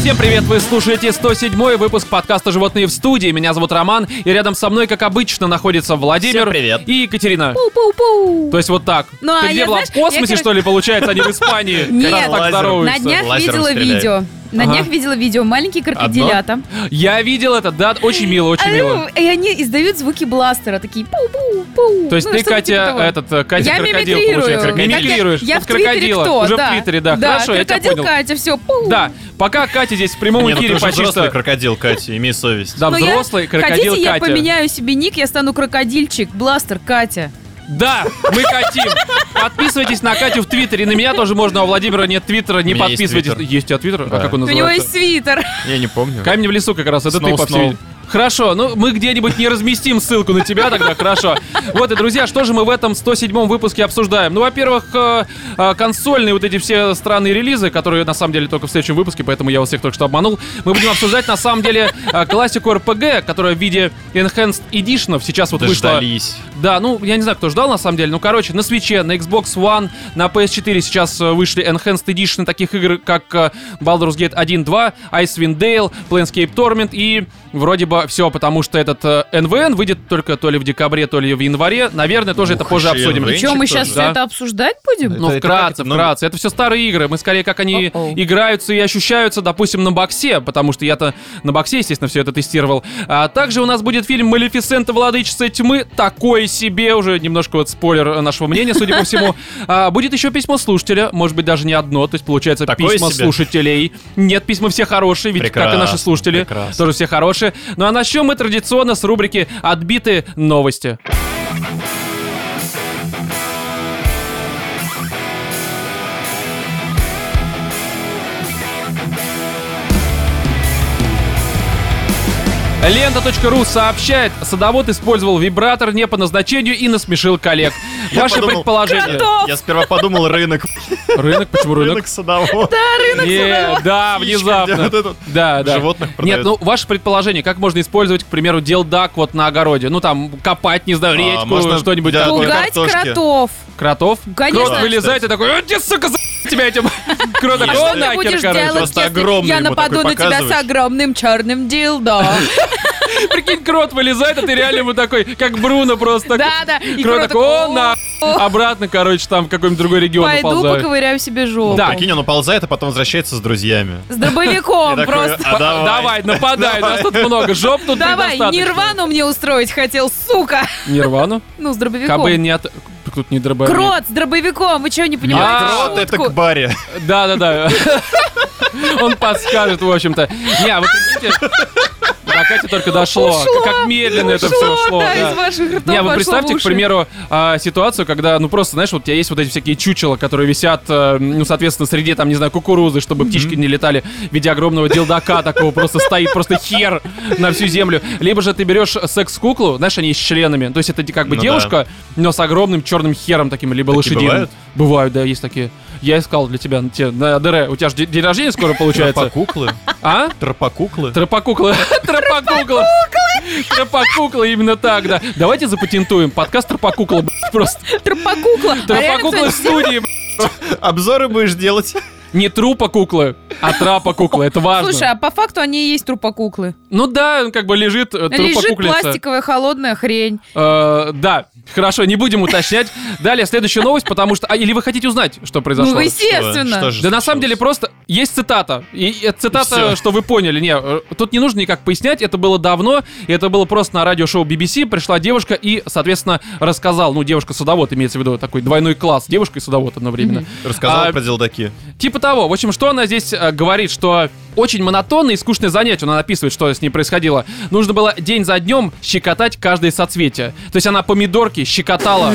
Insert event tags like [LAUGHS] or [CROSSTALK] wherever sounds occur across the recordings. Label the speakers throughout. Speaker 1: Всем привет, вы слушаете 107 выпуск подкаста «Животные в студии». Меня зовут Роман, и рядом со мной, как обычно, находится Владимир
Speaker 2: Всем привет.
Speaker 1: и Екатерина.
Speaker 3: Пу-пу-пу.
Speaker 1: То есть вот так.
Speaker 3: Ну, а
Speaker 1: Ты где
Speaker 3: я,
Speaker 1: была?
Speaker 3: знаешь,
Speaker 1: в космосе,
Speaker 3: я,
Speaker 1: что ли, получается, а не в
Speaker 3: [LAUGHS]
Speaker 1: Испании?
Speaker 3: Нет.
Speaker 1: Когда так
Speaker 2: Лазером.
Speaker 3: На
Speaker 1: здороваются.
Speaker 3: днях
Speaker 2: Лазером
Speaker 3: видела
Speaker 2: стреляет.
Speaker 3: видео. На
Speaker 1: Ага.
Speaker 3: днях видела видео маленькие крокодилята.
Speaker 1: Я видел это, да, очень мило, очень
Speaker 3: А,
Speaker 1: мило.
Speaker 3: ну, И они издают звуки бластера, такие пу-пу-пу.
Speaker 1: То есть
Speaker 3: Ну,
Speaker 1: ты,
Speaker 3: что-то
Speaker 1: Катя,
Speaker 3: типа того.
Speaker 1: этот, э, Катя
Speaker 3: я
Speaker 1: крокодил,
Speaker 3: мимикрирую.
Speaker 1: получается.
Speaker 3: Как я-
Speaker 1: Мимикрируешь.
Speaker 3: Я,
Speaker 1: Под
Speaker 3: в Твиттере
Speaker 1: крокодила.
Speaker 3: кто?
Speaker 1: Уже
Speaker 3: да.
Speaker 1: в Твиттере, да. Хорошо, я тебя
Speaker 3: крокодил
Speaker 1: понял.
Speaker 3: Катя, все, пу.
Speaker 1: Да, пока Катя здесь в прямом
Speaker 2: Не, ну ты
Speaker 1: эфире
Speaker 2: уже
Speaker 1: почти
Speaker 2: взрослый
Speaker 1: что...
Speaker 2: крокодил, Катя, имей совесть.
Speaker 1: Да,
Speaker 3: Но Ну, я-
Speaker 1: а взрослый крокодил
Speaker 3: Хотите, я
Speaker 1: Катя.
Speaker 3: поменяю себе ник, я стану крокодильчик, бластер Катя.
Speaker 1: Да, мы хотим. Подписывайтесь на Катю в Твиттере. На меня тоже можно, а у Владимира нет Твиттера, не
Speaker 2: У меня
Speaker 1: подписывайтесь.
Speaker 2: есть Твиттер.
Speaker 1: Есть у тебя Твиттер? А
Speaker 2: Да.
Speaker 1: как он
Speaker 3: У него
Speaker 1: называется?
Speaker 3: есть свитер.
Speaker 2: Я не помню.
Speaker 1: Камень в лесу как раз, это ты
Speaker 2: Сноу,
Speaker 1: по всей
Speaker 2: сноу.
Speaker 1: видимости. Хорошо, ну мы где-нибудь не разместим ссылку на тебя тогда, хорошо. Вот и, друзья, что же мы в этом 107-м выпуске обсуждаем? Ну, во-первых, э, э, консольные вот эти все странные релизы, которые на самом деле только в следующем выпуске, поэтому я вас всех только что обманул. Мы будем обсуждать на самом деле э, классику RPG, которая в виде Enhanced Edition сейчас вот вышла.
Speaker 2: Дождались.
Speaker 1: Да, ну, я не знаю, кто ждал, на самом деле. Ну, короче, на свече, на Xbox One, на PS4 сейчас э, вышли Enhanced Edition таких игр, как э, Baldur's Gate 1, 2, Icewind Dale, Planescape Torment и вроде бы все, потому что этот э, НВН выйдет только то ли в декабре, то ли в январе. Наверное, тоже это
Speaker 2: Ух,
Speaker 1: позже
Speaker 2: еще и
Speaker 1: обсудим.
Speaker 2: NVN.
Speaker 3: Чем мы сейчас
Speaker 1: тоже,
Speaker 3: все
Speaker 1: да.
Speaker 3: это обсуждать будем?
Speaker 1: Ну,
Speaker 2: Это- это
Speaker 1: вкратце,
Speaker 2: как это, ну-
Speaker 1: вкратце. Это все старые игры. Мы скорее, как они
Speaker 3: О-оу.
Speaker 1: играются и ощущаются, допустим, на боксе, потому что я-то на боксе, естественно, все это тестировал. А также у нас будет фильм «Малефисента. Владычица тьмы». Такое себе, уже немножко вот спойлер нашего мнения, судя по всему. А, будет еще письмо слушателя, может быть, даже не одно, то есть, получается,
Speaker 2: Такое
Speaker 1: письма
Speaker 2: себе.
Speaker 1: слушателей. Нет, письма все хорошие, ведь как и наши
Speaker 2: Прекрасно,
Speaker 1: слушатели,
Speaker 2: прекрасно.
Speaker 1: тоже все хорошие. Ну а начнем мы традиционно с рубрики «Отбитые новости». Лента.ру сообщает, садовод использовал вибратор не по назначению и насмешил коллег.
Speaker 2: [LAUGHS] Я
Speaker 1: Ваше
Speaker 2: подумал-
Speaker 1: предположение.
Speaker 3: Готов.
Speaker 2: Я сперва подумал рынок.
Speaker 1: Рынок? Почему рынок?
Speaker 2: Рынок садовод.
Speaker 1: Не, да,
Speaker 2: Птичка, где
Speaker 1: внезапно.
Speaker 2: вот этот
Speaker 1: Да, да.
Speaker 2: Животных
Speaker 1: Нет,
Speaker 2: продают.
Speaker 1: ну, ваше предположение, как можно использовать, к примеру, делдак вот на огороде? Ну, там, копать, не знаю,
Speaker 2: А,
Speaker 1: редьку,
Speaker 2: можно
Speaker 1: что-нибудь.
Speaker 2: для-
Speaker 1: такое.
Speaker 2: для
Speaker 3: Пугать
Speaker 2: картошки.
Speaker 3: кротов.
Speaker 1: Кротов?
Speaker 3: Ну, Конечно.
Speaker 1: Крот вылезает и такой, «Э, иди, сука, за тебя этим. [LAUGHS] Крот такой,
Speaker 2: А
Speaker 1: «О,
Speaker 2: что ты
Speaker 1: нахер,
Speaker 3: будешь
Speaker 1: короче».
Speaker 3: делать,
Speaker 2: просто
Speaker 3: если
Speaker 2: огромный
Speaker 3: я
Speaker 2: ему
Speaker 3: нападу
Speaker 2: такой
Speaker 3: на тебя с
Speaker 2: показываешь.
Speaker 3: огромным
Speaker 1: [LAUGHS]
Speaker 3: черным дилдо?
Speaker 1: Прикинь, крот вылезает, а ты реально ему такой, как Бруно просто.
Speaker 3: Да, да. И
Speaker 1: Крот такой, о, на.
Speaker 3: о».
Speaker 1: Обратно, короче, там в какой-нибудь другой регион
Speaker 3: Пойду
Speaker 1: уползает.
Speaker 3: поковыряю себе жопу.
Speaker 1: Да.
Speaker 2: Прикинь, он уползает, а потом возвращается с друзьями.
Speaker 3: С
Speaker 1: [LAUGHS]
Speaker 2: И
Speaker 3: дробовиком
Speaker 2: такой,
Speaker 3: просто. Ну,
Speaker 2: «А,
Speaker 1: Давай, нападай, нас тут много, жоп тут
Speaker 3: Давай,
Speaker 1: недостаточно.
Speaker 3: нирвану мне устроить хотел, сука. [LAUGHS]
Speaker 1: Нирвану?
Speaker 3: Ну, с
Speaker 1: КБ
Speaker 3: дробовиком.
Speaker 1: не от... Так Тут не дробовик.
Speaker 3: Крот с дробовиком, вы что, не
Speaker 2: Нет,
Speaker 3: понимаете?
Speaker 1: А,
Speaker 2: крот это
Speaker 3: шутку?
Speaker 2: к баре.
Speaker 1: Да, да, да. [LAUGHS] Он подскажет, в общем-то. Не, а вы прикиньте, до Кати только дошло.
Speaker 3: Ушло,
Speaker 1: как медленно это
Speaker 3: Шло,
Speaker 1: все шло.
Speaker 3: да,
Speaker 1: да.
Speaker 3: из ваших ртов
Speaker 1: Не, а вы
Speaker 3: пошло в
Speaker 1: представьте, к
Speaker 3: уши.
Speaker 1: примеру, а, ситуацию, когда, ну просто, знаешь, вот у тебя есть вот эти всякие чучела, которые висят, э, ну, соответственно, среди, там, не знаю, кукурузы, чтобы птички не летали в виде огромного делдака такого, просто стоит, просто хер на всю землю. Либо же ты берешь секс-куклу, знаешь, они с членами, то есть это как бы
Speaker 2: Ну да.
Speaker 1: девушка, но с огромным черным хером таким, либо
Speaker 2: Такие
Speaker 1: лошадиным.
Speaker 2: бывают?
Speaker 1: Бывают, да, есть такие. Я искал для тебя, на те- на ДР. У тебя же де- день рождения
Speaker 2: [LAUGHS]
Speaker 1: скоро получается.
Speaker 2: Тропокуклы.
Speaker 1: А?
Speaker 2: Тропокуклы.
Speaker 1: [LAUGHS] Тропокукла. Тропокукла. Тропокукла, именно так, да. Давайте запатентуем подкаст Тропокукла, блядь, просто.
Speaker 3: Тропокукла. А реально,
Speaker 1: Тропокукла в
Speaker 3: кстати,
Speaker 1: студии, блядь.
Speaker 2: Обзоры будешь делать.
Speaker 1: Не трупа куклы, а трапа куклы, это важно.
Speaker 3: Слушай, а по факту они и есть трупокуклы.
Speaker 1: Ну да, он как бы лежит э, трупа
Speaker 3: Лежит
Speaker 1: куклица.
Speaker 3: пластиковая холодная хрень.
Speaker 1: Э, Да, хорошо, не будем уточнять. Далее, следующая новость, потому что... а, Или вы хотите узнать, что произошло?
Speaker 3: Ну,
Speaker 2: Что
Speaker 3: естественно.
Speaker 2: же
Speaker 1: Да на самом деле
Speaker 2: случилось?
Speaker 1: просто есть цитата. И эта цитата,
Speaker 2: Всё.
Speaker 1: что вы поняли. Не, э, тут не нужно никак пояснять, это было давно, и это было просто на радиошоу BBC. Пришла девушка и, соответственно, рассказал, ну, девушка-судовод, имеется в виду такой двойной класс, девушка и судовод одновременно. А,
Speaker 2: Рассказал про делдаки.
Speaker 1: Типа того, в общем, что она здесь э, говорит, что очень монотонное и скучное занятие, она описывает, что с ней происходило. Нужно было день за днем щекотать каждое соцветие. То есть она помидорки
Speaker 2: [LAUGHS]
Speaker 1: щекотала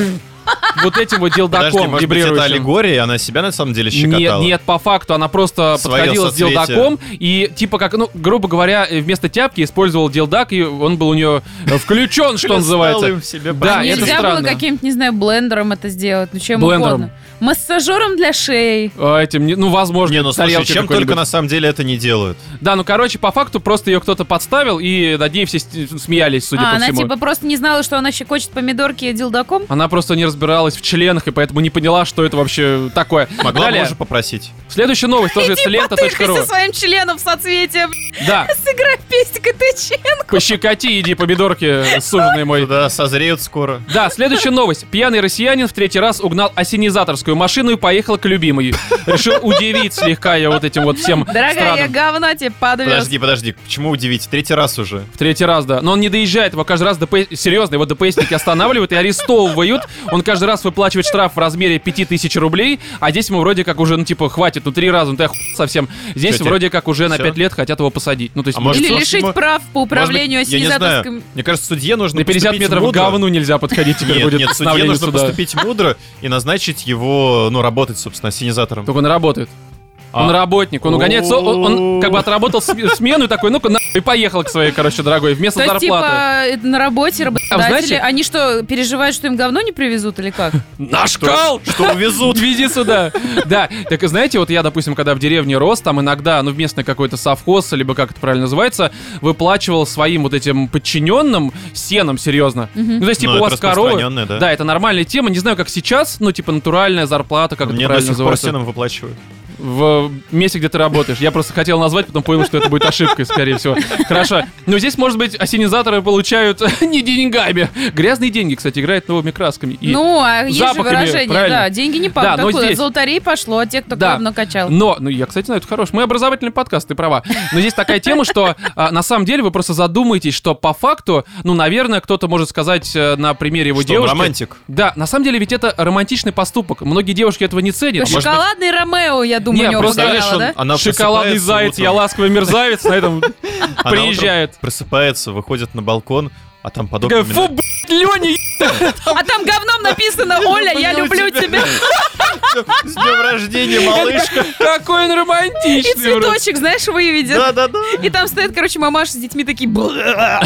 Speaker 1: вот этим вот
Speaker 2: Подожди,
Speaker 1: делдаком
Speaker 2: может быть, это
Speaker 1: вибрирующим.
Speaker 2: аллегория, и она себя на самом деле
Speaker 1: Нет,
Speaker 2: щекотала?
Speaker 1: нет, по факту она просто
Speaker 2: Своё
Speaker 1: подходила с
Speaker 2: соцветие.
Speaker 1: делдаком и типа как, ну, грубо говоря, э, вместо тяпки использовал делдак, и он был у нее включен, что
Speaker 2: [LAUGHS] Перестала
Speaker 1: называется.
Speaker 2: им себе
Speaker 1: Да,
Speaker 2: брать.
Speaker 1: А, это
Speaker 3: Нельзя было
Speaker 1: странно.
Speaker 3: каким-то, не знаю, блендером это сделать, ну чем
Speaker 1: Блендером.
Speaker 3: угодно. Массажером для шеи.
Speaker 1: А, Этим, не- ну, возможно,
Speaker 2: Не, ну слушай,
Speaker 1: тарелкой
Speaker 2: чем только
Speaker 1: какой-нибудь.
Speaker 2: на самом деле это не делают?
Speaker 1: Да, ну, короче, по факту просто ее кто-то подставил, и над ней все с- смеялись, судя
Speaker 3: а,
Speaker 1: по
Speaker 3: она
Speaker 1: всему.
Speaker 3: типа просто не знала, что она щекочет помидорки и дилдаком?
Speaker 1: Она просто не разбирала разбиралась в членах и поэтому не поняла, что это вообще такое.
Speaker 2: Могла бы
Speaker 1: Далее.
Speaker 2: уже попросить.
Speaker 1: Следующая новость
Speaker 3: [LAUGHS]
Speaker 1: тоже с
Speaker 3: Потыркай
Speaker 1: лента.ру.
Speaker 3: со своим членом в соцветие, блядь, [LAUGHS]
Speaker 1: Да,
Speaker 3: сыграй песика Тыченко.
Speaker 1: пощекоти, иди,
Speaker 3: [LAUGHS]
Speaker 1: помидорки, суженый мой.
Speaker 2: Да, созреют скоро.
Speaker 1: Да, следующая новость. Пьяный россиянин в третий раз угнал осенизаторскую машину и поехал к любимой. Решил удивить слегка я вот этим вот всем
Speaker 3: Дорогая, я
Speaker 1: странам.
Speaker 3: говна тебе подвез.
Speaker 2: Подожди, подожди, почему удивить? Третий раз уже.
Speaker 1: В третий раз, да. Но он не доезжает, его каждый раз ДП... Серьезно, его ДПСники останавливают и арестовывают. Он каждый раз выплачивает штраф в размере 5000 рублей, а здесь ему вроде как уже, ну типа, хватит, ну три раза, ну ты оху... совсем. Здесь
Speaker 2: Чё,
Speaker 1: вроде как уже на
Speaker 2: всё?
Speaker 1: пять лет хотят его посадить. Ну то есть...
Speaker 2: А может,
Speaker 3: Или
Speaker 2: Слушай,
Speaker 3: лишить
Speaker 2: ему-
Speaker 3: прав по
Speaker 2: Может быть,
Speaker 3: управлению
Speaker 2: я не знаю.
Speaker 3: осенизаторским...
Speaker 2: Мне кажется, судье нужно
Speaker 1: на 50
Speaker 2: поступить
Speaker 1: метров к
Speaker 2: мудро.
Speaker 1: говну нельзя подходить, теперь
Speaker 2: Нет,
Speaker 1: будет
Speaker 2: нет, судье
Speaker 1: постановление
Speaker 2: нужно
Speaker 1: суда.
Speaker 2: поступить мудро и назначить его, ну, работать, собственно, синизатором.
Speaker 1: Только он работает.
Speaker 2: А.
Speaker 1: Он работник, он угоняет, со- он, он как бы отработал
Speaker 2: [LAUGHS]
Speaker 1: сме- смену и такой, ну-ка, на... и поехал к своей, короче, дорогой, вместо
Speaker 3: То есть,
Speaker 1: зарплаты. А
Speaker 3: типа, это на работе работодатели,
Speaker 1: знаете-
Speaker 3: они что, переживают, что им говно не привезут или как?
Speaker 1: Наш
Speaker 2: Что,
Speaker 1: кал!
Speaker 2: что увезут?
Speaker 1: Веди сюда. Да, так и знаете, вот я, допустим, когда в деревне рос, там иногда, ну, в местный какой-то совхоз, либо как это правильно называется, выплачивал своим вот этим подчиненным сеном, серьезно. Ну, то есть, типа,
Speaker 2: Ну,
Speaker 1: у
Speaker 2: это
Speaker 1: вас коровы...
Speaker 2: распространенное, да.
Speaker 1: Да, это нормальная тема. Не знаю, как сейчас, ну, типа, натуральная зарплата, [LAUGHS] как
Speaker 2: Мне
Speaker 1: это
Speaker 2: до
Speaker 1: правильно
Speaker 2: сих пор
Speaker 1: называется.
Speaker 2: сеном выплачивают.
Speaker 1: в месте, где ты работаешь. Я просто хотел назвать, потом понял, что это будет ошибкой, скорее всего. Хорошо. Но здесь, может быть, осенизаторы получают [LAUGHS] не деньгами. Грязные деньги, кстати, играют новыми красками. [LAUGHS] И-
Speaker 3: ну, а есть же
Speaker 1: запахами,
Speaker 3: выражение,
Speaker 1: правильно.
Speaker 3: да, деньги не
Speaker 1: Да,
Speaker 3: пахнут.
Speaker 1: но
Speaker 3: Откуда?
Speaker 1: здесь-
Speaker 3: Золотарей пошло, а те, кто
Speaker 1: Да.
Speaker 3: говно качал.
Speaker 1: Но, ну я, кстати, знаю, это хорош. Мы образовательный подкаст, ты права. Но здесь такая тема, что а, на самом деле вы просто задумаетесь, что по факту, ну, наверное, кто-то может сказать э, на примере его
Speaker 2: Что,
Speaker 1: девушки.
Speaker 2: романтик?
Speaker 1: Да, на самом деле ведь это романтичный поступок. Многие девушки этого не ценят.
Speaker 2: может быть-
Speaker 3: Шоколадный Ромео, я думаю,
Speaker 1: Не,
Speaker 3: у него
Speaker 1: просто,
Speaker 3: угорало,
Speaker 1: знаешь,
Speaker 2: он-
Speaker 3: да?
Speaker 2: она
Speaker 1: Шоколадный
Speaker 2: просыпается
Speaker 1: заяц,
Speaker 2: утром.
Speaker 1: я ласковый мерзавец, на
Speaker 2: [LAUGHS]
Speaker 1: этом
Speaker 2: Она утром
Speaker 1: приезжает.
Speaker 2: Просыпается, выходит на балкон, а там под
Speaker 1: Такая,
Speaker 2: окнами...
Speaker 1: фу, блядь, Лёня,
Speaker 3: А там говном написано, Оля, я
Speaker 2: [LAUGHS]
Speaker 3: люблю тебя.
Speaker 2: С днем рождения, малышка!
Speaker 1: Какой он романтичный.
Speaker 3: И
Speaker 1: вроде.
Speaker 3: цветочек, знаешь, выведет.
Speaker 2: Да-да-да!
Speaker 3: И там стоят, короче, мамаши с детьми такие... «Бла,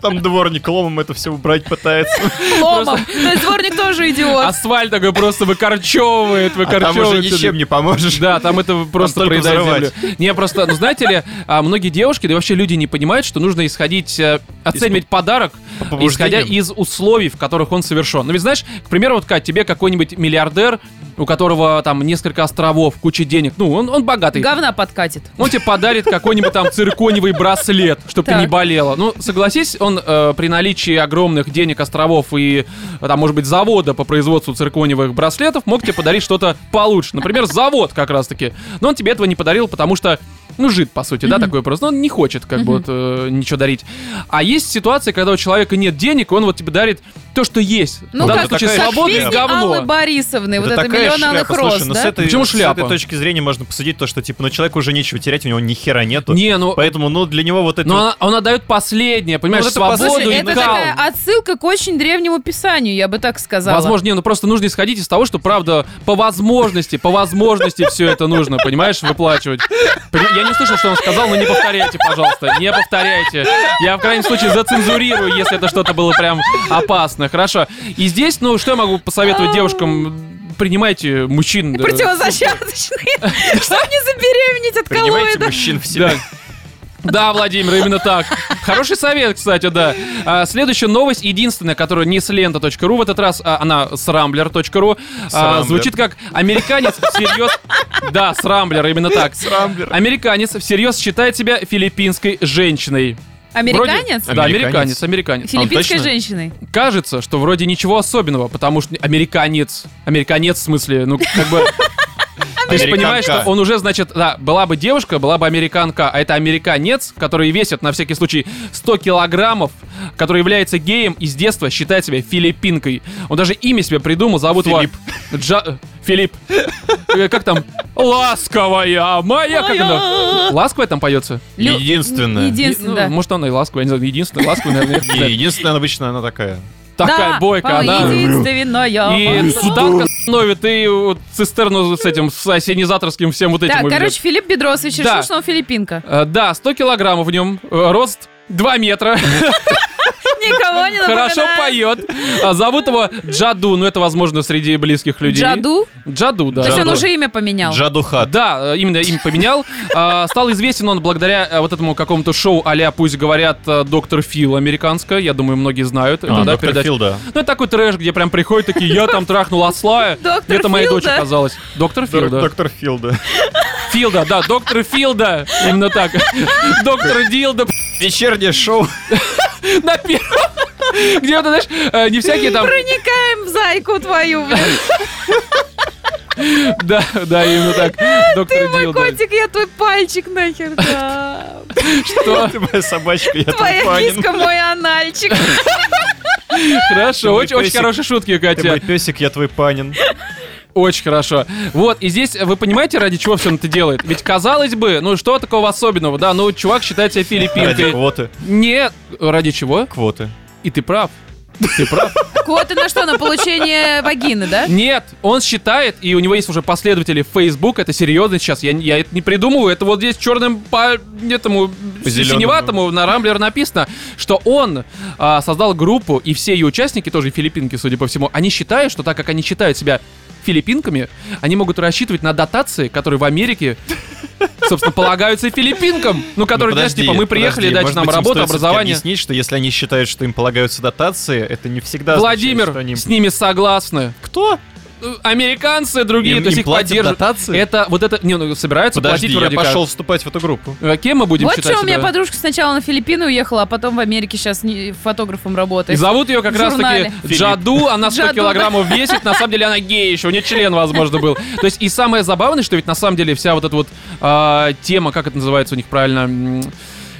Speaker 2: Там дворник ломом это все убрать пытается.
Speaker 3: Ломом. То есть дворник тоже идиот.
Speaker 1: Асфальт такой просто выкорчевывает,
Speaker 2: А
Speaker 1: выкорчевывает.
Speaker 2: там уже
Speaker 1: сюда.
Speaker 2: ничем не поможешь.
Speaker 1: Да, там это просто
Speaker 2: только
Speaker 1: проедает
Speaker 2: взрывать.
Speaker 1: землю. Не, просто, ну знаете ли, а, многие девушки, да и вообще люди не понимают, что нужно исходить, э, оценивать подарок,
Speaker 2: по
Speaker 1: исходя
Speaker 2: побуждениям.
Speaker 1: из условий, в которых он совершен. Ну ведь знаешь, к примеру, вот, Кать, тебе какой-нибудь миллиардер, у которого там несколько островов, куча денег, ну, он, он богатый.
Speaker 3: Говна подкатит.
Speaker 1: Он тебе подарит какой-нибудь там цирконевый браслет, чтобы ты
Speaker 3: Так.
Speaker 1: не болела. Ну, согласись, он э, при наличии огромных денег, островов и, э, там, может быть, завода по производству цирконевых браслетов мог тебе подарить что-то получше. Например, завод как раз-таки. Но он тебе этого не подарил, потому что, ну, жид, по сути, да, такой просто. Он не хочет как бы вот э, ничего дарить. А есть ситуации, когда у человека нет денег, и он вот тебе дарит то, что есть.
Speaker 3: Ну
Speaker 1: в данном
Speaker 3: как,
Speaker 1: случае,
Speaker 2: такая
Speaker 3: как
Speaker 1: свободу и
Speaker 3: песни
Speaker 1: говно.
Speaker 3: Аллы Борисовны, вот это
Speaker 2: такая
Speaker 3: миллион алых
Speaker 2: шляпа,
Speaker 3: роз,
Speaker 2: слушай, ну с
Speaker 3: да?
Speaker 2: этой-
Speaker 1: Почему
Speaker 2: с
Speaker 1: шляпа?
Speaker 2: этой точки зрения можно посудить то, что, типа, ну, человеку уже нечего терять, у него ни хера нету.
Speaker 1: Не, ну,
Speaker 2: Поэтому, ну, для него вот это...
Speaker 1: но она- он отдает последнее, понимаешь,
Speaker 2: вот это
Speaker 1: свободу и
Speaker 2: последнее,
Speaker 3: Слушай, это
Speaker 1: кал.
Speaker 3: такая отсылка к очень древнему писанию, я бы так сказала.
Speaker 1: Возможно, не, ну просто нужно исходить из того, что правда по возможности, по возможности все это нужно, понимаешь, выплачивать. Пони- Я не слышал, что он сказал, но не повторяйте, пожалуйста, не повторяйте. Я в крайнем случае зацензурирую, если это что-то было прям опасно. Хорошо. И здесь, ну что я могу посоветовать девушкам? Принимайте мужчин. э,
Speaker 3: [LAUGHS] Противозачаточные, чтобы не забеременеть от
Speaker 2: Принимаете
Speaker 3: коллоида.
Speaker 2: мужчин в себя.
Speaker 1: Да. Да, Владимир, именно так. Хороший совет, кстати, да. А, следующая новость, единственная, которая не с лента.ру, в этот раз а, она с rambler.ru. А,
Speaker 2: Rambler.
Speaker 1: звучит как «Американец всерьез...» Да, с Рамблера, именно так.
Speaker 2: Рамблер.
Speaker 1: Американец всерьез считает себя филиппинской женщиной. Вроде- а,
Speaker 3: Американец?
Speaker 1: Да,
Speaker 2: Американец.
Speaker 1: американец, американец.
Speaker 3: Филиппинской
Speaker 2: точно?
Speaker 3: женщиной.
Speaker 1: Кажется, что вроде ничего особенного, потому что американец, американец в смысле, ну как бы... Ты же
Speaker 2: Американка.
Speaker 1: понимаешь, что он уже, значит, да, была бы девушка, была бы американка, а это американец, который весит, на всякий случай, 100 килограммов, который является геем и с детства считает себя филиппинкой. Он даже имя себе придумал, зовут
Speaker 2: Филипп.
Speaker 1: его... Джа- Филипп. Э, Как там? Ласковая моя, как она? Ласковая там поется?
Speaker 3: Лю-
Speaker 2: Единственное.
Speaker 1: Ну,
Speaker 3: Единственное, да.
Speaker 1: Может, она и ласковая, я не знаю, единственная ласковая, наверное. я
Speaker 2: [LAUGHS]
Speaker 1: не
Speaker 2: И
Speaker 1: знаю.
Speaker 2: единственное, обычно она такая.
Speaker 1: Такая
Speaker 3: Да,
Speaker 1: бойка,
Speaker 3: по-
Speaker 1: она...
Speaker 3: единственное.
Speaker 1: И танк остановит, и вот цистерну с этим, с осенизаторским всем вот этим
Speaker 3: Так,
Speaker 1: уведет.
Speaker 3: короче, Филипп Бедросович решил,
Speaker 1: Да.
Speaker 3: что он филиппинка. [LAUGHS] [LAUGHS]
Speaker 1: Э, Да, 100 килограммов в нем, э, рост 2 метра.
Speaker 3: Не, никого не напоминаю.
Speaker 1: Хорошо поет. А, Зовут его Джаду, ну это, возможно, среди близких людей.
Speaker 3: Джаду?
Speaker 1: Джаду, да.
Speaker 3: То есть он
Speaker 1: Джаду.
Speaker 3: уже имя поменял?
Speaker 2: Джадухат.
Speaker 1: Да, э, именно им поменял. А, Стал известен он благодаря э, вот этому какому-то шоу а «Пусть говорят э, доктор Фил» американское. Я думаю, многие знают.
Speaker 2: А,
Speaker 1: Это, да,
Speaker 2: доктор
Speaker 1: передача.
Speaker 2: Фил, да.
Speaker 1: Ну, это такой трэш, где прям приходят такие, я там трахнул ослая.
Speaker 3: Доктор
Speaker 1: Это моей
Speaker 3: Фил,
Speaker 1: дочь
Speaker 3: да?
Speaker 1: оказалась. Доктор Фил, да.
Speaker 2: Доктор Фил, да.
Speaker 1: Филда, да, доктор Филда. Именно так. Доктор Дилда
Speaker 2: Вечернее шоу.
Speaker 1: на первом. Где вот, знаешь, э, не всякие там...
Speaker 3: Проникаем в зайку твою, блин.
Speaker 1: Да, да, именно
Speaker 3: [LAUGHS]
Speaker 1: так. Доктор
Speaker 3: Мой
Speaker 1: Дилда. [LAUGHS]
Speaker 3: котик, я твой пальчик нахер. да.
Speaker 1: Что?
Speaker 2: [LAUGHS] Ты моя собачка, я
Speaker 3: Твоя
Speaker 2: тупанин.
Speaker 3: киска, мой анальчик.
Speaker 1: Хорошо,
Speaker 2: мой
Speaker 1: очень, очень
Speaker 2: песик.
Speaker 1: хорошие шутки,
Speaker 2: Ты мой
Speaker 1: Катя.
Speaker 2: песик, я твой панин.
Speaker 1: Очень хорошо. Вот, и здесь э, вы понимаете, ради чего все это делает? Ведь, казалось бы, ну что такого особенного, да? Ну, чувак считает себя
Speaker 2: Ради
Speaker 1: филиппинкой.
Speaker 2: квоты.
Speaker 1: Нет, ради чего?
Speaker 2: Квоты.
Speaker 1: И ты прав. Ты прав.
Speaker 3: Квоты на что? На получение вагины, да?
Speaker 1: Нет, он считает, и у него есть уже последователи в Facebook, это серьезно сейчас, я, я это не придумываю, это вот здесь черным по этому
Speaker 2: По зелёному.
Speaker 1: синеватому на Рамблер написано, что он а, создал группу, и все ее участники, тоже филиппинки, судя по всему, они считают, что так как они считают себя филиппинками, они могут рассчитывать на дотации, которые в Америке, собственно, полагаются и филиппинкам, ну, которые, знаешь,
Speaker 2: подожди,
Speaker 1: типа, мы приехали,
Speaker 2: подожди,
Speaker 1: дайте
Speaker 2: может
Speaker 1: нам
Speaker 2: быть, им
Speaker 1: работу,
Speaker 2: стоит всё-таки
Speaker 1: образование.
Speaker 2: объяснить, что если они считают, что им полагаются дотации, это не всегда означает,
Speaker 1: Владимир
Speaker 2: что они...
Speaker 1: с ними согласны.
Speaker 2: Кто?
Speaker 1: Э, американцы другие,
Speaker 2: Им-
Speaker 1: то есть
Speaker 2: им
Speaker 1: их
Speaker 2: платят
Speaker 1: поддерживают.
Speaker 2: дотации?
Speaker 1: Это вот это, не, ну, собираются
Speaker 2: Подожди,
Speaker 1: платить
Speaker 2: я
Speaker 1: вроде как.
Speaker 2: пошел вступать в эту группу.
Speaker 1: Э, Кем мы будем
Speaker 3: Вот
Speaker 1: считать
Speaker 3: что, у меня
Speaker 1: себя?
Speaker 3: подружка сначала на Филиппины уехала, а потом в Америке сейчас фотографом
Speaker 1: И
Speaker 3: работает.
Speaker 1: зовут ее как
Speaker 3: в
Speaker 1: раз таки
Speaker 3: журнале.
Speaker 2: Филипп.
Speaker 1: Джаду, она 100
Speaker 3: Джаду, да.
Speaker 1: килограммов весит, на самом деле она гей еще, у нее член, возможно, был. То есть и самое забавное, что ведь на самом деле вся вот эта вот а, тема, как это называется у них правильно, м,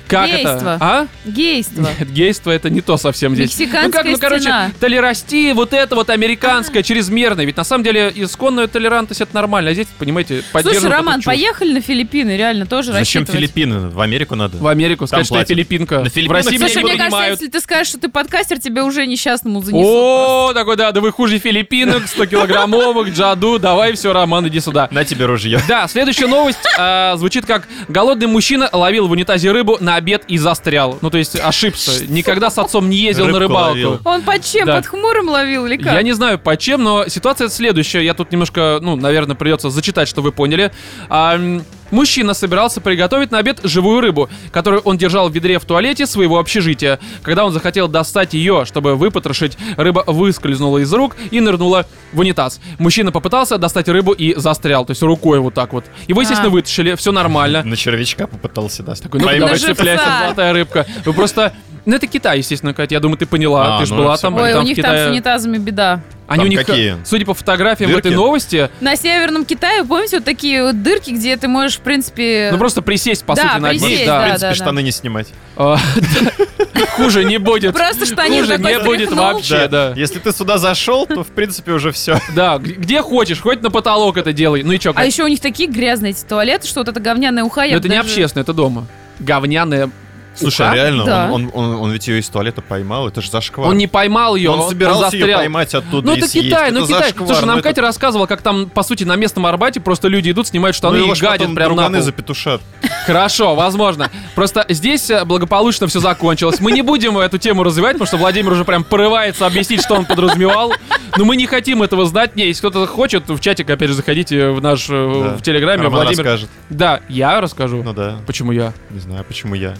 Speaker 1: как это?
Speaker 3: Гейство.
Speaker 1: А?
Speaker 3: Гейство.
Speaker 1: Нет, гейство это не то совсем здесь. ну как,
Speaker 3: Мексиканская
Speaker 1: ну короче,
Speaker 3: стена.
Speaker 1: толерасти, вот это вот американское, чрезмерное. Ведь на самом деле исконную толерантность это нормально, а здесь, понимаете, поддерживают эту
Speaker 3: Слушай, Роман,
Speaker 1: чушь.
Speaker 3: поехали на Филиппины, реально тоже
Speaker 2: Зачем
Speaker 3: рассчитывать.
Speaker 2: Филиппины? В Америку надо.
Speaker 1: В Америку сказать, что я
Speaker 2: платят.
Speaker 1: филиппинка.
Speaker 2: На
Speaker 1: В
Speaker 2: Филиппинах
Speaker 1: России меня
Speaker 3: Слушай,
Speaker 1: не
Speaker 3: мне кажется,
Speaker 1: принимают.
Speaker 3: если ты скажешь, что ты подкастер, тебя уже несчастному занесут.
Speaker 1: О, такой, да, да вы хуже филиппинок, 100-килограммовых, джаду, давай все, Роман, иди сюда.
Speaker 2: На тебе ружье. [LAUGHS]
Speaker 1: Да, следующая новость э, звучит как «Голодный мужчина ловил в унитазе рыбу на обед и застрял». Ну, то есть ошибся. Никогда с отцом не ездил на
Speaker 2: Рыбку
Speaker 1: рыбалку.
Speaker 2: ловил.
Speaker 3: Он под чем?
Speaker 1: Да.
Speaker 3: Под хмурым ловил или как?
Speaker 1: Я не знаю по чем, но ситуация следующая. Я тут немножко, ну, наверное, придется зачитать, что вы поняли. А, м, мужчина собирался приготовить на обед живую рыбу, которую он держал в ведре в туалете своего общежития. Когда он захотел достать ее, чтобы выпотрошить, рыба выскользнула из рук и нырнула в унитаз. Мужчина попытался достать рыбу и застрял, то есть рукой вот так вот. Его, естественно,
Speaker 3: А.
Speaker 1: вытащили, все нормально.
Speaker 2: На червячка попытался, да.
Speaker 1: Такой, ну
Speaker 2: Поймать.
Speaker 1: давай
Speaker 3: На живца.
Speaker 1: цепляйся, золотая рыбка. Вы просто... Ну это Китай, естественно, Катя, я думаю, ты поняла,
Speaker 2: А,
Speaker 1: ты же
Speaker 2: ну,
Speaker 1: была
Speaker 2: всё
Speaker 1: там.
Speaker 3: Ой,
Speaker 1: там
Speaker 3: у
Speaker 1: в
Speaker 3: них
Speaker 1: Китае-
Speaker 3: там с унитазами беда.
Speaker 1: они
Speaker 2: Там
Speaker 1: у них, э,
Speaker 2: какие?
Speaker 1: судя по фотографиям в
Speaker 2: Дырки?
Speaker 1: этой новости,
Speaker 3: На Северном Китае, помните, вот такие вот дырки, где ты можешь, в принципе...
Speaker 1: ну просто присесть, по
Speaker 3: Да,
Speaker 1: сути, на
Speaker 2: Ну,
Speaker 1: одни,
Speaker 3: присесть,
Speaker 2: в
Speaker 3: да.
Speaker 1: да.
Speaker 2: принципе, штаны не снимать.
Speaker 1: А, да. [LAUGHS] Хуже не будет.
Speaker 3: [LAUGHS] Просто штанин
Speaker 1: Хуже
Speaker 3: такой
Speaker 1: не будет
Speaker 3: стряхнул.
Speaker 1: вообще. Че, да.
Speaker 2: Если ты сюда зашел, то в принципе уже все.
Speaker 1: Да, г- где хочешь, хоть на потолок это делай. Ну и чё,
Speaker 3: А
Speaker 1: Кать?
Speaker 3: еще у них такие грязные эти туалеты, что вот эта говняная уха...
Speaker 1: Ну,
Speaker 3: я
Speaker 1: это не
Speaker 3: даже-
Speaker 1: общественное, это дома. Говняное.
Speaker 2: Слушай,
Speaker 1: уха.
Speaker 2: а реально,
Speaker 3: Да.
Speaker 2: он, он- он- он ведь ее из туалета поймал, это же зашквар.
Speaker 1: Он не поймал ее,
Speaker 2: он, собирался ее
Speaker 1: застрял.
Speaker 2: поймать оттуда
Speaker 1: Ну
Speaker 2: и
Speaker 1: это
Speaker 2: съесть.
Speaker 1: Китай, ну
Speaker 2: Это
Speaker 1: Китай.
Speaker 2: зашквар,
Speaker 1: Слушай,
Speaker 2: ну
Speaker 1: нам
Speaker 2: это-
Speaker 1: Катя рассказывала, как там, по сути, на местном Арбате просто люди идут, снимают
Speaker 2: Ну
Speaker 1: штаны
Speaker 2: его
Speaker 1: и
Speaker 2: ж
Speaker 1: гадят
Speaker 2: потом
Speaker 1: прям на
Speaker 2: друганы
Speaker 1: пол.
Speaker 2: запетушат.
Speaker 1: Хорошо, возможно. Просто здесь э, благополучно все закончилось. Мы не будем эту тему развивать, потому что Владимир уже прям порывается объяснить, что он подразумевал. Но мы не хотим этого знать. Не, если кто-то хочет, в чатик, опять же, заходите в наш, э,
Speaker 2: Да.
Speaker 1: в Телеграме.
Speaker 2: Роман
Speaker 1: Владимир...
Speaker 2: расскажет.
Speaker 1: Да, я расскажу.
Speaker 2: Ну да,
Speaker 1: Почему я?
Speaker 2: не знаю, почему я.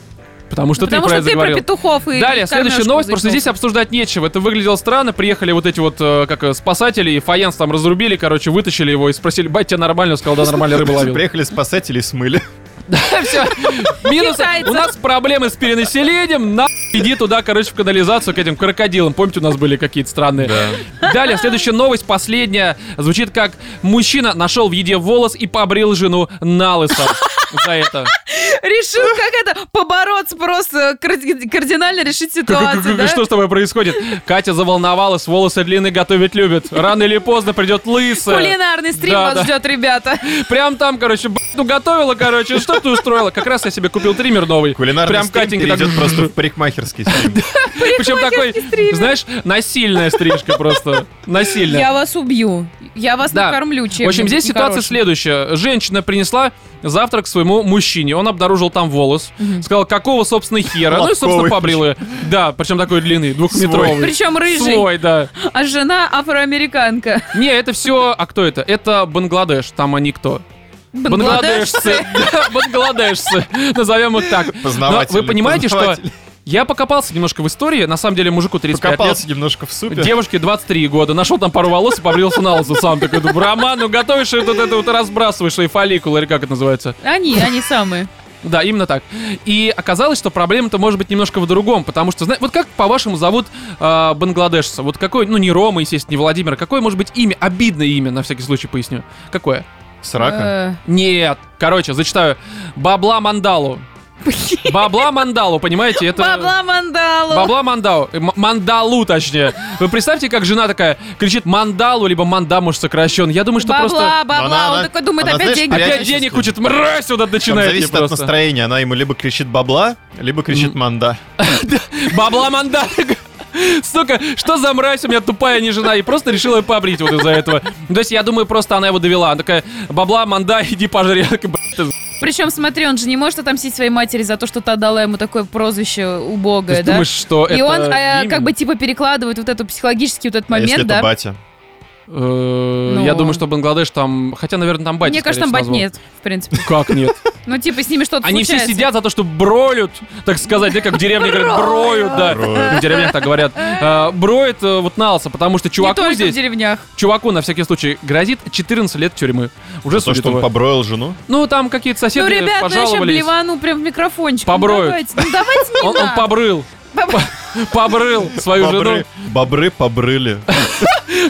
Speaker 1: Потому что
Speaker 3: Потому
Speaker 1: ты про
Speaker 3: что
Speaker 1: это
Speaker 3: ты про
Speaker 1: говорил.
Speaker 3: петухов и...
Speaker 1: Далее,
Speaker 3: кормежку
Speaker 1: следующая новость,
Speaker 3: заикнулся.
Speaker 1: просто здесь обсуждать нечего. Это выглядело странно. Приехали вот эти вот, э, как э, спасатели, и фаянс там разрубили, короче, вытащили его и спросили, бать, тебя нормально? Он сказал, да, нормально, рыбу ловил.
Speaker 2: Приехали спасатели и смыли.
Speaker 1: [LAUGHS] Все. Минус.
Speaker 3: Китайцы.
Speaker 1: У нас проблемы с перенаселением. На иди туда, короче, в канализацию к этим крокодилам. Помните, у нас были какие-то странные. Далее, следующая новость, последняя. Звучит как мужчина нашел в еде волос и побрил жену на лысо. За это.
Speaker 3: [LAUGHS] Решил как это, побороться просто, карди- кардинально решить ситуацию, да?
Speaker 1: Что с тобой происходит? Катя заволновалась, волосы длинные готовить любит. Рано или поздно придет лысая.
Speaker 3: Кулинарный стрим
Speaker 1: Да,
Speaker 3: вас
Speaker 1: да.
Speaker 3: ждет, ребята.
Speaker 1: Прям там, короче, б***ь, ну готовила, короче, что ты устроила? Как раз я себе купил триммер новый.
Speaker 2: [LAUGHS] Кулинарный
Speaker 1: Прям
Speaker 2: стрим
Speaker 1: Катенька так
Speaker 2: [LAUGHS] перейдет просто в парикмахерскую. парикмахерский стрим.
Speaker 1: Причем такой,
Speaker 3: стример.
Speaker 1: знаешь, насильная стрижка просто. Насильная.
Speaker 3: Я вас убью. Я вас
Speaker 1: Да.
Speaker 3: накормлю
Speaker 1: В общем,
Speaker 3: чем-нибудь
Speaker 1: здесь ситуация
Speaker 3: нехорошим.
Speaker 1: следующая. Женщина принесла завтрак своему мужчине. Он обнаружил там волос. Сказал, какого, собственно, хера? Ну и, собственно,
Speaker 2: Лобковый
Speaker 1: побрил ее. Да, причем такой длины, двухметровый.
Speaker 3: Причем рыжий,
Speaker 1: Свой, да.
Speaker 3: а жена афроамериканка.
Speaker 1: Не, это все... А кто это? Это Бангладеш, там они кто? Бангладешцы. [LAUGHS] Да, Бангладешцы. Назовем их так. Но
Speaker 2: Познаватель.
Speaker 1: вы понимаете, что...
Speaker 2: [LAUGHS] познаватель.
Speaker 1: Я покопался немножко в истории. На самом деле, мужику 35 лет.
Speaker 2: Покопался немножко в супе.
Speaker 1: Девушке 23 года, нашел там пару волос и побрился на лысо сам. Такой, думаю, Роман, ну готовишь и вот это вот разбрасываешь, и фолликулы, или как это называется.
Speaker 3: Они, они самые.
Speaker 1: Да, именно так. И оказалось, что проблема-то может быть немножко в другом, потому что, зна- вот как, по-вашему, зовут э, бангладешца? Вот какой, ну не Рома, естественно, не Владимир, какое может быть имя, обидное имя, на всякий случай поясню. Какое?
Speaker 2: Срака.
Speaker 3: Э,
Speaker 1: Нет, короче, зачитаю. Бабла Мандалу.
Speaker 3: Э,
Speaker 1: Бабла Мандалу, понимаете? Это...
Speaker 3: Бабла мандалу.
Speaker 1: Бабла мандау. Э, м- Мандалу, точнее. Вы представьте, как жена такая кричит мандалу, либо мандам уж сокращен. Я думаю, что просто...
Speaker 2: Ну,
Speaker 3: Бабла,
Speaker 2: Она-
Speaker 3: бабла. Он
Speaker 2: она-
Speaker 3: такой думает,
Speaker 2: она,
Speaker 3: опять
Speaker 2: знаешь,
Speaker 3: деньги.
Speaker 2: опять-
Speaker 1: Опять
Speaker 2: Периодически.
Speaker 1: денег хочет, мразь вот это
Speaker 2: Там
Speaker 1: начинает мне
Speaker 2: зависит от
Speaker 1: просто.
Speaker 2: настроения. Она ему либо кричит бабла, либо кричит манда.
Speaker 1: Бабла манда. [LAUGHS] Сука, что за мразь у меня тупая не жена, и просто решила ее побрить вот из-за этого. То есть я думаю, просто она его довела. Она такая, бабла, манда, иди пожри. Я такой, «Блядь, ты
Speaker 3: Причем, смотри, он же не может отомстить своей матери за то, что та дала ему такое прозвище убогое, да?
Speaker 1: думаешь, что это
Speaker 3: И он э,
Speaker 1: имя?»
Speaker 3: как бы типа перекладывает вот этот психологический вот этот
Speaker 2: А если
Speaker 3: момент,
Speaker 2: это
Speaker 3: да?
Speaker 2: батя?
Speaker 1: Э,
Speaker 3: Ну.
Speaker 1: Я думаю, что Бангладеш там... Хотя, наверное, там батя,
Speaker 3: Мне кажется, там
Speaker 1: скорее
Speaker 3: бать
Speaker 1: всего,
Speaker 3: нет, в принципе.
Speaker 1: назвал. Как нет?
Speaker 3: Ну, типа, с ними что-то
Speaker 1: Они все
Speaker 3: случается.
Speaker 1: сидят за то, что бролют, так сказать, да, как в деревне говорят, броют, да.
Speaker 2: Броют.
Speaker 1: В деревнях так говорят. Э, Броют э, вот на лысо, потому что
Speaker 3: Не
Speaker 1: чуваку
Speaker 3: только в
Speaker 1: ну, здесь,
Speaker 3: деревнях.
Speaker 1: чуваку на всякий случай грозит 14 лет тюрьмы. Уже
Speaker 2: За то,
Speaker 1: судят
Speaker 2: что он
Speaker 1: его.
Speaker 2: поброил жену?
Speaker 1: Ну, там какие-то
Speaker 3: Ну,
Speaker 1: соседи
Speaker 3: ребят, ну я сейчас
Speaker 1: пожаловались.
Speaker 3: блевану прям в микрофончик.
Speaker 1: Поброют.
Speaker 3: Ну, давайте, ну, давайте не
Speaker 1: Он, он
Speaker 3: надо.
Speaker 1: побрыл.
Speaker 3: Поб-
Speaker 1: Побрыл свою жену.
Speaker 2: Бобры, бобры [LAUGHS] побрыли.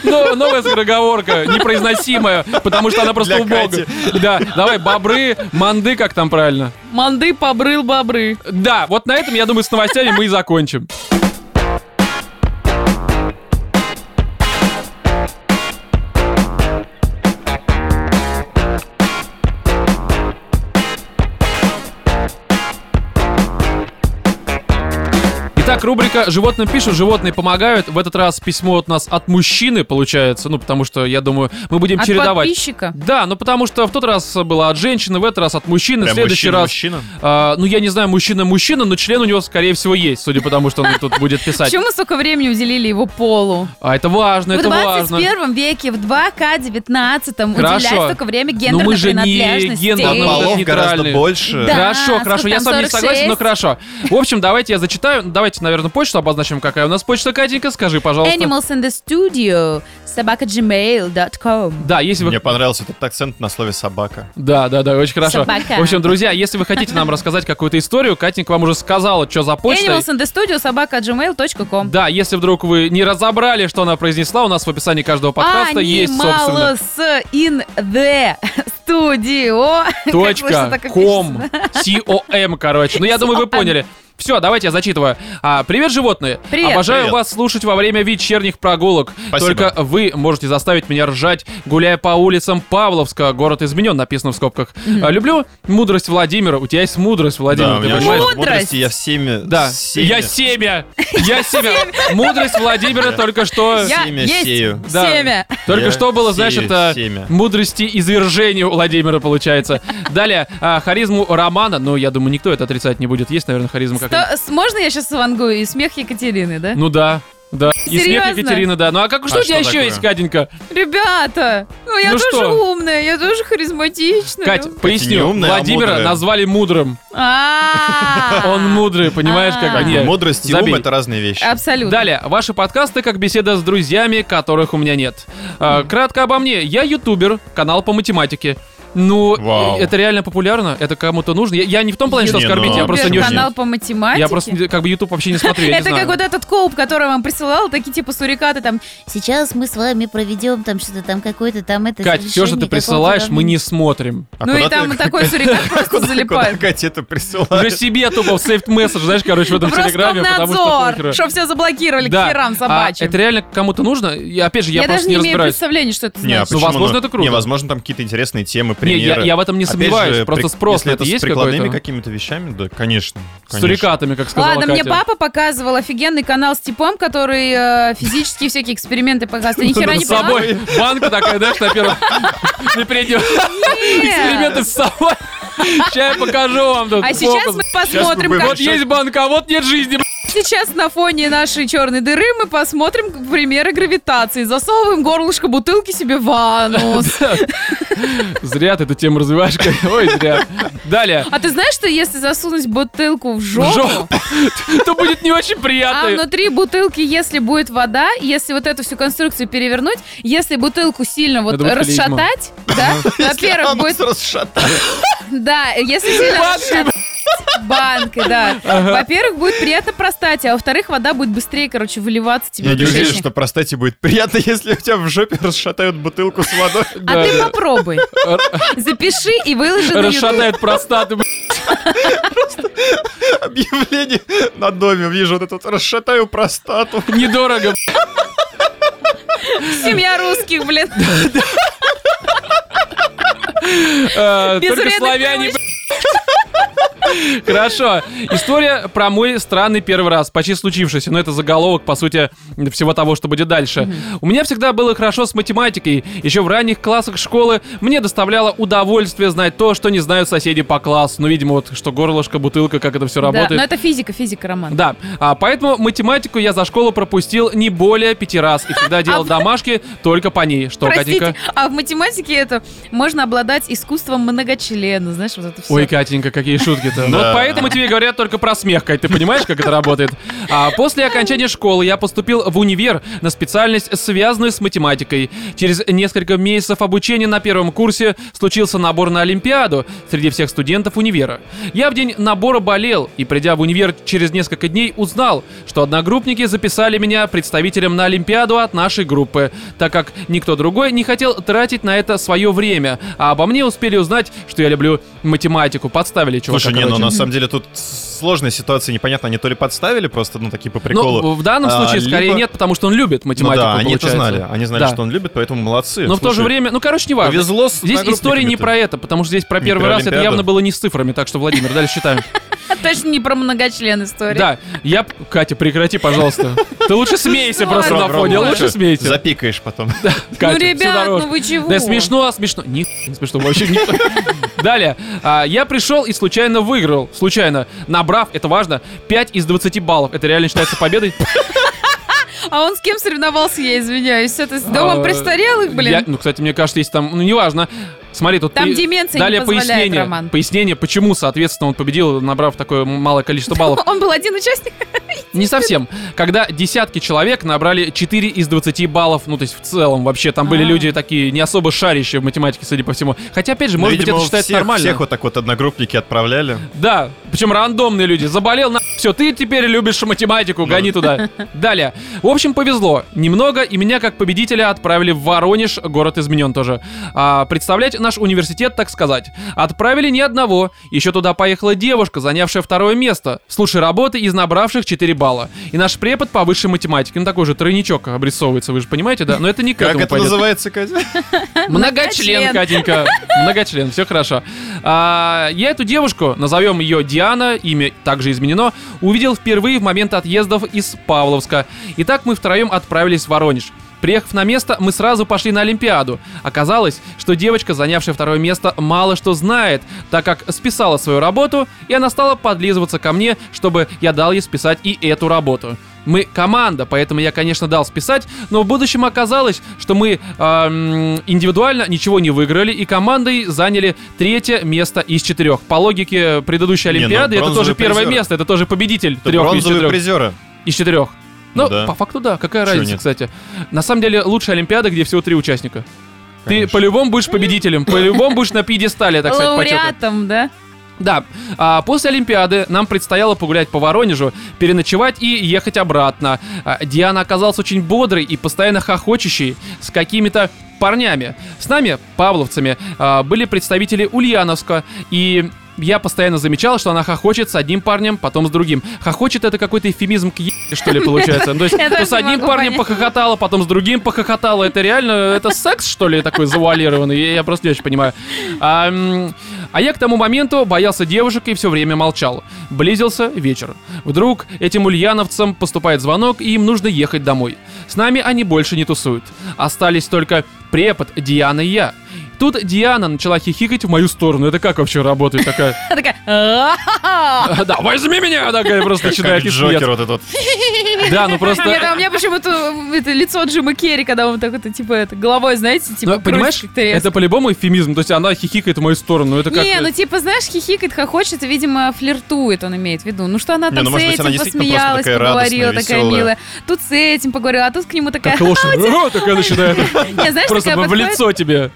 Speaker 1: Но- новая скороговорка, непроизносимая, потому что она просто
Speaker 2: Для
Speaker 1: убога. Да, давай, бобры, манды, как там правильно.
Speaker 3: Манды побрыл бобры.
Speaker 1: Да, вот на этом, я думаю, с новостями мы и закончим. Итак, рубрика «Животным пишут, животные помогают». В этот раз письмо от нас от мужчины получается, ну, потому что, я думаю, мы будем
Speaker 3: От
Speaker 1: чередовать.
Speaker 3: подписчика.
Speaker 1: Да, ну потому что в тот раз было от женщины, в этот раз от мужчины, в
Speaker 2: Прям
Speaker 1: следующий раз
Speaker 2: мужчина, мужчина.
Speaker 1: а, ну, я не знаю, мужчина-мужчина, но член у него, скорее всего, есть, судя по тому, что он тут будет писать.
Speaker 3: Почему мы столько времени уделили его полу?
Speaker 1: А это важно,
Speaker 3: в
Speaker 1: это
Speaker 3: 21
Speaker 1: важно.
Speaker 3: веке, в 2К19 уделять
Speaker 1: Хорошо.
Speaker 3: столько времени
Speaker 1: Но
Speaker 3: гендерной
Speaker 1: мы же не
Speaker 3: принадлежности.
Speaker 1: гендерно-
Speaker 2: Там полов гораздо
Speaker 1: нейтральный.
Speaker 2: больше.
Speaker 3: Да.
Speaker 1: Хорошо,
Speaker 3: сколько
Speaker 1: хорошо, я
Speaker 3: там,
Speaker 1: с вами не
Speaker 3: 46?
Speaker 1: согласен, но хорошо. В общем, давайте я зачитаю. Ну, Давайте, наверное, почту обозначим, какая у нас почта, Катенька, скажи, пожалуйста.
Speaker 3: Animals in the studio, собакагmail.com.
Speaker 1: Да, если вы...
Speaker 2: Мне понравился этот акцент на слове собака.
Speaker 1: Да, да, да, очень хорошо.
Speaker 3: Собака.
Speaker 1: В общем, друзья, если вы хотите нам рассказать какую-то историю, Катенька вам уже сказала, что за почта.
Speaker 3: Animals in the studio, собакагmail.com.
Speaker 1: Да, если вдруг вы не разобрали, что она произнесла, у нас в описании каждого
Speaker 3: А,
Speaker 1: подкаста есть, собственно.
Speaker 3: Animals in the [LAUGHS] studio. [LAUGHS] Как слышно,
Speaker 1: Точка.
Speaker 3: так и
Speaker 1: Ком.
Speaker 3: пишется.
Speaker 1: С-О-М, короче. Ну, я думаю, вы
Speaker 3: C-O-M.
Speaker 1: поняли. Все, давайте я зачитываю. А, привет, животные!
Speaker 3: Привет.
Speaker 1: Обожаю
Speaker 2: Привет.
Speaker 1: вас слушать во время вечерних прогулок.
Speaker 2: Спасибо.
Speaker 1: Только вы можете заставить меня ржать, гуляя по улицам Павловска. Город изменен, написано в скобках. А, люблю мудрость Владимира. У тебя есть мудрость, Владимир,
Speaker 2: Да, у
Speaker 1: ты
Speaker 2: меня очень
Speaker 1: понимаешь?
Speaker 2: много мудрости, я всеми...
Speaker 1: Да.
Speaker 2: всеми-
Speaker 1: Я
Speaker 3: [LAUGHS]
Speaker 1: семя! Я семя! Мудрость Владимира только что.
Speaker 3: Я
Speaker 2: Семя
Speaker 3: есть
Speaker 2: сею.
Speaker 1: Да.
Speaker 3: семя.
Speaker 1: Только
Speaker 2: Я
Speaker 1: что было, знаешь,
Speaker 2: сею
Speaker 1: это
Speaker 2: семя.
Speaker 1: мудрости извержения у Владимира получается. Далее, а, харизму Романа, ну, я думаю, никто это отрицать не будет. Есть, наверное, харизма какая-то.
Speaker 3: Сто- с- Можно я сейчас свангую? И смех Екатерины, да?
Speaker 1: Ну да, да. И смех
Speaker 3: Серьезно?
Speaker 1: Екатерина, да. Ну а как, что
Speaker 2: А
Speaker 1: у тебя еще
Speaker 2: что такое?
Speaker 1: есть, Катенька?
Speaker 3: Ребята, ну я
Speaker 1: Ну
Speaker 3: тоже
Speaker 1: что?
Speaker 3: умная, я тоже харизматичная.
Speaker 1: Кать,
Speaker 2: не
Speaker 1: поясню.
Speaker 2: умная, а
Speaker 1: Владимира
Speaker 2: мудрая.
Speaker 1: назвали мудрым. [LAUGHS]
Speaker 3: А-а-а.
Speaker 1: Он мудрый, понимаешь, как
Speaker 3: А.
Speaker 1: они.
Speaker 2: Мудрость и
Speaker 1: Забей.
Speaker 2: ум — это разные вещи.
Speaker 3: Абсолютно.
Speaker 1: Далее, ваши подкасты как беседа с друзьями, которых у меня нет. А, кратко обо мне. Я ютубер, канал по математике. Ну,
Speaker 2: Вау.
Speaker 1: это реально популярно, это кому-то нужно. Я, я не в том плане, что
Speaker 2: Не,
Speaker 1: оскорбить,
Speaker 2: ну,
Speaker 1: я просто не
Speaker 3: Супер
Speaker 1: очень...
Speaker 3: канал по математике.
Speaker 1: Я просто не- как бы YouTube вообще не смотрю, я не
Speaker 3: А Это как
Speaker 1: знаю.
Speaker 3: вот этот коуп, который вам присылал, такие типа сурикаты там.
Speaker 4: Сейчас мы с вами проведем там что-то там какое-то там это.
Speaker 1: Кать, все, что
Speaker 4: решение
Speaker 1: ты
Speaker 4: какого-то
Speaker 1: присылаешь, мы
Speaker 4: равно-
Speaker 1: не смотрим.
Speaker 2: А
Speaker 3: ну и
Speaker 2: куда
Speaker 3: там
Speaker 2: ты-
Speaker 1: [LAUGHS]
Speaker 3: такой сурикат
Speaker 2: [LAUGHS]
Speaker 3: просто
Speaker 2: Куда
Speaker 3: залипает.
Speaker 2: Катя это присылает?
Speaker 1: Уже себе тупо в сейфт месседж, знаешь, короче, в этом телеграме, потому что похера.
Speaker 3: Роскомнадзор, чтобы все заблокировали к
Speaker 1: Да.
Speaker 3: херам
Speaker 1: А
Speaker 3: собачьим.
Speaker 1: это реально кому-то нужно? Я, опять же, я,
Speaker 3: Я
Speaker 1: просто
Speaker 3: даже
Speaker 1: не
Speaker 3: не имею
Speaker 1: разбираюсь.
Speaker 3: представления, что это
Speaker 2: Не, а
Speaker 3: значит.
Speaker 1: Ну,
Speaker 2: почему
Speaker 1: возможно,
Speaker 2: оно-
Speaker 1: это круто.
Speaker 2: Не, возможно, там какие-то интересные темы премьеры.
Speaker 1: я- я в этом не
Speaker 2: Опять
Speaker 1: сомневаюсь,
Speaker 2: же,
Speaker 1: просто
Speaker 2: при-
Speaker 1: спрос
Speaker 2: если
Speaker 1: на
Speaker 2: это
Speaker 1: это
Speaker 2: с
Speaker 1: есть
Speaker 2: прикладными
Speaker 1: какой-то?
Speaker 2: какими-то вещами, да, конечно.
Speaker 1: С
Speaker 2: конечно.
Speaker 1: сурикатами, как сказала
Speaker 3: Ладно, мне
Speaker 1: Катя.
Speaker 3: папа показывал офигенный канал с типом, который э, физические всякие эксперименты показывает. Ни хера не
Speaker 1: [LAUGHS] С собой. Банка такая, знаешь, на первом... [LAUGHS] На переднем. Эксперименты с собой. [LAUGHS] Сейчас я покажу вам тут.
Speaker 3: А сейчас
Speaker 1: фокус.
Speaker 3: мы посмотрим,
Speaker 2: мы
Speaker 3: как
Speaker 1: Вот есть банка, а вот нет жизни. б***ь.
Speaker 3: сейчас на фоне нашей черной дыры мы посмотрим примеры гравитации. Засовываем горлышко бутылки себе в
Speaker 1: [LAUGHS]
Speaker 3: анус.
Speaker 1: Зря ты эту тему развиваешь. Катя. [LAUGHS] Ой, зря. Далее.
Speaker 3: А ты знаешь, что если засунуть бутылку в
Speaker 1: В
Speaker 3: жопу,
Speaker 1: жопу. [LAUGHS] То будет не очень
Speaker 3: а
Speaker 1: приятно.
Speaker 3: внутри бутылки, если будет вода, если вот эту всю конструкцию перевернуть, если бутылку сильно вот
Speaker 1: Это будет
Speaker 3: расшатать,
Speaker 1: [LAUGHS]
Speaker 3: да, во-первых, будет, да, если сильно
Speaker 1: Банкой,
Speaker 3: расшатать банкой, да, во-первых, будет приятно простать, а во-вторых, вода будет быстрее, короче, выливаться тебе
Speaker 2: Я
Speaker 3: в
Speaker 2: не уверен,
Speaker 3: кишечник.
Speaker 2: что простате
Speaker 1: [LAUGHS]
Speaker 2: будет приятно, если у тебя в жопе расшатают бутылку с водой.
Speaker 3: А
Speaker 1: Да.
Speaker 3: ты попробуй. Запиши и выложи на YouTube.
Speaker 1: Расшатает простаты. б***ь.
Speaker 2: [LAUGHS] Объявление на доме вижу вот это вот, расшатаю простату.
Speaker 1: Недорого. б***ь.
Speaker 3: Семья русских, блин.
Speaker 1: Э,
Speaker 3: Без
Speaker 1: Только
Speaker 3: вредных
Speaker 1: славяне. б***ь. [LAUGHS] Хорошо. История про мой странный первый раз, почти случившийся, но это заголовок, по сути, всего того, что будет дальше. У меня всегда было хорошо с математикой. Еще в ранних классах школы мне доставляло удовольствие знать то, что не знают соседи по классу. Ну, видимо, вот что горлышко, бутылка, как это все
Speaker 3: Да, но
Speaker 1: работает.
Speaker 3: это физика, физика, Роман.
Speaker 1: Да, а, поэтому математику я за школу пропустил не более пяти раз и всегда делал домашки только по ней. Что,
Speaker 3: Простите,
Speaker 1: Катенька?
Speaker 3: а в математике это можно обладать искусством многочлена, знаешь, вот это все.
Speaker 1: Ой, Катенька, какие шутки-то.
Speaker 2: Да.
Speaker 1: Вот поэтому тебе говорят только про смех, Кать, ты понимаешь, как это работает? А после окончания школы я поступил в универ на специальность, связанную с математикой. Через несколько месяцев обучения на первом курсе случился набор на Олимпиаду среди всех студентов универа. Я в день набора болел, и придя в универ через несколько дней, узнал, что одногруппники записали меня представителем на Олимпиаду от нашей группы, так как никто другой не хотел тратить на это свое время, а обо мне успели узнать, что я люблю математику, подставили чувака.
Speaker 2: Слушай, не, ну
Speaker 1: короче.
Speaker 2: на самом деле тут сложная ситуация, непонятно, они то ли подставили просто, ну такие по приколу.
Speaker 1: Ну, в данном
Speaker 2: а,
Speaker 1: случае скорее
Speaker 2: либо-
Speaker 1: нет, потому что он любит
Speaker 2: Ну
Speaker 1: математику,
Speaker 2: да, они это
Speaker 1: получается.
Speaker 2: знали, они знали,
Speaker 1: Да.
Speaker 2: что он любит, поэтому молодцы.
Speaker 1: Но в то же
Speaker 2: Слушай,
Speaker 1: время, ну, короче, не важно.
Speaker 2: Повезло с
Speaker 1: Здесь история не
Speaker 2: одногруппниками-то.
Speaker 1: про это, потому что здесь про
Speaker 2: Не
Speaker 1: первый
Speaker 2: про
Speaker 1: раз это
Speaker 2: Олимпиаду.
Speaker 1: явно было не с цифрами, так что, Владимир, дальше
Speaker 3: [LAUGHS]
Speaker 1: считаем.
Speaker 3: Точно не про многочлен история.
Speaker 1: Да, я... Катя, прекрати, пожалуйста. Ты лучше смейся просто на
Speaker 2: Роман,
Speaker 1: фоне,
Speaker 2: Роман,
Speaker 1: лучше
Speaker 2: ты
Speaker 1: смейся.
Speaker 2: Запикаешь
Speaker 1: [LAUGHS]
Speaker 2: потом.
Speaker 1: Катя,
Speaker 3: ну,
Speaker 1: всю
Speaker 3: ребят,
Speaker 1: дорожку.
Speaker 3: ну вы чего?
Speaker 1: Да смешно, а смешно. Не, не смешно, вообще не. Далее. А, Я пришел и случайно выиграл. Случайно. Набрав, это важно, 5 из 20 баллов. Это реально считается победой?
Speaker 3: А он с кем соревновался, я извиняюсь. Это с домом
Speaker 1: А,
Speaker 3: престарелых, блин.
Speaker 1: Я- ну, кстати, мне кажется, если там, ну, неважно. Смотри, тут
Speaker 3: Там
Speaker 1: пе-
Speaker 3: деменция не
Speaker 1: далее
Speaker 3: позволяет,
Speaker 1: пояснение,
Speaker 3: Роман.
Speaker 1: пояснение, почему, соответственно, он победил, набрав такое малое количество баллов.
Speaker 3: [LAUGHS] Он был один участник.
Speaker 1: Не совсем. Когда десятки человек набрали 4 из 20 баллов, ну, то есть в целом вообще, там были
Speaker 3: А.
Speaker 1: люди такие не особо шарящие в математике, судя по всему. Хотя, опять же, может быть,
Speaker 2: Ну, Видимо,
Speaker 1: это считается
Speaker 2: всех-
Speaker 1: нормально.
Speaker 2: Всех вот так вот одногруппники отправляли.
Speaker 1: Да, причем рандомные люди. Заболел на... Все, ты теперь любишь математику, гони туда. Далее. В общем, повезло. Немного, и меня как победителя отправили в Воронеж, город изменен тоже. А, представлять наш университет, так сказать. Отправили ни одного. Еще туда поехала девушка, занявшая второе место. Слушай, работы из набравших 4 балла. И наш препод по высшей математике. Ну, такой же тройничок обрисовывается, вы же понимаете, да? Но это не к
Speaker 2: Как
Speaker 1: этому
Speaker 2: это
Speaker 1: пойдет.
Speaker 2: называется, Катя?
Speaker 1: Многочлен,
Speaker 3: Многочлен.
Speaker 1: Катенька. Многочлен, все хорошо. А, я эту девушку, назовем ее Диана, имя также изменено, увидел впервые в момент отъездов из Павловска. И так мы втроем отправились в Воронеж. Приехав на место, мы сразу пошли на Олимпиаду. Оказалось, что девочка, занявшая второе место, мало что знает, так как списала свою работу, и она стала подлизываться ко мне, чтобы я дал ей списать и эту работу. Мы команда, поэтому я, конечно, дал списать, но в будущем оказалось, что мы эм, индивидуально ничего не выиграли и командой заняли третье место из четырех. По логике предыдущей
Speaker 2: Не, ну,
Speaker 1: Олимпиады это тоже
Speaker 2: бронзовый
Speaker 1: первое
Speaker 2: призер.
Speaker 1: место, это тоже победитель
Speaker 2: Это
Speaker 1: трех из
Speaker 2: Бронзовые
Speaker 1: четырех.
Speaker 2: призеры.
Speaker 1: Из четырех.
Speaker 2: Ну
Speaker 1: Ну,
Speaker 2: да.
Speaker 1: по факту да, какая
Speaker 2: Чего
Speaker 1: разница,
Speaker 2: нет?
Speaker 1: кстати. На самом деле лучшая Олимпиада, где всего три участника. Ты
Speaker 2: Конечно.
Speaker 1: по-любому будешь победителем, по-любому будешь на пьедестале, так сказать, почета.
Speaker 3: Лауреатом, да?
Speaker 1: Да, а после Олимпиады нам предстояло погулять по Воронежу, переночевать и ехать обратно. А, Диана оказалась очень бодрой и постоянно хохочущей с какими-то парнями. С нами, павловцами, а, были представители Ульяновска и... Я постоянно замечал, что она хохочет с одним парнем, потом с другим. Хохочет это какой-то эфемизм к е- порядке, что ли, получается? Ну, То есть
Speaker 3: [LAUGHS] Я
Speaker 1: то
Speaker 3: тоже
Speaker 1: с
Speaker 3: не
Speaker 1: одним
Speaker 3: могу
Speaker 1: парнем
Speaker 3: понять.
Speaker 1: похохотала, потом с другим похохотала. Это реально, это секс, что ли, такой завуалированный? Я я просто не очень понимаю. А, м, а я к тому моменту боялся девушек и все время молчал. Близился вечер. Вдруг этим ульяновцам поступает звонок, и им нужно ехать домой. С нами они больше не тусуют. Остались только препод, Диана и я. Тут Диана начала хихикать в мою сторону. Это как вообще работает такая? [LAUGHS]
Speaker 3: Она такая, «А-а-а».
Speaker 1: Да, возьми меня! Такая просто
Speaker 2: Как
Speaker 1: начинает и
Speaker 2: Джокер
Speaker 1: смеяться.
Speaker 2: вот этот.
Speaker 1: Да, ну
Speaker 3: у меня, там- у
Speaker 1: просто...
Speaker 3: меня почему-то это лицо Джима Керри, когда он так вот, типа, это, головой, знаете, типа,
Speaker 1: Ну, понимаешь,
Speaker 3: крутит как-то резко.
Speaker 1: это по-любому эвфемизм. То есть она хихикает в мою сторону. Это как...
Speaker 3: Не, ну типа, знаешь, хихикает, хохочет, и, видимо, флиртует, он имеет в виду. Ну что она
Speaker 2: Не,
Speaker 3: там
Speaker 2: ну,
Speaker 3: с
Speaker 2: может быть, она
Speaker 3: этим
Speaker 2: действительно просто
Speaker 3: посмеялась,
Speaker 2: такая
Speaker 3: поговорила,
Speaker 2: радостная,
Speaker 3: такая
Speaker 2: веселая.
Speaker 3: милая. Тут с этим поговорила, а тут к нему такая...
Speaker 1: Как
Speaker 3: [LAUGHS]
Speaker 1: лошадь. «О», Такая начинает.
Speaker 3: Не, знаешь,
Speaker 1: Просто
Speaker 3: такая
Speaker 1: в
Speaker 3: подходит,
Speaker 1: лицо тебе.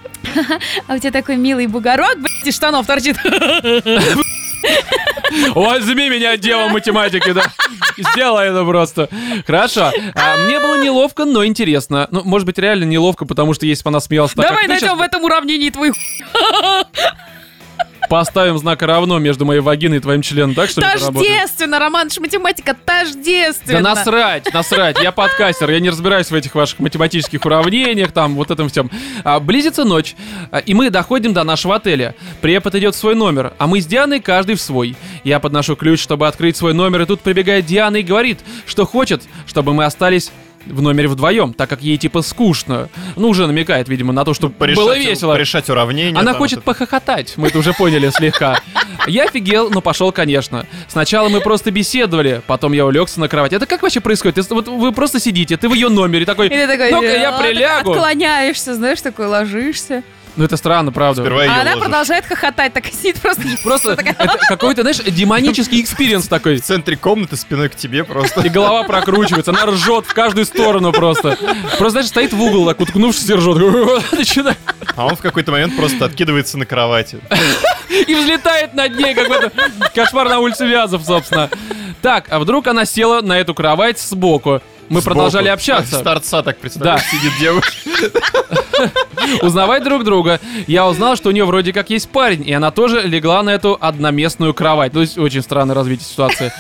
Speaker 3: а у тебя такой милый бугорок, блядь, из штанов торчит.
Speaker 1: Возьми меня, дева математики, да. Сделай это просто. Хорошо. А, мне было неловко, но интересно. Ну, может быть, реально неловко, потому что если бы она смеялась так,
Speaker 3: Давай
Speaker 1: как а ты
Speaker 3: найдем
Speaker 1: щас,
Speaker 3: в этом уравнении твой хуй.
Speaker 1: поставим знак равно между моей вагиной и твоим членом, так что ли, это работает?
Speaker 3: Тождественно, Роман, это ж математика
Speaker 1: Да
Speaker 3: тождественно.
Speaker 1: насрать, насрать, я подкастер, я не разбираюсь в этих ваших математических уравнениях, там, вот этом всем. А, близится ночь, а, и мы доходим до нашего отеля. Препод идет в свой номер, а мы с Дианой каждый в свой. Я подношу ключ, чтобы открыть свой номер, и тут прибегает Диана и говорит, что хочет, чтобы мы остались в номере вдвоем, так как ей типа скучно. Ну, уже намекает, видимо, на то, что было
Speaker 2: Порешать-
Speaker 1: весело.
Speaker 2: Порешать уравнение.
Speaker 1: Она
Speaker 2: там
Speaker 1: хочет
Speaker 2: вот
Speaker 1: похохотать, мы это уже поняли слегка. Я офигел, но пошел, конечно. Сначала мы просто беседовали, потом я улегся на кровать. Это как вообще происходит? Ты- Вот вы просто сидите, ты в ее номере такой,
Speaker 3: И ты такой,
Speaker 1: ну-ка я
Speaker 3: «А,
Speaker 1: прилягу.
Speaker 3: Отклоняешься, знаешь, такой ложишься.
Speaker 1: Ну это странно, правда.
Speaker 2: это. Сперва
Speaker 3: А
Speaker 2: её
Speaker 3: она
Speaker 2: ложишь.
Speaker 3: продолжает хохотать, так и сидит просто.
Speaker 1: Просто это какой-то, знаешь, демонический экспириенс такой.
Speaker 2: В центре комнаты спиной к тебе просто.
Speaker 1: И голова прокручивается, она ржет в каждую сторону просто. Просто, знаешь, стоит в угол, так уткнувшись и ржет. [LAUGHS] Начинает.
Speaker 2: А он в какой-то момент просто откидывается на кровати.
Speaker 1: и взлетает над ней какой-то кошмар на улице Вязов, собственно. Так, а вдруг она села на эту кровать сбоку? Мы
Speaker 2: Сбоку.
Speaker 1: продолжали общаться,
Speaker 2: [LAUGHS] С торца так представляешь, сидит
Speaker 1: [LAUGHS]
Speaker 2: девушка.
Speaker 1: узнавать друг друга. Я узнал, что у нее вроде как есть парень, и она тоже легла на эту одноместную кровать. То есть очень странное развитие ситуации.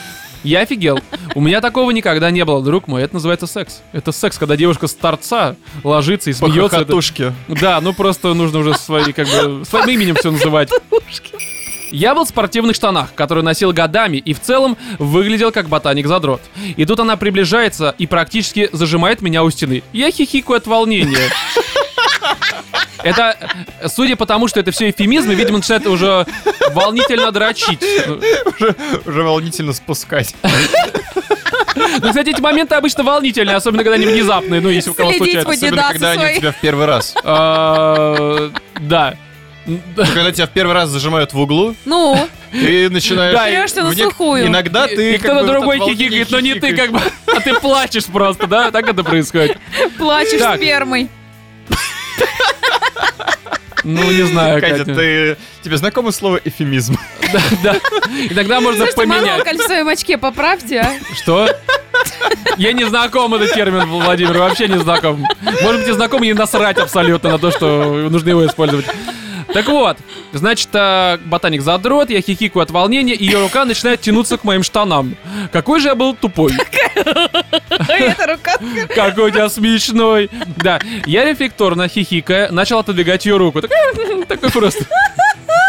Speaker 1: Я офигел. У меня такого никогда не было, друг мой. Это называется секс. Это секс, когда девушка с торца ложится и
Speaker 2: По
Speaker 1: смеется. Это-
Speaker 2: хохотушке.
Speaker 1: Да, ну просто нужно уже свои, как бы, своим именем все называть. Я был в спортивных штанах, которые носил годами и в целом выглядел как ботаник-задрот. И тут она приближается и практически зажимает меня у стены. Я хихикаю от волнения. Это, э, судя по тому, что это все эфемизмы, видимо, начинает уже волнительно дрочить. Ну,
Speaker 2: Уже волнительно спускать.
Speaker 1: Ну, кстати, эти моменты обычно волнительные, особенно когда они внезапные, ну, если у кого
Speaker 3: Следить
Speaker 1: случается.
Speaker 3: будет.
Speaker 2: Особенно,
Speaker 3: Дидасы
Speaker 2: когда они у
Speaker 3: свои.
Speaker 2: тебя в первый раз.
Speaker 1: Э, Да.
Speaker 2: Когда тебя в первый раз зажимают в углу,
Speaker 3: Ну,
Speaker 2: ты начинаешь...
Speaker 1: Да, и-
Speaker 3: Трешься на
Speaker 2: в нек-
Speaker 3: сухую.
Speaker 2: Иногда ты...
Speaker 1: И
Speaker 2: как бы
Speaker 1: кто-то
Speaker 2: вот
Speaker 1: другой
Speaker 2: от волнения
Speaker 1: хихикает, но не ты,
Speaker 2: хихикаешь.
Speaker 1: как бы. А ты плачешь просто, да? Так это происходит.
Speaker 3: плачешь
Speaker 1: Так.
Speaker 3: спермой.
Speaker 1: Ну, не знаю,
Speaker 2: Катя,
Speaker 1: Катя.
Speaker 2: ты... тебе знакомо слово эфемизм?
Speaker 1: Да, да. И тогда можно
Speaker 3: Слушайте,
Speaker 1: поменять.
Speaker 3: монокль в своем очке
Speaker 1: [LAUGHS]
Speaker 3: поправьте, а?
Speaker 1: Что? Я не знаком этот термин, Владимир, вообще не знаком. Может быть, и знаком, и насрать абсолютно на то, что нужно его использовать. Так вот, значит, а, ботаник задрот, я хихикаю от волнения, и ее рука начинает тянуться к моим штанам. Какой же я был тупой. А
Speaker 3: Ой, эта рука.
Speaker 1: Какой у тебя смешной. Да, я рефлекторно, хихикая, начал отодвигать ее руку. Так, [LAUGHS] Такой просто.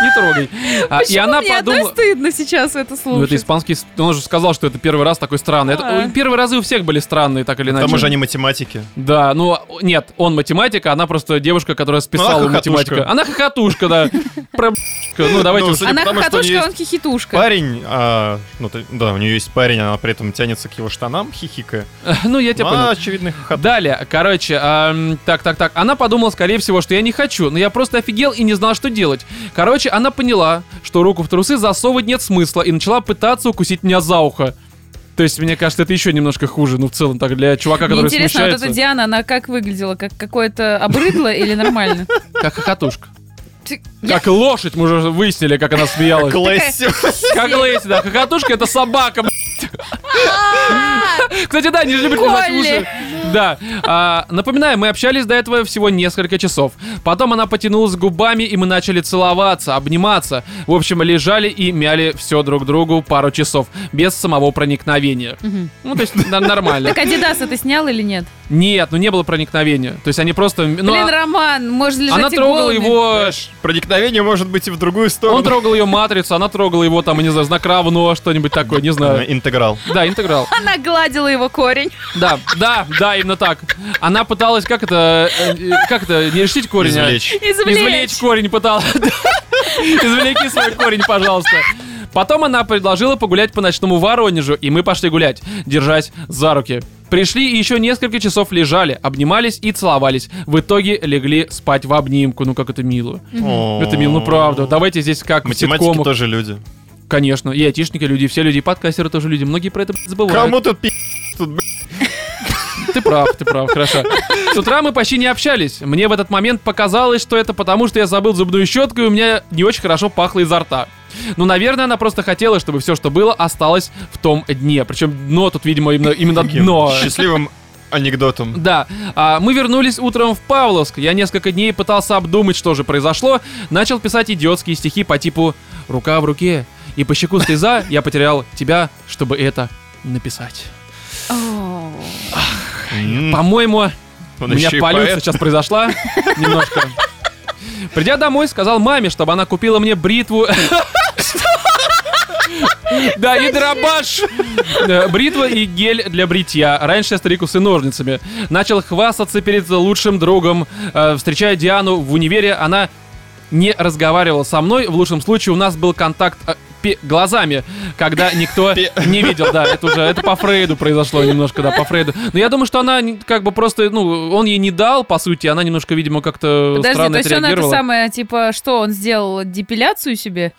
Speaker 1: Не трогай. А, И
Speaker 3: Почему
Speaker 1: она
Speaker 3: мне одной
Speaker 1: подумала...
Speaker 3: стыдно сейчас это
Speaker 1: Ну, это
Speaker 3: слушать.
Speaker 1: испанский... с- Он же сказал, что это первый раз такой странный. Это-
Speaker 3: А.
Speaker 1: Первые разы у всех были странные, так или иначе.
Speaker 2: Там уже они математики.
Speaker 1: Да, ну, нет, он математик, а она просто девушка, которая списала
Speaker 2: она хохотушка.
Speaker 1: математика. Она хохотушка, да. Про [LAUGHS] ну, давайте...
Speaker 2: Ну,
Speaker 1: уж-
Speaker 2: судя
Speaker 3: Она
Speaker 2: потому, что у неё
Speaker 3: хохотушка, а
Speaker 2: есть
Speaker 3: он хихитушка.
Speaker 2: Парень, а, ну ты- да, у нее есть парень, она при этом тянется к его штанам, хихикая.
Speaker 1: Ну, я тебя
Speaker 2: Ну,
Speaker 1: понял.
Speaker 2: а, очевидно, хохот.
Speaker 1: Далее, короче, ам, так, так, так. Она подумала, скорее всего, что я не хочу, но я просто офигел и не знал, что делать. Короче, она поняла, что руку в трусы засовывать нет смысла и начала пытаться укусить меня за ухо. То есть, мне кажется, это еще немножко хуже, ну, в целом, так, для чувака,
Speaker 3: Мне
Speaker 1: который
Speaker 3: интересно, вот
Speaker 1: смущается.
Speaker 3: эта Диана, она как выглядела? Как какое-то обрыдло
Speaker 1: [LAUGHS]
Speaker 3: или нормально?
Speaker 1: Как хохотушка.
Speaker 3: Ты-
Speaker 1: Как лошадь, мы уже выяснили, как она смеялась.
Speaker 3: [LAUGHS]
Speaker 2: Классе.
Speaker 1: Как лошадь, да. Хохотушка — это собака, блядь. Кстати, да, они же любят лизать
Speaker 3: Колли.
Speaker 1: уши. Да. А, Напоминаю, мы общались до этого всего несколько часов. Потом она потянулась губами, и мы начали целоваться, обниматься. В общем, лежали и мяли все друг другу пару часов. Без самого проникновения. Ну, то есть н- нормально.
Speaker 3: Так Адидаса ты снял или нет?
Speaker 1: Нет, ну не было проникновения. То есть они просто... ну,
Speaker 3: Блин,
Speaker 1: а-
Speaker 3: Роман, может лежать
Speaker 1: она трогала
Speaker 3: иголами.
Speaker 1: его...
Speaker 2: Проникновение может быть и в другую
Speaker 1: Он
Speaker 2: сторону.
Speaker 1: трогал ее матрицу, она трогала его там, не знаю, знак равно, что-нибудь такое, не
Speaker 2: Э,
Speaker 1: знаю.
Speaker 2: Интеграл.
Speaker 1: Да, интеграл.
Speaker 3: Она гладила его корень. [LAUGHS]
Speaker 1: Да, да, да, именно так. Она пыталась, как это, э, э, как это, не решить корень, а?
Speaker 2: Извлечь.
Speaker 3: Извлечь.
Speaker 1: Извлечь корень пыталась. [LAUGHS] Извлеки свой корень, пожалуйста. Потом она предложила погулять по ночному Воронежу, и мы пошли гулять, держась за руки. Пришли и еще несколько часов лежали, обнимались и целовались. В итоге легли спать в обнимку. Ну как это мило.
Speaker 2: О.
Speaker 1: Это мило, ну правда. Давайте здесь как в
Speaker 2: Математики
Speaker 1: ситкомах.
Speaker 2: тоже люди.
Speaker 1: Конечно, и айтишники люди, все люди, и подкастеры тоже люди. Многие про это забывают.
Speaker 2: Кому тут пи***? Тут, б***ь,
Speaker 1: Ты прав, ты прав, хорошо. С утра мы почти не общались. Мне в этот момент показалось, что это потому, что я забыл зубную щетку, и у меня не очень хорошо пахло изо рта. Ну, наверное, она просто хотела, чтобы все, что было, осталось в том дне. Причем дно тут, видимо, именно, именно
Speaker 2: таким
Speaker 1: дно.
Speaker 2: Счастливым анекдотом.
Speaker 1: Да, А, мы вернулись утром в Павловск. Я несколько дней пытался обдумать, что же произошло. Начал писать идиотские стихи по типу «Рука в руке» и по щеку слеза я потерял тебя, чтобы это написать.
Speaker 3: О,
Speaker 2: М,
Speaker 1: По-моему,
Speaker 2: Хм. он
Speaker 1: У меня
Speaker 2: ещё и
Speaker 1: полюция
Speaker 2: поэт.
Speaker 1: сейчас произошла немножко. Придя домой, сказал маме, чтобы она купила мне бритву. Да, и дробаш. Э, Бритва и гель для бритья. Раньше я старикус и ножницами. Начал хвастаться перед лучшим другом. Э, Встречая Диану в универе, она не разговаривала со мной. В лучшем случае у нас был контакт э, пе- глазами, когда никто
Speaker 2: Пе-
Speaker 1: не видел, да, это уже, это по Фрейду произошло немножко, да, по Фрейду. Но я думаю, что она не- как бы просто, ну, он ей не дал, по сути, она немножко, видимо, как-то
Speaker 3: Подожди,
Speaker 1: странно
Speaker 3: то есть он это
Speaker 1: отреагировала.
Speaker 3: самое, типа, что он сделал, депиляцию себе?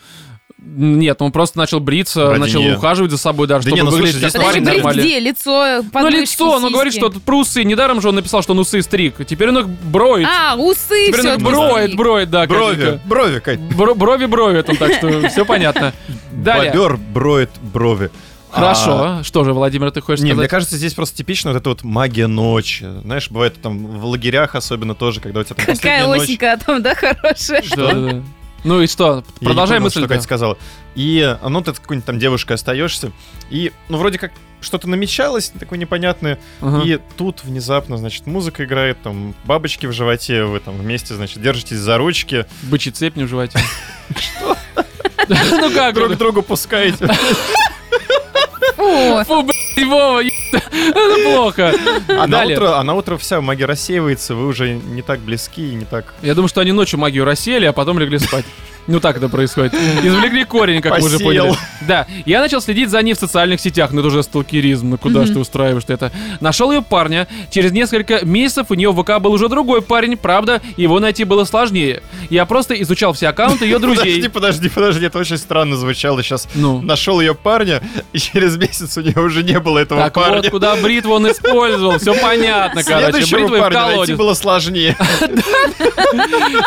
Speaker 1: Нет, он просто начал бриться,
Speaker 2: Ради
Speaker 1: начал
Speaker 2: нее.
Speaker 1: ухаживать за собой, да, чтобы
Speaker 2: не, ну,
Speaker 1: выглядеть
Speaker 2: слушай, здесь
Speaker 1: как
Speaker 3: Подожди,
Speaker 1: парень
Speaker 2: брить
Speaker 3: брить
Speaker 1: нормальный.
Speaker 3: где? Лицо,
Speaker 1: Ну,
Speaker 3: подмышки,
Speaker 1: лицо, он говорит,
Speaker 3: сиськи.
Speaker 1: что тут про усы. Недаром же он написал, что он усы стриг. Теперь он их броит.
Speaker 3: А, усы,
Speaker 1: Теперь он
Speaker 3: все.
Speaker 1: их броет, броет, да.
Speaker 2: [LAUGHS] Брови,
Speaker 1: как-то.
Speaker 2: брови, Кать.
Speaker 1: Бро- брови брови там, так
Speaker 3: [LAUGHS]
Speaker 1: что все понятно. Далее.
Speaker 2: Бобер броет брови. А,
Speaker 1: Хорошо. Что же, Владимир, ты хочешь
Speaker 2: Не, мне
Speaker 1: сказать?
Speaker 2: кажется, здесь просто типично вот эта вот магия ночи. Знаешь, бывает там в лагерях особенно тоже, когда у тебя там
Speaker 3: Какая
Speaker 2: последняя ночь.
Speaker 3: осенька там, да, хорошая?
Speaker 1: Да-да-да. Ну и что?
Speaker 2: Я не
Speaker 1: Продолжай
Speaker 2: понял,
Speaker 1: мысль.
Speaker 2: Что
Speaker 1: да.
Speaker 2: Катя сказала. И, а, ну, ты с какой-нибудь там девушкой остаешься, и, ну, вроде как что-то намечалось, такое непонятное,
Speaker 1: Ага.
Speaker 2: и тут внезапно, значит, музыка играет, там, бабочки в животе, вы там вместе, значит, держитесь за ручки,
Speaker 1: Бычий цепь не в
Speaker 2: [LAUGHS]
Speaker 1: животе. Что? [LAUGHS] Ну как?
Speaker 2: друг
Speaker 1: это?
Speaker 2: другу пускаете.
Speaker 1: А
Speaker 3: Фу.
Speaker 1: Фу, блядь, Вова, е- [LAUGHS] это плохо.
Speaker 2: А на
Speaker 1: Далее.
Speaker 2: утро, а на утро вся магия рассеивается, вы уже не так близки и не так...
Speaker 1: Я думаю, что они ночью магию рассеяли, а потом легли спать. Ну так это происходит. Извлекли корень, как мы уже
Speaker 2: Посеял.
Speaker 1: поняли. Да. Я начал следить за ней в социальных сетях, но это уже сталкеризм. Ну куда ж ты устраиваешь это? Нашел ее парня. Через несколько месяцев у нее в ВК был уже другой парень, правда, его найти было сложнее. Я просто изучал все аккаунты ее
Speaker 2: Подожди,
Speaker 1: друзей.
Speaker 2: подожди, подожди, это очень странно звучало сейчас.
Speaker 1: Ну.
Speaker 2: Нашел ее парня, и через месяц у нее уже не было этого
Speaker 1: Так
Speaker 2: парня. [LAUGHS]
Speaker 1: вот, куда бритву он использовал, все понятно, короче.
Speaker 2: Следующего
Speaker 1: Бритвы в
Speaker 2: парня найти
Speaker 1: колодец.
Speaker 2: было сложнее.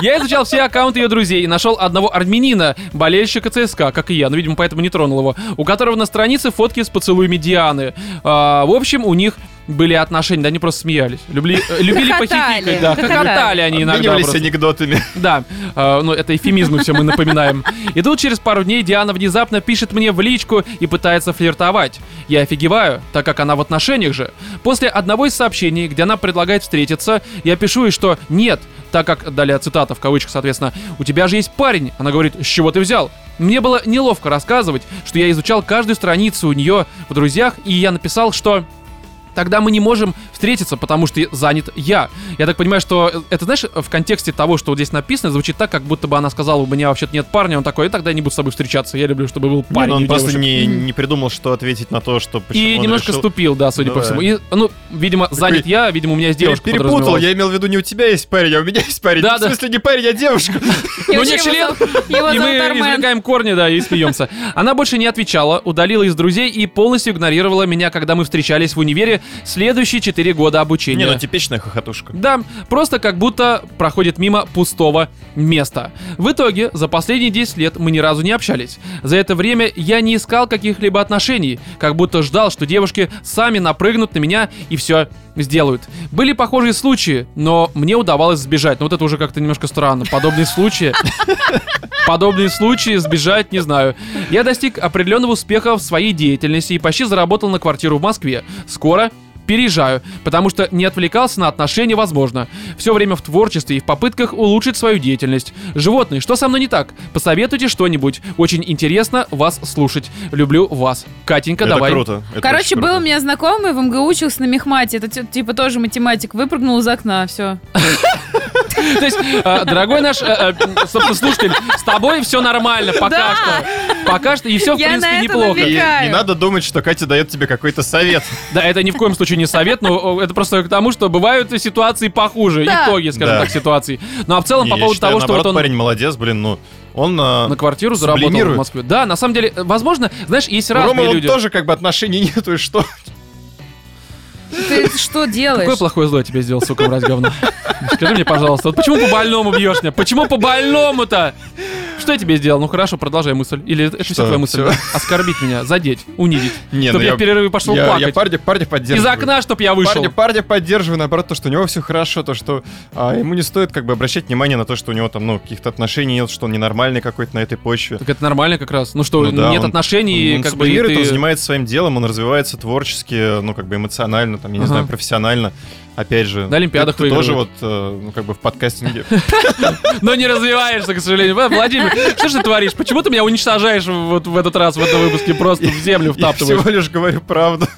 Speaker 1: Я изучал все аккаунты ее друзей и нашел одного армянина, болельщика ЦСКА, как и я, но, видимо, поэтому не тронул его, у которого на странице фотки с поцелуями Дианы. А, в общем, у них были отношения, да, они просто смеялись. Любли, э, любили
Speaker 3: Хохотали,
Speaker 1: похихикать, да,
Speaker 3: хохотали.
Speaker 1: хохотали они иногда.
Speaker 2: Обменивались
Speaker 1: просто.
Speaker 2: анекдотами.
Speaker 1: [LAUGHS] Да, э, ну это эфемизмы все мы напоминаем. И тут через пару дней Диана внезапно пишет мне в личку и пытается флиртовать. Я офигеваю, так как она в отношениях же. После одного из сообщений, где она предлагает встретиться, я пишу ей, что нет, так как, далее цитата в кавычках, соответственно, у тебя же есть парень. Она говорит, с чего ты взял? Мне было неловко рассказывать, что я изучал каждую страницу у нее в друзьях, и я написал, что Тогда мы не можем встретиться, потому что занят я. Я так понимаю, что э, это, знаешь, в контексте того, что вот здесь написано, звучит так, как будто бы она сказала, у меня вообще-то нет парня, он такой, «И тогда я не буду с тобой встречаться, я люблю, чтобы был
Speaker 2: Не,
Speaker 1: парень.
Speaker 2: ну
Speaker 1: у
Speaker 2: он просто
Speaker 1: девушек».
Speaker 2: не, не придумал, что ответить на то, что почему
Speaker 1: И
Speaker 2: он
Speaker 1: немножко
Speaker 2: решил-
Speaker 1: ступил, да, судя
Speaker 2: Ну
Speaker 1: по
Speaker 2: да.
Speaker 1: всему. И, ну, видимо, занят я, видимо, у меня есть
Speaker 2: Пере-
Speaker 1: девушка.
Speaker 2: Перепутал,
Speaker 1: подразумевалась.
Speaker 2: я имел в виду не у тебя есть парень, а у меня есть парень.
Speaker 1: Да,
Speaker 2: в
Speaker 1: да.
Speaker 2: смысле не парень, а девушка.
Speaker 1: Ну,
Speaker 3: Вообще
Speaker 1: не
Speaker 3: его
Speaker 1: член.
Speaker 3: зовут- Его
Speaker 1: И мы
Speaker 3: зовут Армен.
Speaker 1: извлекаем корни, да, и смеемся. Она больше не отвечала, удалила из друзей и полностью игнорировала меня, когда мы встречались в универе следующие 4 года обучения.
Speaker 2: Не, ну типичная хохотушка.
Speaker 1: Да, просто как будто проходит мимо пустого места. В итоге, за последние 10 лет мы ни разу не общались. За это время я не искал каких-либо отношений, как будто ждал, что девушки сами напрыгнут на меня и все сделают. Были похожие случаи, но мне удавалось сбежать. Но вот это уже как-то немножко странно. Подобные случаи... Подобные случаи сбежать, не знаю. Я достиг определенного успеха в своей деятельности и почти заработал на квартиру в Москве. Скоро переезжаю, потому что не отвлекался на отношения, возможно. Все время в творчестве и в попытках улучшить свою деятельность. Животные, что со мной не так? Посоветуйте что-нибудь. Очень интересно вас слушать. Люблю вас. Катенька,
Speaker 2: это
Speaker 1: давай.
Speaker 2: круто. это
Speaker 3: Короче,
Speaker 2: очень
Speaker 3: был у
Speaker 2: круто.
Speaker 3: меня знакомый в МГУ учился на мехмате. Это ти- типа тоже математик. Выпрыгнул из окна, все.
Speaker 1: То есть, э, дорогой наш, э, э, собственно, слушатель, с тобой все нормально пока
Speaker 3: Да.
Speaker 1: что. Пока что, и все, в
Speaker 3: Я на
Speaker 1: принципе,
Speaker 3: это
Speaker 1: неплохо.
Speaker 2: И
Speaker 3: Какая?
Speaker 2: не надо думать, что Катя дает тебе какой-то совет.
Speaker 1: Да, это ни в коем случае не совет, но э, это просто к тому, что бывают и ситуации похуже,
Speaker 3: Да.
Speaker 1: итоги, скажем
Speaker 2: Да.
Speaker 1: так, ситуации. Ну а в целом [LAUGHS]
Speaker 2: Не,
Speaker 1: по
Speaker 2: я
Speaker 1: поводу
Speaker 2: считаю,
Speaker 1: того, что вот
Speaker 2: наоборот,
Speaker 1: он
Speaker 2: парень молодец, блин, ну, он... э,
Speaker 1: на квартиру заработал в
Speaker 2: сублимирует.
Speaker 1: Москве. Да, на самом деле, э, возможно, знаешь, есть
Speaker 2: у Ромы
Speaker 1: разные
Speaker 2: он
Speaker 1: люди.
Speaker 2: тоже как бы отношений [LAUGHS] нету, и что?
Speaker 3: Ты что
Speaker 1: Какое
Speaker 3: делаешь?
Speaker 1: плохое зло я тебе сделал, сука, мразь говно? Скажи мне, пожалуйста, вот почему по больному бьешь меня? Почему по больному-то? Что я тебе сделал? Ну хорошо, продолжай мысль. Или это все
Speaker 2: Что?
Speaker 1: твоя мысль?
Speaker 2: Всё?
Speaker 1: да? Оскорбить меня, задеть, унизить.
Speaker 2: Не,
Speaker 1: Чтоб
Speaker 2: ну
Speaker 1: я
Speaker 2: я-
Speaker 1: в перерыве пошел
Speaker 2: я, я
Speaker 1: плакать.
Speaker 2: парня, парня
Speaker 1: Из
Speaker 2: поддерживаю.
Speaker 1: окна, чтоб я вышел.
Speaker 2: Парня, парня поддерживаю, наоборот, то, что у него все хорошо, то, что а, ему не стоит как бы обращать внимание на то, что у него там, ну, каких-то отношений нет, что он ненормальный какой-то на этой почве.
Speaker 1: Так это нормально как раз. Ну что,
Speaker 2: Ну да,
Speaker 1: нет
Speaker 2: он-
Speaker 1: отношений,
Speaker 2: он
Speaker 1: как бы и
Speaker 2: сублимирует, он
Speaker 1: ты...
Speaker 2: занимается своим делом, он развивается творчески, ну, как бы эмоционально, там, я не
Speaker 1: Ага.
Speaker 2: знаю, профессионально. Опять же,
Speaker 1: На Олимпиадах
Speaker 2: ты, ты тоже
Speaker 1: выигрывает.
Speaker 2: вот, э, ну, как бы в
Speaker 1: [LAUGHS]
Speaker 2: подкастинге.
Speaker 1: Но Ну, не развиваешься, к сожалению. Ва- Владимир, что ж ты творишь? Почему ты меня уничтожаешь вот в этот раз, в этом выпуске? Просто в землю
Speaker 2: Я
Speaker 1: втаптываешь.
Speaker 2: всего лишь говорю правду.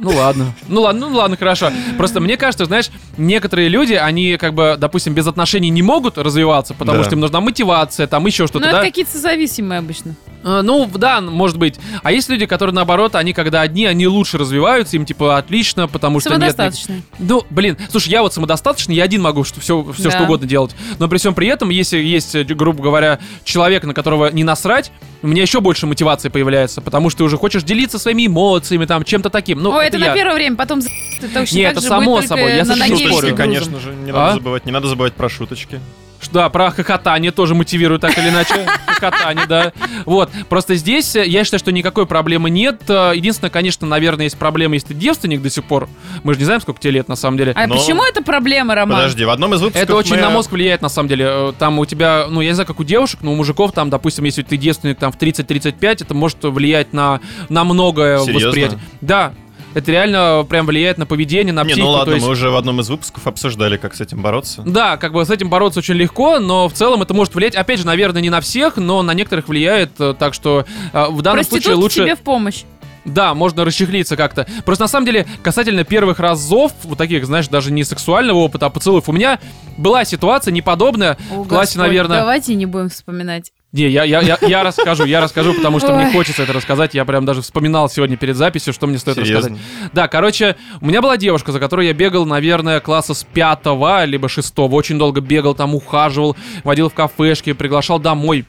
Speaker 1: Ну ладно. Ну ладно, ну ладно, хорошо. Просто мне кажется, знаешь, некоторые люди, они как бы, допустим, без отношений не могут развиваться, потому
Speaker 2: Да.
Speaker 1: что им нужна мотивация, там еще
Speaker 3: Ну,
Speaker 1: что-то,
Speaker 3: это
Speaker 1: да?
Speaker 3: какие-то зависимые обычно.
Speaker 1: Э, Ну, да, может быть. А есть люди, которые, наоборот, они когда одни, они лучше развиваются, им, типа, отлично, потому что нет... ни-
Speaker 3: Самодостаточные.
Speaker 1: Ну, блин, слушай, я вот самодостаточный, я один могу что, все, все
Speaker 3: Да.
Speaker 1: что угодно делать. Но при всем при этом, если есть, э, грубо говоря, человек, на которого не насрать, у меня еще больше мотивации появляется, потому что ты уже хочешь делиться своими эмоциями, там, чем-то таким. Ну,
Speaker 3: Ой, это
Speaker 1: я.
Speaker 3: на первое время, потом за- это точно
Speaker 1: Не,
Speaker 3: так
Speaker 1: это
Speaker 3: же
Speaker 1: само
Speaker 3: будет, только
Speaker 1: собой, я
Speaker 3: на
Speaker 1: совершенно
Speaker 3: ноге
Speaker 1: спорю.
Speaker 3: висит грузом.
Speaker 2: конечно же, не
Speaker 1: А?
Speaker 2: надо забывать, не надо забывать про шуточки.
Speaker 1: Ш- Да, про хохотание тоже мотивирует так или
Speaker 3: [LAUGHS]
Speaker 1: иначе. Хохотание, да. Вот. Просто здесь э, я считаю, что никакой проблемы нет. Э, Единственное, конечно, наверное, есть проблема, если ты девственник до сих пор. Мы же не знаем, сколько тебе лет на самом деле.
Speaker 3: А
Speaker 2: Но-
Speaker 3: почему это проблема, Роман?
Speaker 2: Подожди, в одном из выпусков
Speaker 1: Это очень
Speaker 2: мы-
Speaker 1: на мозг влияет, на самом деле. Э, Там у тебя, ну, я не знаю, как у девушек, но у мужиков там, допустим, если ты девственник там в 30-35, это может влиять на, на многое
Speaker 2: Серьезно?
Speaker 1: восприятие. Да, это реально прям влияет на поведение, на
Speaker 2: Не,
Speaker 1: психику.
Speaker 2: ну
Speaker 1: то
Speaker 2: ладно,
Speaker 1: есть- Ну,
Speaker 2: мы уже в одном из выпусков обсуждали, как с этим бороться.
Speaker 1: Да, как бы с этим бороться очень легко, но в целом это может влиять, опять же, наверное, не на всех, но на некоторых влияет, э, так что э, в данном
Speaker 3: Проститутки
Speaker 1: случае лучше...
Speaker 3: тебе в помощь.
Speaker 1: Да, можно расчехлиться как-то. Просто на самом деле, касательно первых разов, вот таких, знаешь, даже не сексуального опыта, а поцелуев, у меня была ситуация неподобная.
Speaker 3: О,
Speaker 1: в классе,
Speaker 3: Господь,
Speaker 1: наверное...
Speaker 3: Давайте не будем вспоминать.
Speaker 1: Не, я, я, я, я расскажу, я расскажу, потому что мне
Speaker 3: Ой.
Speaker 1: хочется это рассказать. Я прям даже вспоминал сегодня перед записью, что мне стоит
Speaker 2: Серьезно.
Speaker 1: рассказать. Да, короче, у меня была девушка, за которой я бегал, наверное, класса с пятого, либо шестого. Очень долго бегал, там ухаживал, водил в кафешки, приглашал домой,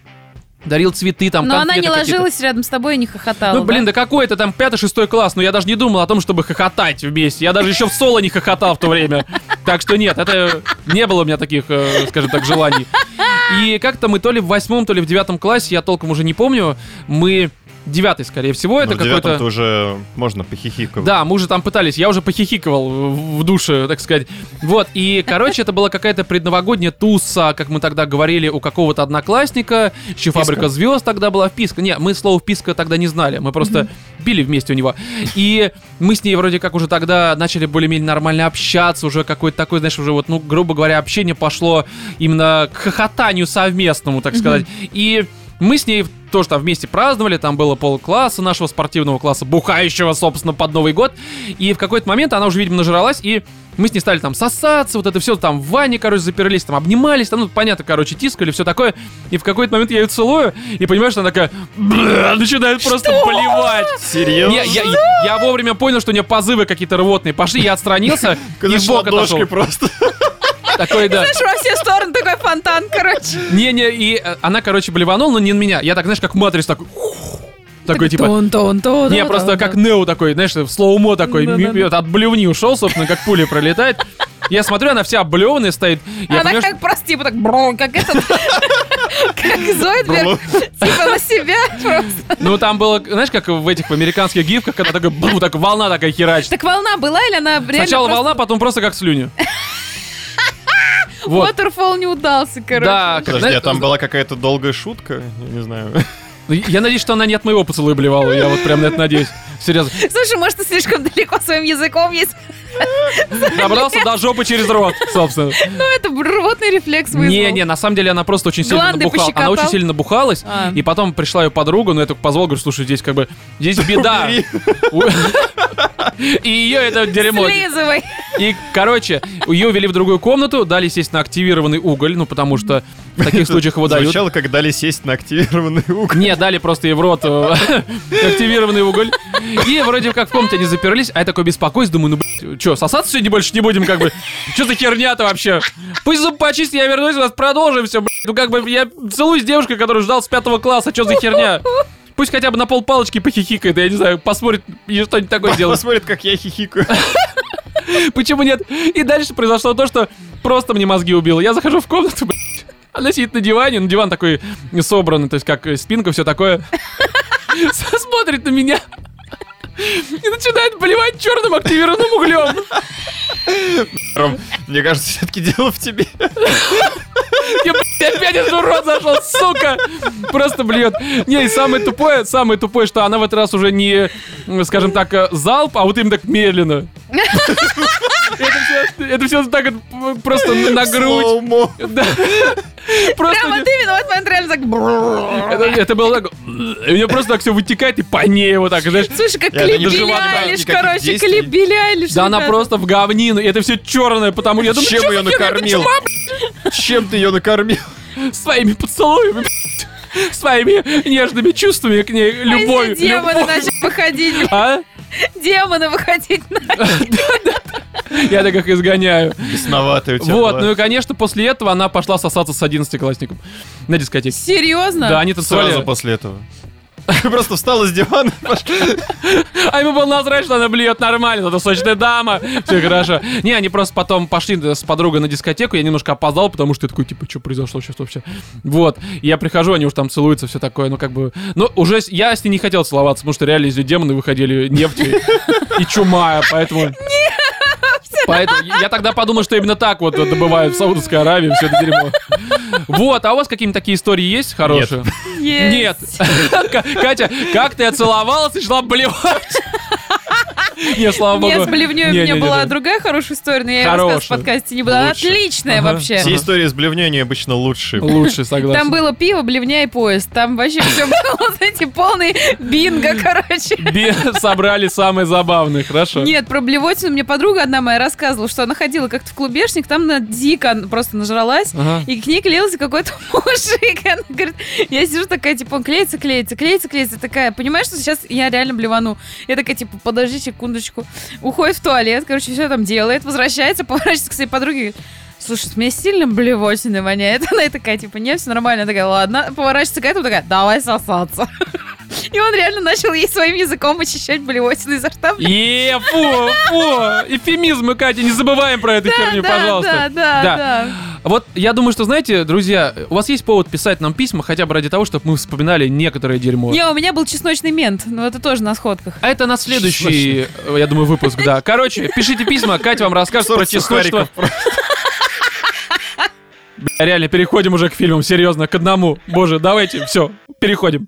Speaker 1: дарил цветы там.
Speaker 3: Но она не
Speaker 1: конфеты какие-то.
Speaker 3: ложилась рядом с тобой и не хохотала.
Speaker 1: Ну, блин,
Speaker 3: да?
Speaker 1: да какой это там пятый-шестой класс, но я даже не думал о том, чтобы хохотать вместе. Я даже еще в соло не хохотал в то время. Так что нет, это не было у меня таких, э, скажем так, желаний. И как-то мы то ли в восьмом, то ли в девятом классе, я толком уже не помню, мы... Девятый, скорее всего, это
Speaker 2: Ну, в девятом-то
Speaker 1: какой-то...
Speaker 2: уже можно похихикать.
Speaker 1: Да, мы уже там пытались, я уже похихикивал в в душе, так сказать. Вот, и, короче, это была какая-то предновогодняя туса, как мы тогда говорили, у какого-то одноклассника. Еще фабрика звезд тогда была, вписка. Не, мы слово вписка тогда не знали, мы просто били вместе у него. И мы с ней вроде как уже тогда начали более-менее нормально общаться, уже какой-то такой, знаешь, уже вот, ну, грубо говоря, общение пошло именно к хохотанию совместному, так сказать. И мы с ней тоже там вместе праздновали, там было полкласса нашего спортивного класса, бухающего, собственно, под Новый год. И в какой-то момент она уже, видимо, нажралась, и мы с ней стали там сосаться, вот это все, там в ванне, короче, заперлись, там обнимались, там, ну, понятно, короче, тискали, все такое. И в какой-то момент я ее целую, и понимаю, что она такая «Бля», начинает просто поливать.
Speaker 2: Серьезно?
Speaker 1: Я, я- я- я вовремя понял, что у нее позывы какие-то рвотные пошли, я отстранился и в бок отошел.
Speaker 2: просто.
Speaker 1: Такой, да.
Speaker 3: Знаешь, во все стороны такой фонтан, короче.
Speaker 1: Не-не, и э, она, короче, блеванула, но не на меня. Я так, знаешь, как матрис такой. [LAUGHS] [LAUGHS] Такой типа... Не, просто как Нео такой, знаешь, в слоумо такой,
Speaker 3: Да,
Speaker 1: ми-
Speaker 3: да, да.
Speaker 1: от блевни ушел, собственно, как пуля пролетает. Я смотрю, она вся облеванная стоит. Я
Speaker 3: Она
Speaker 1: понимаю, что-
Speaker 3: как просто типа так, бро, как этот, [LAUGHS] как Зойдберг, типа на себя просто.
Speaker 1: Ну, там было, знаешь, как в этих американских гифках, когда такой, бру, так волна такая херачит.
Speaker 3: Так волна была или она реально
Speaker 1: Сначала
Speaker 3: просто-
Speaker 1: волна, потом просто как слюни. Вот.
Speaker 3: Waterfall не удался, короче.
Speaker 1: Да, как,
Speaker 2: Подожди,
Speaker 1: знаешь,
Speaker 2: а там была какая-то долгая шутка? Я не знаю.
Speaker 1: Ну, Я надеюсь, что она не от моего поцелуя блевала. Я вот прям на это надеюсь. Серьезно.
Speaker 3: Слушай, может, ты слишком далеко своим языком есть?
Speaker 1: Добрался до жопы через рот, собственно.
Speaker 3: Ну, это рвотный рефлекс вызвал.
Speaker 1: Не, не, на самом деле она просто очень сильно
Speaker 3: Гланды
Speaker 1: набухала. Она
Speaker 3: пощекотал?
Speaker 1: очень сильно набухалась.
Speaker 3: А.
Speaker 1: И потом пришла ее подруга, но я только позвал, говорю, слушай, здесь как бы, здесь
Speaker 2: [LAUGHS]
Speaker 1: беда.
Speaker 2: Убери.
Speaker 1: У- [LAUGHS] И ее это дерьмо.
Speaker 3: Слизывай.
Speaker 1: И, короче, ее увели в другую комнату, дали, естественно, активированный уголь, ну, потому что в таких случаях его дают.
Speaker 2: Звучало, как дали сесть на активированный
Speaker 1: [LAUGHS]
Speaker 2: уголь.
Speaker 1: Не, дали просто ей в рот э, [LAUGHS] активированный уголь. И вроде как в комнате они заперлись, а я такой беспокоюсь, думаю, ну, блядь, что, сосаться сегодня больше не будем, как бы? Что за херня-то вообще? Пусть зуб почисти, я вернусь, у нас продолжим все, Ну, как бы, я целуюсь с девушкой, которую ждал с пятого класса, что за херня? Пусть хотя бы на полпалочки похихикает, я не знаю, посмотрит и что-нибудь такое делает.
Speaker 2: Посмотрит, как я хихикаю.
Speaker 1: Почему нет? И дальше произошло то, что просто мне мозги убило. Я захожу в комнату, блядь. Она сидит на диване, ну диван такой собранный, то есть как э, спинка, все такое. Смотрит на меня. И начинает поливать черным активированным углем.
Speaker 2: Ром, мне кажется, все-таки дело в тебе.
Speaker 1: Я, блядь, опять этот урод зашел, сука! Просто блюет. Не, и самое тупое, самое тупое, что она в этот раз уже не, м, скажем так, э, залп, а вот им так медленно. Это все, это всё так вот просто на грудь.
Speaker 2: Слоумо.
Speaker 1: Да. Просто
Speaker 3: Прям
Speaker 1: не-
Speaker 3: вот именно в этот момент реально так... брррр.
Speaker 1: это, это было так... И у меня просто так все вытекает, и по ней вот так, знаешь.
Speaker 3: Слушай, как
Speaker 2: Я
Speaker 3: Клип
Speaker 2: даже не
Speaker 3: Билли
Speaker 2: понимаю
Speaker 3: Айлиш,
Speaker 2: никаких
Speaker 3: короче,
Speaker 2: действий.
Speaker 3: Клип Билли Айлиш,
Speaker 1: Да она
Speaker 3: ребята.
Speaker 1: просто в говнину, и это все черное, потому я думаю,
Speaker 2: Чем
Speaker 1: «Чё
Speaker 2: ее
Speaker 1: за херня? Это
Speaker 2: накормил?
Speaker 1: чмо,
Speaker 2: Чем ты ее накормил?
Speaker 1: блядь, Своими поцелуями, блядь, своими нежными чувствами к ней,
Speaker 3: А если
Speaker 1: любовью.
Speaker 3: демоны
Speaker 1: любовью.
Speaker 3: начали выходить,
Speaker 1: А?
Speaker 3: демоны выходить на...
Speaker 1: а? Я так их изгоняю.
Speaker 2: Бесноватый у тебя.
Speaker 1: Вот,
Speaker 2: была.
Speaker 1: ну и, конечно, после этого она пошла сосаться с одиннадцатиклассником на дискотеке.
Speaker 3: Серьезно?
Speaker 1: Да, они
Speaker 2: Сразу
Speaker 1: танцевали.
Speaker 2: после этого. Ты просто встала
Speaker 1: [LAUGHS]
Speaker 2: с дивана, пошла.
Speaker 1: А ему было насрать, что она блюет нормально, это сочная дама, все хорошо. Не, они просто потом пошли с подругой на дискотеку, я немножко опоздал, потому что я такой, типа, что произошло сейчас вообще? Вот, и я прихожу, они уж там целуются, все такое, ну как бы... Ну, уже с- я с ней не хотел целоваться, потому что реально из нее демоны выходили нефтью и чумая, поэтому... Поэтому я тогда подумал, что именно так вот добывают в Саудовской Аравии все это дерьмо. Вот, а у вас какие-нибудь такие истории есть хорошие?
Speaker 3: Есть.
Speaker 1: Нет. К- Катя, как ты отцеловалась и шла
Speaker 3: [LAUGHS]
Speaker 1: блевать? Не, слава богу.
Speaker 3: Нет, с блевней у
Speaker 1: Не,
Speaker 3: меня
Speaker 1: не, не,
Speaker 3: была
Speaker 1: не.
Speaker 3: другая хорошая история, но я ее
Speaker 1: Хорошая.
Speaker 3: рассказывать в подкасте не буду. Она
Speaker 2: Лучше.
Speaker 3: отличная
Speaker 1: Ага.
Speaker 3: вообще.
Speaker 2: Все истории с блевнением обычно лучшие.
Speaker 1: Лучше, согласен.
Speaker 3: Там было пиво, блевня и поезд. Там вообще все было, [LAUGHS] знаете, полный бинго, короче.
Speaker 1: Бе- Собрали самые забавные, хорошо.
Speaker 3: Нет, про блевотину мне подруга одна моя рассказывала, что она ходила как-то в клубешник, там на дико она просто нажралась,
Speaker 1: Ага.
Speaker 3: и к ней клеился какой-то [LAUGHS] мужик. И она говорит, я сижу такая, типа, он клеится, клеится, клеится, клеится. Я такая, понимаешь, что сейчас я реально блевану. Я такая, типа, подожди секундочку. Уходит в туалет, короче, все там делает, возвращается, [LAUGHS] поворачивается к своей подруге и говорит, Слушай, с меня сильно блевотины воняет. [LAUGHS] Она и такая, типа, не, все нормально. Я такая, ладно. Поворачивается к этому, такая, давай сосаться. [LAUGHS] И он реально начал ей своим языком очищать блевотины изо рта.
Speaker 1: Е, фу, фу, эфемизмы, Катя, не забываем про эту херню,
Speaker 3: да,
Speaker 1: пожалуйста.
Speaker 3: Да, да, да.
Speaker 1: Вот я думаю, что, знаете, друзья, у вас есть повод писать нам письма хотя бы ради того, чтобы мы вспоминали некоторое дерьмо.
Speaker 3: Не, у меня был чесночный мент, но это тоже на сходках.
Speaker 1: А это на следующий, э, я думаю, выпуск, да. Короче, пишите письма, Катя вам расскажет про
Speaker 2: Сорт
Speaker 1: чесночество.
Speaker 2: сухариков просто.
Speaker 1: Бля, реально, переходим уже к фильмам, серьезно, к одному. Боже, давайте, все, переходим.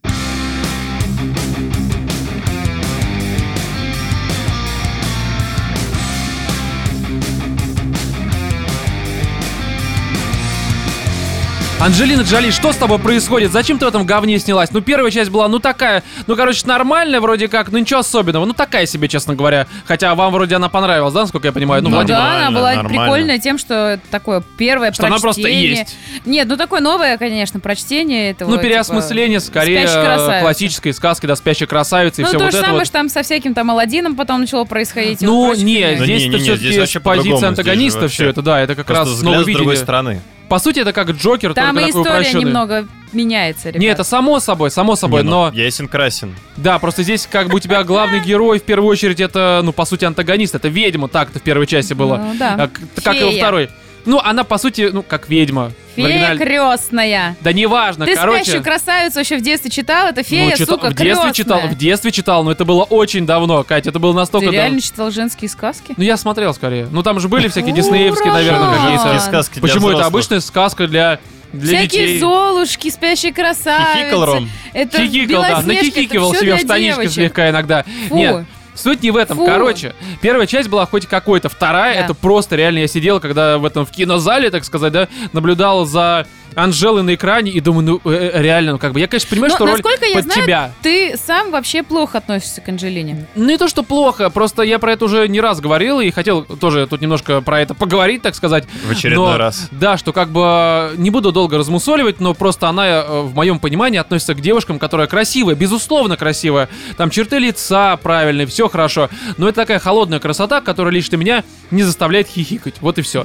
Speaker 1: Анджелина Джоли, что с тобой происходит? Зачем ты в этом говне снялась? Ну, первая часть была, ну, такая, ну, короче, нормальная вроде как, ну, ничего особенного. Ну, такая себе, честно говоря. Хотя вам вроде она понравилась, да, насколько я понимаю? Ну,
Speaker 2: Да.
Speaker 3: Ну
Speaker 1: Владимир,
Speaker 3: да, она
Speaker 2: нормально,
Speaker 3: была
Speaker 2: нормально.
Speaker 3: прикольная тем, что это такое первое
Speaker 1: Что она просто
Speaker 3: прочтение.
Speaker 1: есть.
Speaker 3: Нет, ну такое новое, конечно, прочтение. типа, Это
Speaker 1: Ну,
Speaker 3: вот,
Speaker 1: переосмысление, скорее,
Speaker 3: «Спящая красавица».
Speaker 1: э, классической сказки, да, спящей красавицы и
Speaker 3: типа, Ну,
Speaker 1: все
Speaker 3: то
Speaker 1: вот
Speaker 3: же
Speaker 1: это
Speaker 3: самое,
Speaker 1: вот.
Speaker 3: что там со всяким там Аладдином потом начало происходить. и вот
Speaker 1: Ну,
Speaker 3: прочее.
Speaker 1: не,
Speaker 2: Да
Speaker 1: здесь
Speaker 2: не, не, не,
Speaker 1: все-таки
Speaker 2: здесь вообще
Speaker 1: позиция
Speaker 2: по-другому, здесь же
Speaker 1: антагониста все
Speaker 2: вообще
Speaker 1: это, да, это как
Speaker 2: Просто
Speaker 1: раз
Speaker 2: взгляд
Speaker 1: новое
Speaker 2: с другой
Speaker 1: видение.
Speaker 2: стороны.
Speaker 1: По сути, это как Джокер,
Speaker 3: Там
Speaker 1: только
Speaker 3: и
Speaker 1: такой
Speaker 3: история
Speaker 1: упрощенный.
Speaker 3: немного меняется, ребят.
Speaker 1: Не, это само собой, само собой,
Speaker 2: Не, ну,
Speaker 1: но...
Speaker 2: Ясен красен.
Speaker 1: Да, просто здесь как бы у тебя главный герой в первую очередь это, ну, по сути, антагонист. Это ведьма так-то в первой части была.
Speaker 3: Ну, да.
Speaker 1: А, к- Как и во
Speaker 3: Фея.
Speaker 1: второй. Ну, она, по сути, ну, как ведьма. В
Speaker 3: Фея
Speaker 1: оригинале-
Speaker 3: крестная.
Speaker 1: Да неважно,
Speaker 3: Ты
Speaker 1: Ну, короче.
Speaker 3: спящую красавицу вообще в детстве читал? Это
Speaker 1: ну,
Speaker 3: фея,
Speaker 1: читал-
Speaker 3: сука,
Speaker 1: в детстве
Speaker 3: крестная.
Speaker 1: читал, в детстве читал, но это было очень давно, Катя, это было настолько
Speaker 3: Ты
Speaker 1: давно.
Speaker 3: реально читал женские сказки?
Speaker 1: Ну, я смотрел скорее. Ну, там же были всякие
Speaker 3: Ура!
Speaker 1: диснеевские, наверное,
Speaker 3: А.
Speaker 1: какие-то.
Speaker 2: Женские сказки для
Speaker 1: Почему это
Speaker 2: взрослых.
Speaker 1: обычная сказка для, для
Speaker 3: Всякие
Speaker 1: детей?
Speaker 3: золушки, спящие красавицы.
Speaker 2: Хихикал Ром.
Speaker 3: Это
Speaker 1: Хихикал, да,
Speaker 3: Белоснежка,
Speaker 1: нахихикивал
Speaker 3: это всё
Speaker 1: себе в
Speaker 3: для
Speaker 1: штанишке
Speaker 3: девочек.
Speaker 1: слегка иногда.
Speaker 3: Фу.
Speaker 1: Нет, Суть не в этом.
Speaker 3: Фу.
Speaker 1: Короче, первая часть была хоть какой-то, вторая
Speaker 3: Да.
Speaker 1: это просто реально я сидел, когда в этом в кинозале, так сказать, да, наблюдал за Анжелой на экране и думаю, ну э, э, реально, ну как бы я, конечно, понимаю,
Speaker 3: Но,
Speaker 1: что роль
Speaker 3: насколько я
Speaker 1: под
Speaker 3: знаю,
Speaker 1: тебя.
Speaker 3: Ты сам вообще плохо относишься к Анжелине.
Speaker 1: Ну не то, что плохо, просто я про это уже не раз говорил и хотел тоже тут немножко про это поговорить, так сказать.
Speaker 2: В очередной
Speaker 1: Но,
Speaker 2: раз.
Speaker 1: Да, что как бы э, не буду долго размусоливать, но просто она, э, в моем понимании, относится к девушкам, которая красивая, безусловно красивая. Там черты лица правильные, все хорошо. Но это такая холодная красота, которая лично меня не заставляет хихикать. Вот и все.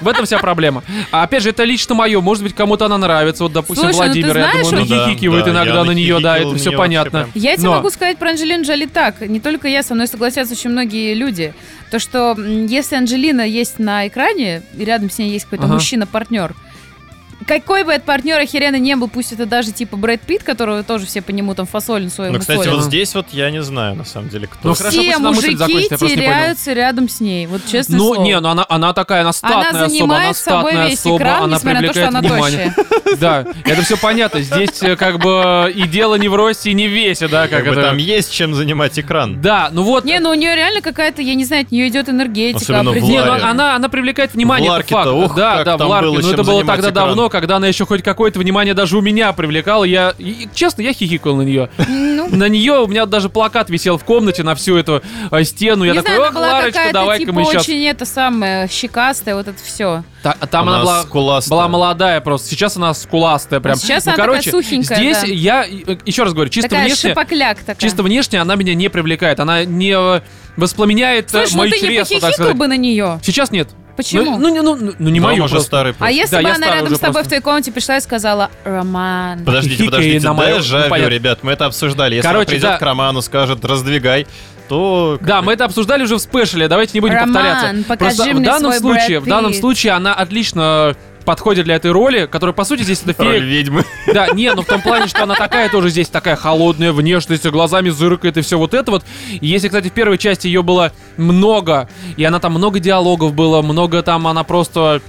Speaker 1: В этом вся проблема. А опять же, это лично мое. Может быть, кому-то она нравится. Вот, допустим,
Speaker 3: Слушай, ну ты
Speaker 1: Владимир, я думаю,
Speaker 3: знаешь,
Speaker 1: он
Speaker 2: Ну да,
Speaker 1: хихикивает
Speaker 2: да,
Speaker 1: иногда
Speaker 2: я
Speaker 1: на нее, да,
Speaker 2: нахихикал
Speaker 1: это
Speaker 2: на
Speaker 1: все
Speaker 2: нее вообще
Speaker 1: понятно.
Speaker 2: прям.
Speaker 3: Я тебе
Speaker 1: Но-
Speaker 3: могу сказать про Анджелину Джоли так. Не только я, со мной согласятся очень многие люди. То, что м, если Анджелина есть на экране, и рядом с ней есть какой-то
Speaker 1: Ага.
Speaker 3: мужчина-партнер, какой бы этот партнер охеренно не был, пусть это даже типа Брэд Питт, которого тоже все по нему там фасоль свою
Speaker 2: Ну, кстати,
Speaker 1: соль.
Speaker 2: вот здесь вот я не знаю, на самом деле, кто...
Speaker 1: Ну,
Speaker 2: с-
Speaker 1: хорошо, пусть
Speaker 3: все
Speaker 1: она мысль
Speaker 3: мужики
Speaker 1: закончится, я просто не понял.
Speaker 3: теряются рядом с ней. Вот честно
Speaker 1: Ну, не, ну она, она такая, она статная
Speaker 3: она
Speaker 1: особа, она
Speaker 3: занимает собой
Speaker 1: статная
Speaker 3: весь
Speaker 1: особа,
Speaker 3: экран,
Speaker 1: она
Speaker 3: несмотря на то, что
Speaker 1: привлекает
Speaker 3: она
Speaker 1: внимание.
Speaker 3: тощая.
Speaker 1: Да, это все понятно. Здесь э, как бы и дело не в росте, и не в весе, да, как
Speaker 2: Как бы
Speaker 1: это.
Speaker 2: там есть чем занимать экран.
Speaker 1: Да, ну вот.
Speaker 3: Не, ну у нее реально какая-то, я не знаю, от нее идет энергетика.
Speaker 2: Особенно в
Speaker 1: Не,
Speaker 3: определенная.
Speaker 1: ну
Speaker 2: Ларе.
Speaker 1: она, она привлекает внимание,
Speaker 2: В
Speaker 1: это
Speaker 2: Ларке-то,
Speaker 1: факт.
Speaker 2: ох,
Speaker 1: да,
Speaker 2: как
Speaker 1: да, в
Speaker 2: там
Speaker 1: Ларке.
Speaker 2: было
Speaker 1: но это
Speaker 2: чем
Speaker 1: было
Speaker 2: занимать
Speaker 1: тогда
Speaker 2: экран.
Speaker 1: давно, когда она еще хоть какое-то внимание даже у меня привлекала. Я, и- и, честно, я хихикал на нее.
Speaker 3: Ну,
Speaker 1: На нее у меня даже плакат висел в комнате на всю эту э, стену. Я
Speaker 3: не
Speaker 1: такой,
Speaker 3: знаю, она
Speaker 1: ох,
Speaker 3: была
Speaker 1: Ларочка,
Speaker 3: какая-то
Speaker 1: давай-ка
Speaker 3: типа
Speaker 1: мы сейчас.
Speaker 3: очень это самое щекастая, вот это все.
Speaker 1: там она
Speaker 2: Она
Speaker 1: была,
Speaker 2: скуластая.
Speaker 1: была молодая просто. Сейчас она скуластая прям.
Speaker 3: А сейчас
Speaker 1: ну,
Speaker 3: она такая
Speaker 1: короче,
Speaker 3: сухенькая,
Speaker 1: здесь
Speaker 3: да.
Speaker 1: я, э, еще раз говорю, чисто
Speaker 3: такая
Speaker 1: внешне...
Speaker 3: шипокляк такая.
Speaker 1: Чисто внешне она меня не привлекает. Она не э, воспламеняет э,
Speaker 3: Слушай, ну
Speaker 1: мои
Speaker 3: ты не
Speaker 1: чресла, так
Speaker 3: похихикал
Speaker 1: сказать.
Speaker 3: бы на нее.
Speaker 1: Сейчас нет.
Speaker 3: Почему?
Speaker 1: Ну, ну, не- ну, ну, ну, не
Speaker 2: Ром
Speaker 1: мою
Speaker 2: уже
Speaker 1: просто.
Speaker 2: старый
Speaker 3: а
Speaker 2: просто.
Speaker 3: если
Speaker 1: да,
Speaker 3: бы
Speaker 1: я
Speaker 3: она
Speaker 1: старый
Speaker 3: рядом
Speaker 1: уже
Speaker 3: с тобой
Speaker 1: просто.
Speaker 3: в твоей комнате пришла и сказала «Роман».
Speaker 2: Подождите,
Speaker 1: Хихикай
Speaker 2: подождите,
Speaker 1: на мою-
Speaker 2: да,
Speaker 1: ну,
Speaker 2: жабю,
Speaker 1: понятно.
Speaker 2: ребят, мы это обсуждали. Если
Speaker 1: Короче,
Speaker 2: она придет
Speaker 1: да.
Speaker 2: к Роману, скажет, раздвигай, то...
Speaker 1: Да, мы это обсуждали уже в спешле, давайте не будем
Speaker 3: Роман, ну,
Speaker 1: повторяться.
Speaker 3: покажи
Speaker 1: Просто в
Speaker 3: мне
Speaker 1: данном
Speaker 3: свой
Speaker 1: случае,
Speaker 3: Брэд
Speaker 1: в данном
Speaker 3: Питт.
Speaker 1: случее она отлично э, подходит для этой роли, которая, по сути, здесь это
Speaker 2: Роль
Speaker 1: фея. [LAUGHS]
Speaker 2: ведьмы.
Speaker 1: Да, не, ну в том плане, что она такая тоже здесь, такая холодная внешность, глазами зыркает и все вот это вот. И Если, кстати, в первой части ее было много, и она там много диалогов было, много там она просто...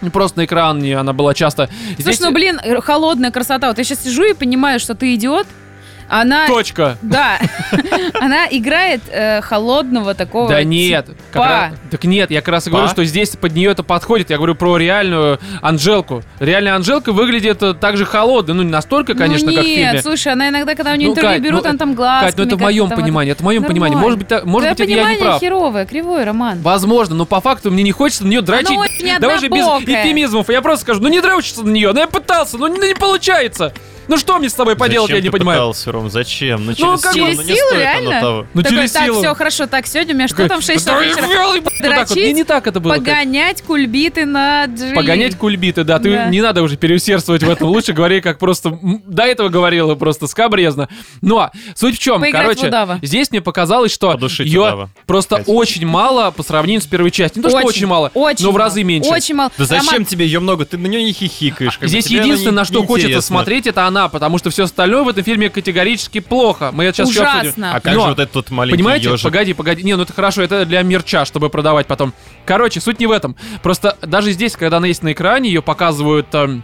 Speaker 1: ну, Просто на экране она была часто. Здесь-
Speaker 3: Слушай, ну блин, э, холодная красота. Вот я сейчас сижу и понимаю, что ты идиот. Она...
Speaker 1: Точка.
Speaker 3: Да. [LAUGHS] Она играет э, холодного такого
Speaker 1: Да
Speaker 3: типа.
Speaker 1: нет, как раз- так нет, я как раз и говорю,
Speaker 2: Па?
Speaker 1: что здесь под нее это подходит. Я говорю про реальную Анжелку. Реальная Анжелка выглядит э, так же холодно, ну не настолько, конечно,
Speaker 3: ну,
Speaker 1: как в
Speaker 3: нет,
Speaker 1: фильме.
Speaker 3: слушай, она иногда, когда у нее
Speaker 1: Ну,
Speaker 3: интервью
Speaker 1: Кать,
Speaker 3: берут,
Speaker 1: ну,
Speaker 3: она там глазками.
Speaker 1: Кать, ну это в моем понимании, это в моем понимании.
Speaker 3: Нормально.
Speaker 1: Может быть, та- может быть, это я не
Speaker 3: понимание
Speaker 1: прав.
Speaker 3: херовое, кривое, Роман.
Speaker 1: Возможно, но по факту мне не хочется на нее дрочить.
Speaker 3: очень
Speaker 1: Давай же без
Speaker 3: Ну, однобокая.
Speaker 1: эфемизмов. Я просто скажу, ну не дрочиться на нее. Ну я пытался, ну не, не получается. Ну что мне с тобой поделать,
Speaker 2: Зачем
Speaker 1: я не
Speaker 2: ты
Speaker 1: понимаю.
Speaker 2: пытался, Ром, зачем? Ну,
Speaker 1: как бы-
Speaker 2: через силу, ну, не
Speaker 3: Через силу,
Speaker 2: стоит оно
Speaker 3: реально?
Speaker 2: того.
Speaker 1: Ну
Speaker 3: Такой,
Speaker 1: через
Speaker 3: так,
Speaker 1: силу.
Speaker 3: все, хорошо, так, сегодня у меня что
Speaker 1: Такой,
Speaker 3: там в 6
Speaker 1: «Да
Speaker 3: часов вечера?
Speaker 1: ёлы, блин!» Вот так вот. Не,
Speaker 3: Дрочить,
Speaker 1: не так это было. Кать.
Speaker 3: Погонять кульбиты на Джили.
Speaker 1: Погонять кульбиты, да. Ты
Speaker 3: Да.
Speaker 1: не надо уже переусердствовать в этом. Лучше говори, как просто м, до этого говорила, просто скабрезно. Но суть в чем,
Speaker 3: Поиграть в
Speaker 1: короче,
Speaker 3: удава.
Speaker 1: здесь мне показалось, что
Speaker 2: Подушить
Speaker 1: ее
Speaker 2: удава.
Speaker 1: просто
Speaker 2: Кать.
Speaker 1: очень мало по сравнению с первой частью. Не то, Ну, что очень мало,
Speaker 3: очень
Speaker 1: но в разы
Speaker 3: мало,
Speaker 1: меньше.
Speaker 3: Очень мало.
Speaker 2: Да зачем
Speaker 3: Роман,
Speaker 2: тебе ее много? Ты на нее не хихикаешь. как бы
Speaker 1: Здесь
Speaker 2: тебе она
Speaker 1: единственное,
Speaker 2: не-
Speaker 1: на что
Speaker 2: не
Speaker 1: хочется
Speaker 2: интересна.
Speaker 1: смотреть, это она, потому что все остальное в этом фильме категорически плохо. Мы это сейчас всё
Speaker 3: Ужасно.
Speaker 1: обсудим.
Speaker 2: А как
Speaker 1: Но-
Speaker 2: же вот этот вот маленький
Speaker 1: Понимаете?
Speaker 2: ёжик?
Speaker 1: Погоди, погоди. Не, ну это хорошо, это для мерча, чтобы продавать потом. Короче, суть не в этом. Просто даже здесь, когда она есть на экране, ее показывают эм,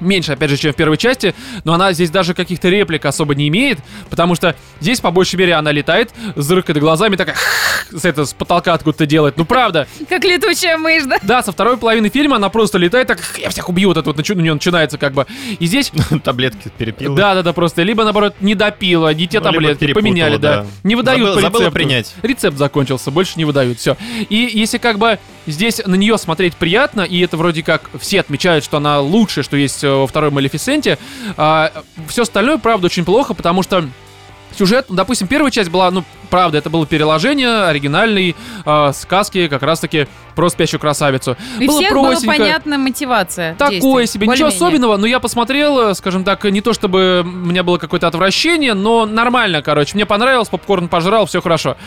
Speaker 1: меньше, опять же, чем в первой части, но она здесь даже каких-то реплик особо не имеет, потому что здесь, по большей мере, она летает, зыркает глазами, такая [LAUGHS] с, это, с потолка откуда-то делает. Ну, правда.
Speaker 3: Как летучая мышь, да?
Speaker 1: Да, со второй половины фильма она просто летает, так, я всех убью, вот это вот начи- у нее начинается как бы. И здесь
Speaker 2: [LAUGHS] Таблетки перепила.
Speaker 1: да-да-да, просто. Либо, наоборот, не допила, не те
Speaker 2: Ну, либо
Speaker 1: таблетки,
Speaker 2: перепутала,
Speaker 1: поменяли, да.
Speaker 2: да.
Speaker 1: Не выдают
Speaker 2: Забыла-
Speaker 1: по
Speaker 2: забыла
Speaker 1: рецепту.
Speaker 2: принять.
Speaker 1: Рецепт закончился, больше не выдают, все. И если как бы здесь на нее смотреть приятно, и это вроде как все отмечают, что она лучшая, что есть э, во второй Малефисенте, а, все остальное, правда, очень плохо, потому что сюжет, ну, допустим, первая часть была, ну, Правда, это было переложение оригинальной э, сказки как раз-таки про спящую красавицу. [LAUGHS]
Speaker 3: И
Speaker 1: было
Speaker 3: всех была
Speaker 1: простенько.
Speaker 3: понятна мотивация.
Speaker 1: Такое
Speaker 3: действий,
Speaker 1: себе, ничего
Speaker 3: более-менее.
Speaker 1: особенного, но я посмотрел, э, скажем так, не то чтобы у меня было какое-то отвращение, но нормально, короче. Мне понравилось, попкорн пожрал, все хорошо.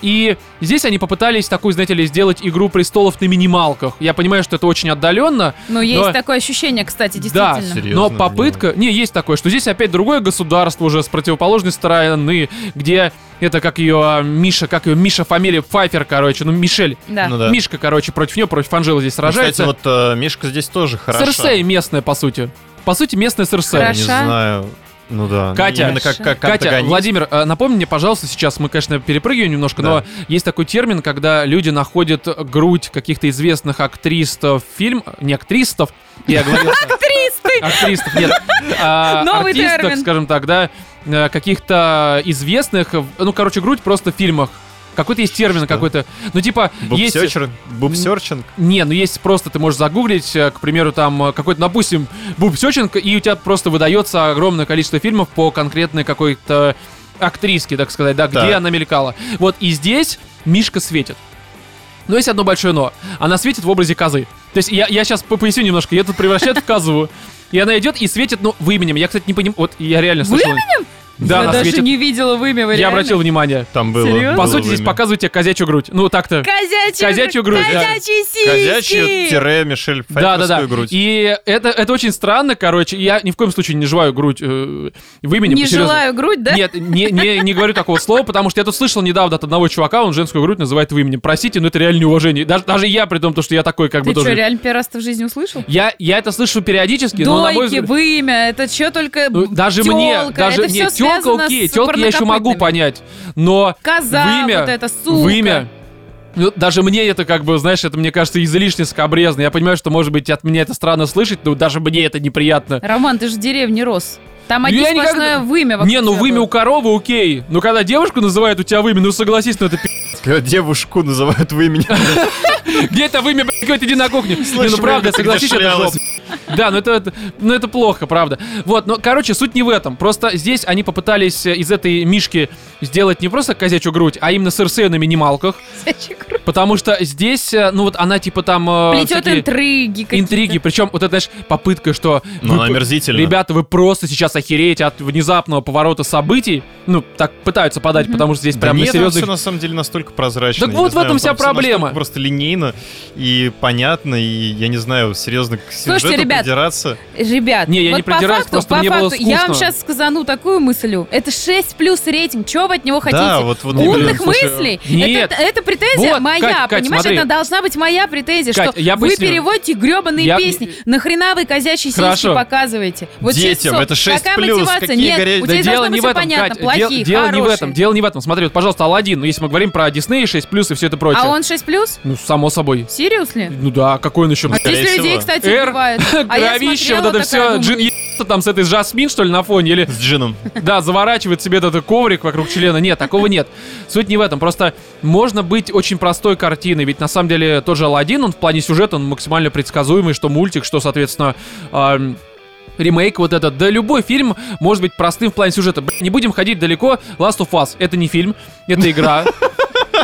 Speaker 1: И здесь они попытались такую, знаете ли, сделать «Игру престолов» на минималках. Я понимаю, что это очень отдаленно,
Speaker 3: Ну, есть
Speaker 1: Но-
Speaker 3: такое ощущение, кстати,
Speaker 1: да,
Speaker 3: действительно.
Speaker 2: Серьезно,
Speaker 1: но попытка... Не, есть такое, что здесь опять другое государство уже с противоположной стороны, где это как ее а, Миша, как ее Миша фамилия Пфайфер, короче, ну Мишель.
Speaker 3: Да.
Speaker 2: Ну да.
Speaker 1: Мишка, короче, против нее, против Анжелы здесь
Speaker 2: Ну,
Speaker 1: сражается.
Speaker 2: Кстати, вот э, Мишка здесь тоже хорошо.
Speaker 1: Серсей местная, по сути. По сути, местная Серсей.
Speaker 2: Я
Speaker 3: Хорошо.
Speaker 2: не знаю. Ну да.
Speaker 1: Катя.
Speaker 2: Именно как, как
Speaker 1: Катя,
Speaker 2: антагонист.
Speaker 1: Владимир, э, напомни мне, пожалуйста, сейчас мы, конечно, перепрыгиваем немножко, но
Speaker 2: Да.
Speaker 1: есть такой термин, когда люди находят грудь каких-то известных актристов в фильм, не актристов, я оговорился. Актристов, нет. а,
Speaker 3: [LAUGHS] Новый
Speaker 1: артисток,
Speaker 3: термин.
Speaker 1: скажем так, да, э, каких-то известных, в- ну, короче, грудь просто в фильмах. Какой-то есть термин какой-то. Ну, типа, есть...
Speaker 2: Бубсерчер- Бубсерчинг.
Speaker 1: Не, ну есть просто, ты можешь загуглить, э, к примеру, там э, какой-то, допустим, Буб Сёченко, и у тебя просто выдается огромное количество фильмов по конкретной какой-то актриске, так сказать, да, где
Speaker 2: Так.
Speaker 1: она мелькала. Вот, и здесь Мишка светит. Но есть одно большое но. Она светит в образе козы. То есть я, я сейчас поясню немножко. Ее тут превращают в козу. И она идет и светит, ну, выменем. Я, кстати, не понимаю. Вот я реально слышал. Выменем? Да,
Speaker 3: я
Speaker 1: она
Speaker 3: даже
Speaker 1: светит.
Speaker 3: не видела вымя, вы
Speaker 1: Я
Speaker 3: реально.
Speaker 1: обратил внимание.
Speaker 2: Там было.
Speaker 3: Серьезно?
Speaker 1: По
Speaker 2: было
Speaker 1: сути, здесь
Speaker 2: имя.
Speaker 1: показывают тебе козячью грудь. Ну, так-то.
Speaker 3: Козячью,
Speaker 1: Козячью грудь, да.
Speaker 3: Козячьи сиськи.
Speaker 2: Козячью-Мишель
Speaker 1: Да, да, да.
Speaker 2: Пфайферскую грудь.
Speaker 1: И это, это очень странно, короче. Я ни в коем случае не желаю грудь э, выменем.
Speaker 3: Не
Speaker 1: серьезно.
Speaker 3: желаю грудь, да?
Speaker 1: Нет, не, не, не говорю такого слова, потому что я тут слышал недавно от одного чувака, он женскую грудь называет выменем. Простите, но это реально неуважение. Даже, даже я, при том, то, что я такой, как
Speaker 3: Ты
Speaker 1: бы
Speaker 3: что,
Speaker 1: тоже.
Speaker 3: реально первый раз ты в жизни услышал?
Speaker 1: Я, я это слышу периодически, но ну, на мой
Speaker 3: Дойки,
Speaker 1: взгляд.
Speaker 3: вымя, это что только
Speaker 1: ну, даже мне,
Speaker 3: тёлка,
Speaker 1: даже
Speaker 3: это всё
Speaker 1: не телка,
Speaker 3: связано
Speaker 1: окей,
Speaker 3: с
Speaker 1: телка я еще могу
Speaker 3: парнокопытными.
Speaker 1: понять, но
Speaker 3: Коза,
Speaker 1: Вымя,
Speaker 3: вот это, сука.
Speaker 1: вымя. Ну, даже мне это как бы, знаешь, это мне кажется излишне скобрезно. Я понимаю, что, может быть, от меня это странно слышать, но даже мне это неприятно.
Speaker 3: Роман, ты же в деревне рос. Там
Speaker 1: Ну,
Speaker 3: одни
Speaker 1: я
Speaker 3: сплошное
Speaker 1: никогда-
Speaker 3: вымя. вокруг
Speaker 1: Не, ну
Speaker 3: тебя
Speaker 1: вымя
Speaker 3: было.
Speaker 1: у коровы окей. Но когда девушку называют у тебя вымя, ну согласись, ну это пи***.
Speaker 2: [LAUGHS] Когда девушку называют
Speaker 1: [LAUGHS]
Speaker 2: вы меня.
Speaker 1: Где это вымя, блядь, говорит, иди на кухню. Не, ну
Speaker 2: Слышь,
Speaker 1: правда,
Speaker 2: вымя, ты
Speaker 1: согласись,
Speaker 2: где
Speaker 1: это
Speaker 2: шлялась?
Speaker 1: жопа. Да, ну это, это- ну это плохо, правда. Вот, но, короче, суть не в этом. Просто здесь они попытались э, из этой мишки сделать не просто козячью грудь, а именно Серсею на минималках.
Speaker 3: Козячья грудь.
Speaker 1: Потому что здесь, э, ну вот она типа там... э,
Speaker 3: Плетет
Speaker 1: всякие
Speaker 3: интриги какие-то.
Speaker 1: Интриги, причем вот это, знаешь, попытка, что...
Speaker 2: Ну,
Speaker 1: вы
Speaker 2: она
Speaker 1: п-
Speaker 2: омерзительна.
Speaker 1: Ребята, вы просто сейчас охереете от внезапного поворота событий. Ну, так пытаются подать, потому что здесь
Speaker 2: Да
Speaker 1: прям на
Speaker 2: нет,
Speaker 1: серьезных
Speaker 2: все на самом деле настолько прозрачно.
Speaker 1: Так
Speaker 2: я
Speaker 1: вот
Speaker 2: не
Speaker 1: в
Speaker 2: знаю,
Speaker 1: этом вся
Speaker 2: там всё настолько
Speaker 1: проблема.
Speaker 2: Просто линейно и понятно, и я не знаю, серьезно к
Speaker 3: Слушайте,
Speaker 2: сюжету
Speaker 3: ребят,
Speaker 2: придираться.
Speaker 3: Ребят,
Speaker 1: Не, я
Speaker 3: вот
Speaker 1: не
Speaker 3: по
Speaker 1: придираюсь,
Speaker 3: факту,
Speaker 1: просто
Speaker 3: по
Speaker 1: мне было
Speaker 3: факту, я вам
Speaker 1: скучно.
Speaker 3: сейчас сказану такую мыслю. Это 6 плюс рейтинг, чего вы от него хотите?
Speaker 2: Да, вот вот
Speaker 1: Ну,
Speaker 2: именно.
Speaker 1: блин,
Speaker 3: Умных
Speaker 1: слушай,
Speaker 3: мыслей.
Speaker 1: нет.
Speaker 3: Это, это претензия
Speaker 1: Вот,
Speaker 3: моя,
Speaker 1: Кать, Кать,
Speaker 3: понимаешь?
Speaker 1: смотри.
Speaker 3: Это должна быть моя претензия,
Speaker 1: Кать,
Speaker 3: что
Speaker 1: я
Speaker 3: вы
Speaker 1: поясню.
Speaker 3: переводите гребаные
Speaker 1: Я-
Speaker 3: песни. Нахрена вы козячьи сиськи
Speaker 1: Хорошо.
Speaker 3: показываете? Вот
Speaker 2: Детям,
Speaker 3: 600.
Speaker 2: это 6
Speaker 3: Какая
Speaker 2: плюс,
Speaker 3: мотивация?
Speaker 2: какие
Speaker 3: Нет,
Speaker 2: горя-
Speaker 3: у
Speaker 2: да
Speaker 3: тебя
Speaker 1: Дело
Speaker 3: должно
Speaker 1: не
Speaker 3: быть
Speaker 1: в
Speaker 3: все
Speaker 1: этом,
Speaker 3: понятно.
Speaker 1: Кать, дел-
Speaker 3: Плохие,
Speaker 1: дело не в
Speaker 3: хорошие.
Speaker 1: этом, дело не в этом. Смотри, вот, пожалуйста, Алладин, ну, если мы говорим про Дисней 6 плюс и все это прочее.
Speaker 3: А он 6 плюс?
Speaker 1: Ну, само собой.
Speaker 3: Серьез ли?
Speaker 1: Ну да, какой он еще...
Speaker 3: А
Speaker 1: блядь,
Speaker 2: скорее
Speaker 3: здесь людей,
Speaker 2: всего.
Speaker 3: кстати,
Speaker 1: Эр,
Speaker 3: убивают. А я
Speaker 1: Кровище, вот
Speaker 3: смотрела,
Speaker 1: это
Speaker 3: такая,
Speaker 1: все,
Speaker 3: думаю,
Speaker 1: джин е***ся там с этой Жасмин, что ли, на фоне, или, [LAUGHS]
Speaker 2: С Джином.
Speaker 1: да, заворачивает себе этот коврик вокруг члена. Нет, такого нет. Суть не в этом, просто можно быть очень простой картиной, ведь на самом деле тот же Алладин, он в плане сюжета, он максимально предсказуемый, что мультик, что, соответственно, эм, ремейк вот этот. Да любой фильм может быть простым в плане сюжета. Блин, не будем ходить далеко. Last of Us. Это не фильм, это игра.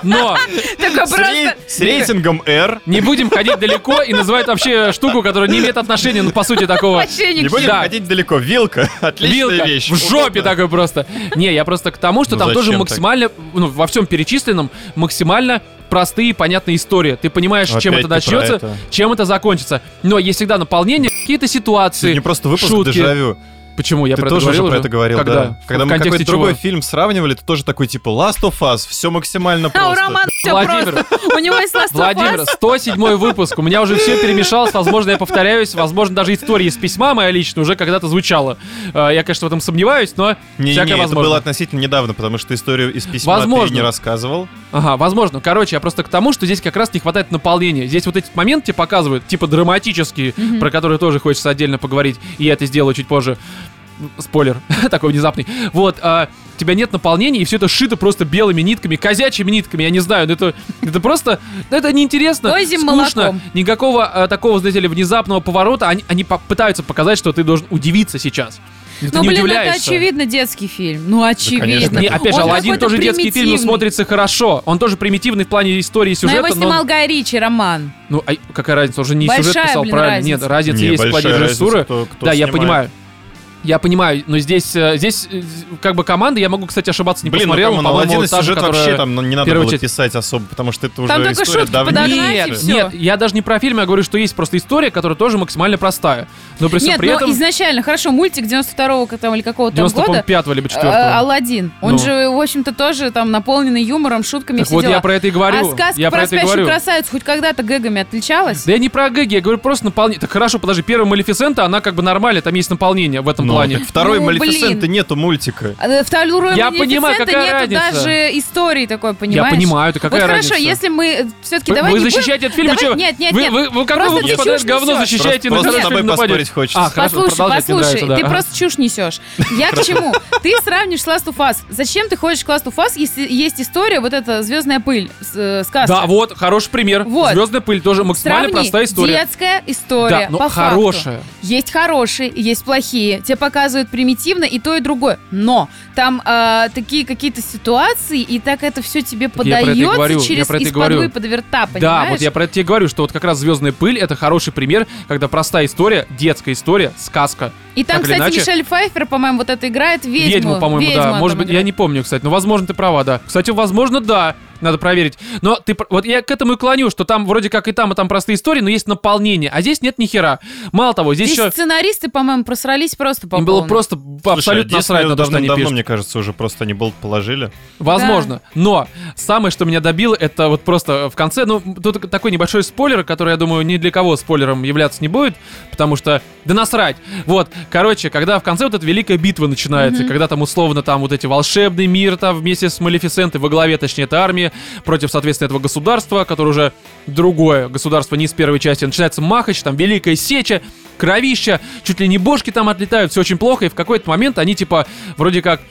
Speaker 1: Но
Speaker 3: Такой
Speaker 2: С рей-
Speaker 3: просто...
Speaker 2: С рейтингом R.
Speaker 1: не будем ходить далеко и называть вообще штуку, которая не имеет отношения, ну, по сути, такого.
Speaker 3: Вообще
Speaker 2: Не
Speaker 3: никаких.
Speaker 2: будем
Speaker 1: Да.
Speaker 2: ходить далеко. Вилка. Отличная
Speaker 1: Вилка
Speaker 2: вещь.
Speaker 1: в жопе
Speaker 2: Удобно.
Speaker 1: такой просто. Не, я просто к тому, что
Speaker 2: Ну
Speaker 1: там тоже
Speaker 2: зачем
Speaker 1: максимально, ну, во всем перечисленном, максимально простые и понятные истории. Ты понимаешь, чем
Speaker 2: Опять
Speaker 1: это
Speaker 2: ты про
Speaker 1: начнется,
Speaker 2: это.
Speaker 1: чем это закончится. Но есть всегда наполнение, какие-то ситуации.
Speaker 2: Сегодня просто выпуск
Speaker 1: шутки.
Speaker 2: дежавю.
Speaker 1: Почему? Я
Speaker 2: ты
Speaker 1: про
Speaker 2: тоже
Speaker 1: это говорил
Speaker 2: уже про
Speaker 1: уже?
Speaker 2: это говорил,
Speaker 1: Когда?
Speaker 2: да. Когда
Speaker 1: в
Speaker 2: мы
Speaker 1: контексте
Speaker 2: какой-то
Speaker 1: чего?
Speaker 2: другой фильм сравнивали, ты тоже такой типа Last of Us, все максимально
Speaker 3: [LAUGHS] А
Speaker 2: просто.
Speaker 3: у Романа все
Speaker 1: Владимир.
Speaker 3: просто. У него есть Last of Us.
Speaker 1: Владимир, 107 выпуск. У меня уже все перемешалось. Возможно, я повторяюсь. Возможно, даже история из письма моя лично уже когда-то звучала. Э, Я, конечно, в этом сомневаюсь, но
Speaker 2: Не,
Speaker 1: всякое
Speaker 2: не, это
Speaker 1: возможно.
Speaker 2: было относительно недавно, потому что историю из письма
Speaker 1: Возможно.
Speaker 2: ты не рассказывал.
Speaker 1: Ага, возможно. Короче, я просто к тому, что здесь как раз не хватает наполнения. Здесь вот эти моменты тебе показывают, типа драматические, про которые тоже хочется отдельно поговорить, и я это сделаю чуть позже. Спойлер, [LAUGHS] такой внезапный. Вот, а, у тебя нет наполнения, и все это шито просто белыми нитками, козячими нитками, я не знаю, ну это, это просто, ну это неинтересно,
Speaker 3: Козьим
Speaker 1: скучно,
Speaker 3: молоком.
Speaker 1: никакого а, такого, знаете ли, внезапного поворота, они, они по- пытаются показать, что ты должен удивиться сейчас. Ты
Speaker 3: Ну,
Speaker 1: не
Speaker 3: блин, ну это
Speaker 1: удивляешься.
Speaker 3: очевидно детский фильм. Ну, очевидно.
Speaker 2: конечно.
Speaker 1: Не, опять же,
Speaker 3: Он
Speaker 1: Алладин
Speaker 3: какой-то
Speaker 1: тоже детский фильм, но
Speaker 3: примитивный.
Speaker 1: смотрится хорошо. Он тоже примитивный в плане истории и
Speaker 3: Но
Speaker 1: сюжета,
Speaker 3: его
Speaker 1: но...
Speaker 3: снимал Гай Ричи, Роман.
Speaker 1: Ну, а какая разница, он же не сюжет
Speaker 3: Большая,
Speaker 1: писал
Speaker 3: блин,
Speaker 1: правильно.
Speaker 3: разница.
Speaker 1: Нет, разница
Speaker 2: Не,
Speaker 1: есть в плане
Speaker 2: большая разница,
Speaker 1: режиссуры.
Speaker 2: кто- кто
Speaker 1: да, я
Speaker 2: снимает.
Speaker 1: понимаю. Я понимаю, но здесь, э, здесь э, как бы команда, я могу, кстати, ошибаться, не
Speaker 2: Блин, ну,
Speaker 1: посмотрел,
Speaker 2: камон,
Speaker 1: но, по-моему,
Speaker 2: Аладдин
Speaker 1: та же,
Speaker 2: сюжет
Speaker 1: которая-
Speaker 2: вообще там ну, не надо
Speaker 1: первая
Speaker 2: было
Speaker 1: часть.
Speaker 2: писать особо, потому что это уже
Speaker 3: Там только
Speaker 2: история
Speaker 3: шутки
Speaker 2: давней.
Speaker 3: подогнать. Нет, и всё.
Speaker 1: нет, я даже не про фильм, я говорю, что есть просто история, которая тоже максимально простая. Но при всем
Speaker 3: Нет,
Speaker 1: при
Speaker 3: но
Speaker 1: этом
Speaker 3: изначально, хорошо, мультик 92-го ка- там или какого-то там года. э, а,
Speaker 1: 95-го либо 4
Speaker 3: Алладин. Он
Speaker 1: Ну.
Speaker 3: же, в общем-то, тоже там наполненный юмором, шутками,
Speaker 1: Так
Speaker 3: все
Speaker 1: вот
Speaker 3: дела.
Speaker 1: я про это и говорю.
Speaker 3: А сказка
Speaker 1: я
Speaker 3: про
Speaker 1: про это и
Speaker 3: спящую
Speaker 1: говорю.
Speaker 3: красавицу хоть когда-то гэгами отличалась?
Speaker 1: Да я не про гэги, я говорю просто наполнение. Так хорошо, подожди, первая Малефисента, она как бы нормальная, там есть наполнение в этом
Speaker 2: Ну,
Speaker 1: плане.
Speaker 2: так Второй
Speaker 3: Ну,
Speaker 2: Малефисенты
Speaker 3: блин.
Speaker 2: нету мультика.
Speaker 3: А, Второй
Speaker 1: Я
Speaker 3: «Малефисенты»
Speaker 1: понимаю, какая
Speaker 3: нету
Speaker 1: разница.
Speaker 3: даже истории такой, понимаешь?
Speaker 1: понимаю, это какая
Speaker 3: вот
Speaker 1: разница?
Speaker 3: хорошо, если мы все-таки
Speaker 1: Вы-
Speaker 3: давай
Speaker 1: вы
Speaker 3: не будем-
Speaker 1: защищаете этот фильм, вы
Speaker 3: Давай-
Speaker 1: чё?
Speaker 3: Нет, нет,
Speaker 1: вы,
Speaker 3: нет.
Speaker 1: Вы, вы как
Speaker 3: Просто
Speaker 1: вы
Speaker 3: ты
Speaker 1: подряд
Speaker 3: чушь
Speaker 1: говно
Speaker 3: несёшь.
Speaker 1: защищаете,
Speaker 2: Просто-
Speaker 1: на
Speaker 2: просто с тобой поспорить хочется.
Speaker 1: А, хорошо,
Speaker 3: Послушай,
Speaker 1: продолжайте, мне
Speaker 3: послушай,
Speaker 1: нравится, да.
Speaker 3: ты
Speaker 1: Ага.
Speaker 3: просто чушь несешь. Я к чему? Ты сравнишь Last of Us. Зачем ты ходишь к Last of Us, если есть история, вот эта звездная пыль, с- э, сказка?
Speaker 1: Да, вот, хороший пример.
Speaker 3: Вот.
Speaker 1: Звездная пыль тоже максимально
Speaker 3: Сравни
Speaker 1: простая история.
Speaker 3: детская история,
Speaker 1: Да, но
Speaker 3: по факту.
Speaker 1: хорошая.
Speaker 3: Есть хорошие, есть плохие. Тебе показывают примитивно и то, и другое. Но там э, такие какие-то ситуации, и так это все тебе
Speaker 1: я про это и
Speaker 3: подается
Speaker 1: говорю, я
Speaker 3: через
Speaker 1: про это и
Speaker 3: из-под
Speaker 1: говорю.
Speaker 3: выпада рта, понимаешь?
Speaker 1: Да, вот я про это тебе говорю, что вот как раз «Звездная пыль» — это хороший пример, когда простая история, детская история, сказка.
Speaker 3: И там,
Speaker 1: так или
Speaker 3: кстати,
Speaker 1: иначе-
Speaker 3: Мишель Пфайфер, по-моему, вот это играет ведьму.
Speaker 1: Ведьму, по-моему,
Speaker 3: Ведьму
Speaker 1: да.
Speaker 3: она
Speaker 1: Может
Speaker 3: там
Speaker 1: быть, я
Speaker 3: играет.
Speaker 1: не помню, кстати. Но, возможно, ты права, да. Кстати, возможно, да. Надо проверить. Но ты, пр- вот я к этому и клоню, что там вроде как и там, и там простые истории, но есть наполнение. А здесь нет ни хера. Мало того, здесь,
Speaker 3: Здесь
Speaker 1: еще...
Speaker 3: сценаристы, по-моему, просрались просто по
Speaker 1: Им было
Speaker 3: полной.
Speaker 1: просто
Speaker 2: а
Speaker 1: абсолютно насрать на то, что они
Speaker 2: давно,
Speaker 1: пишут.
Speaker 2: мне кажется, уже просто они болт положили.
Speaker 1: Возможно. Но самое, что меня добило, это вот просто в конце, ну, тут такой небольшой спойлер, который, я думаю, ни для кого спойлером являться не будет, потому что, да насрать. Вот, короче, когда в конце вот эта великая битва начинается, когда там условно там вот эти волшебный мир там вместе с Малефисентой, во главе, точнее, этой армии, против, соответственно, этого государства, которое уже другое государство, не с первой части, начинается махач, там великая сеча, кровища, чуть ли не бошки там отлетают, все очень плохо, и в какой-то момент они, типа, вроде как,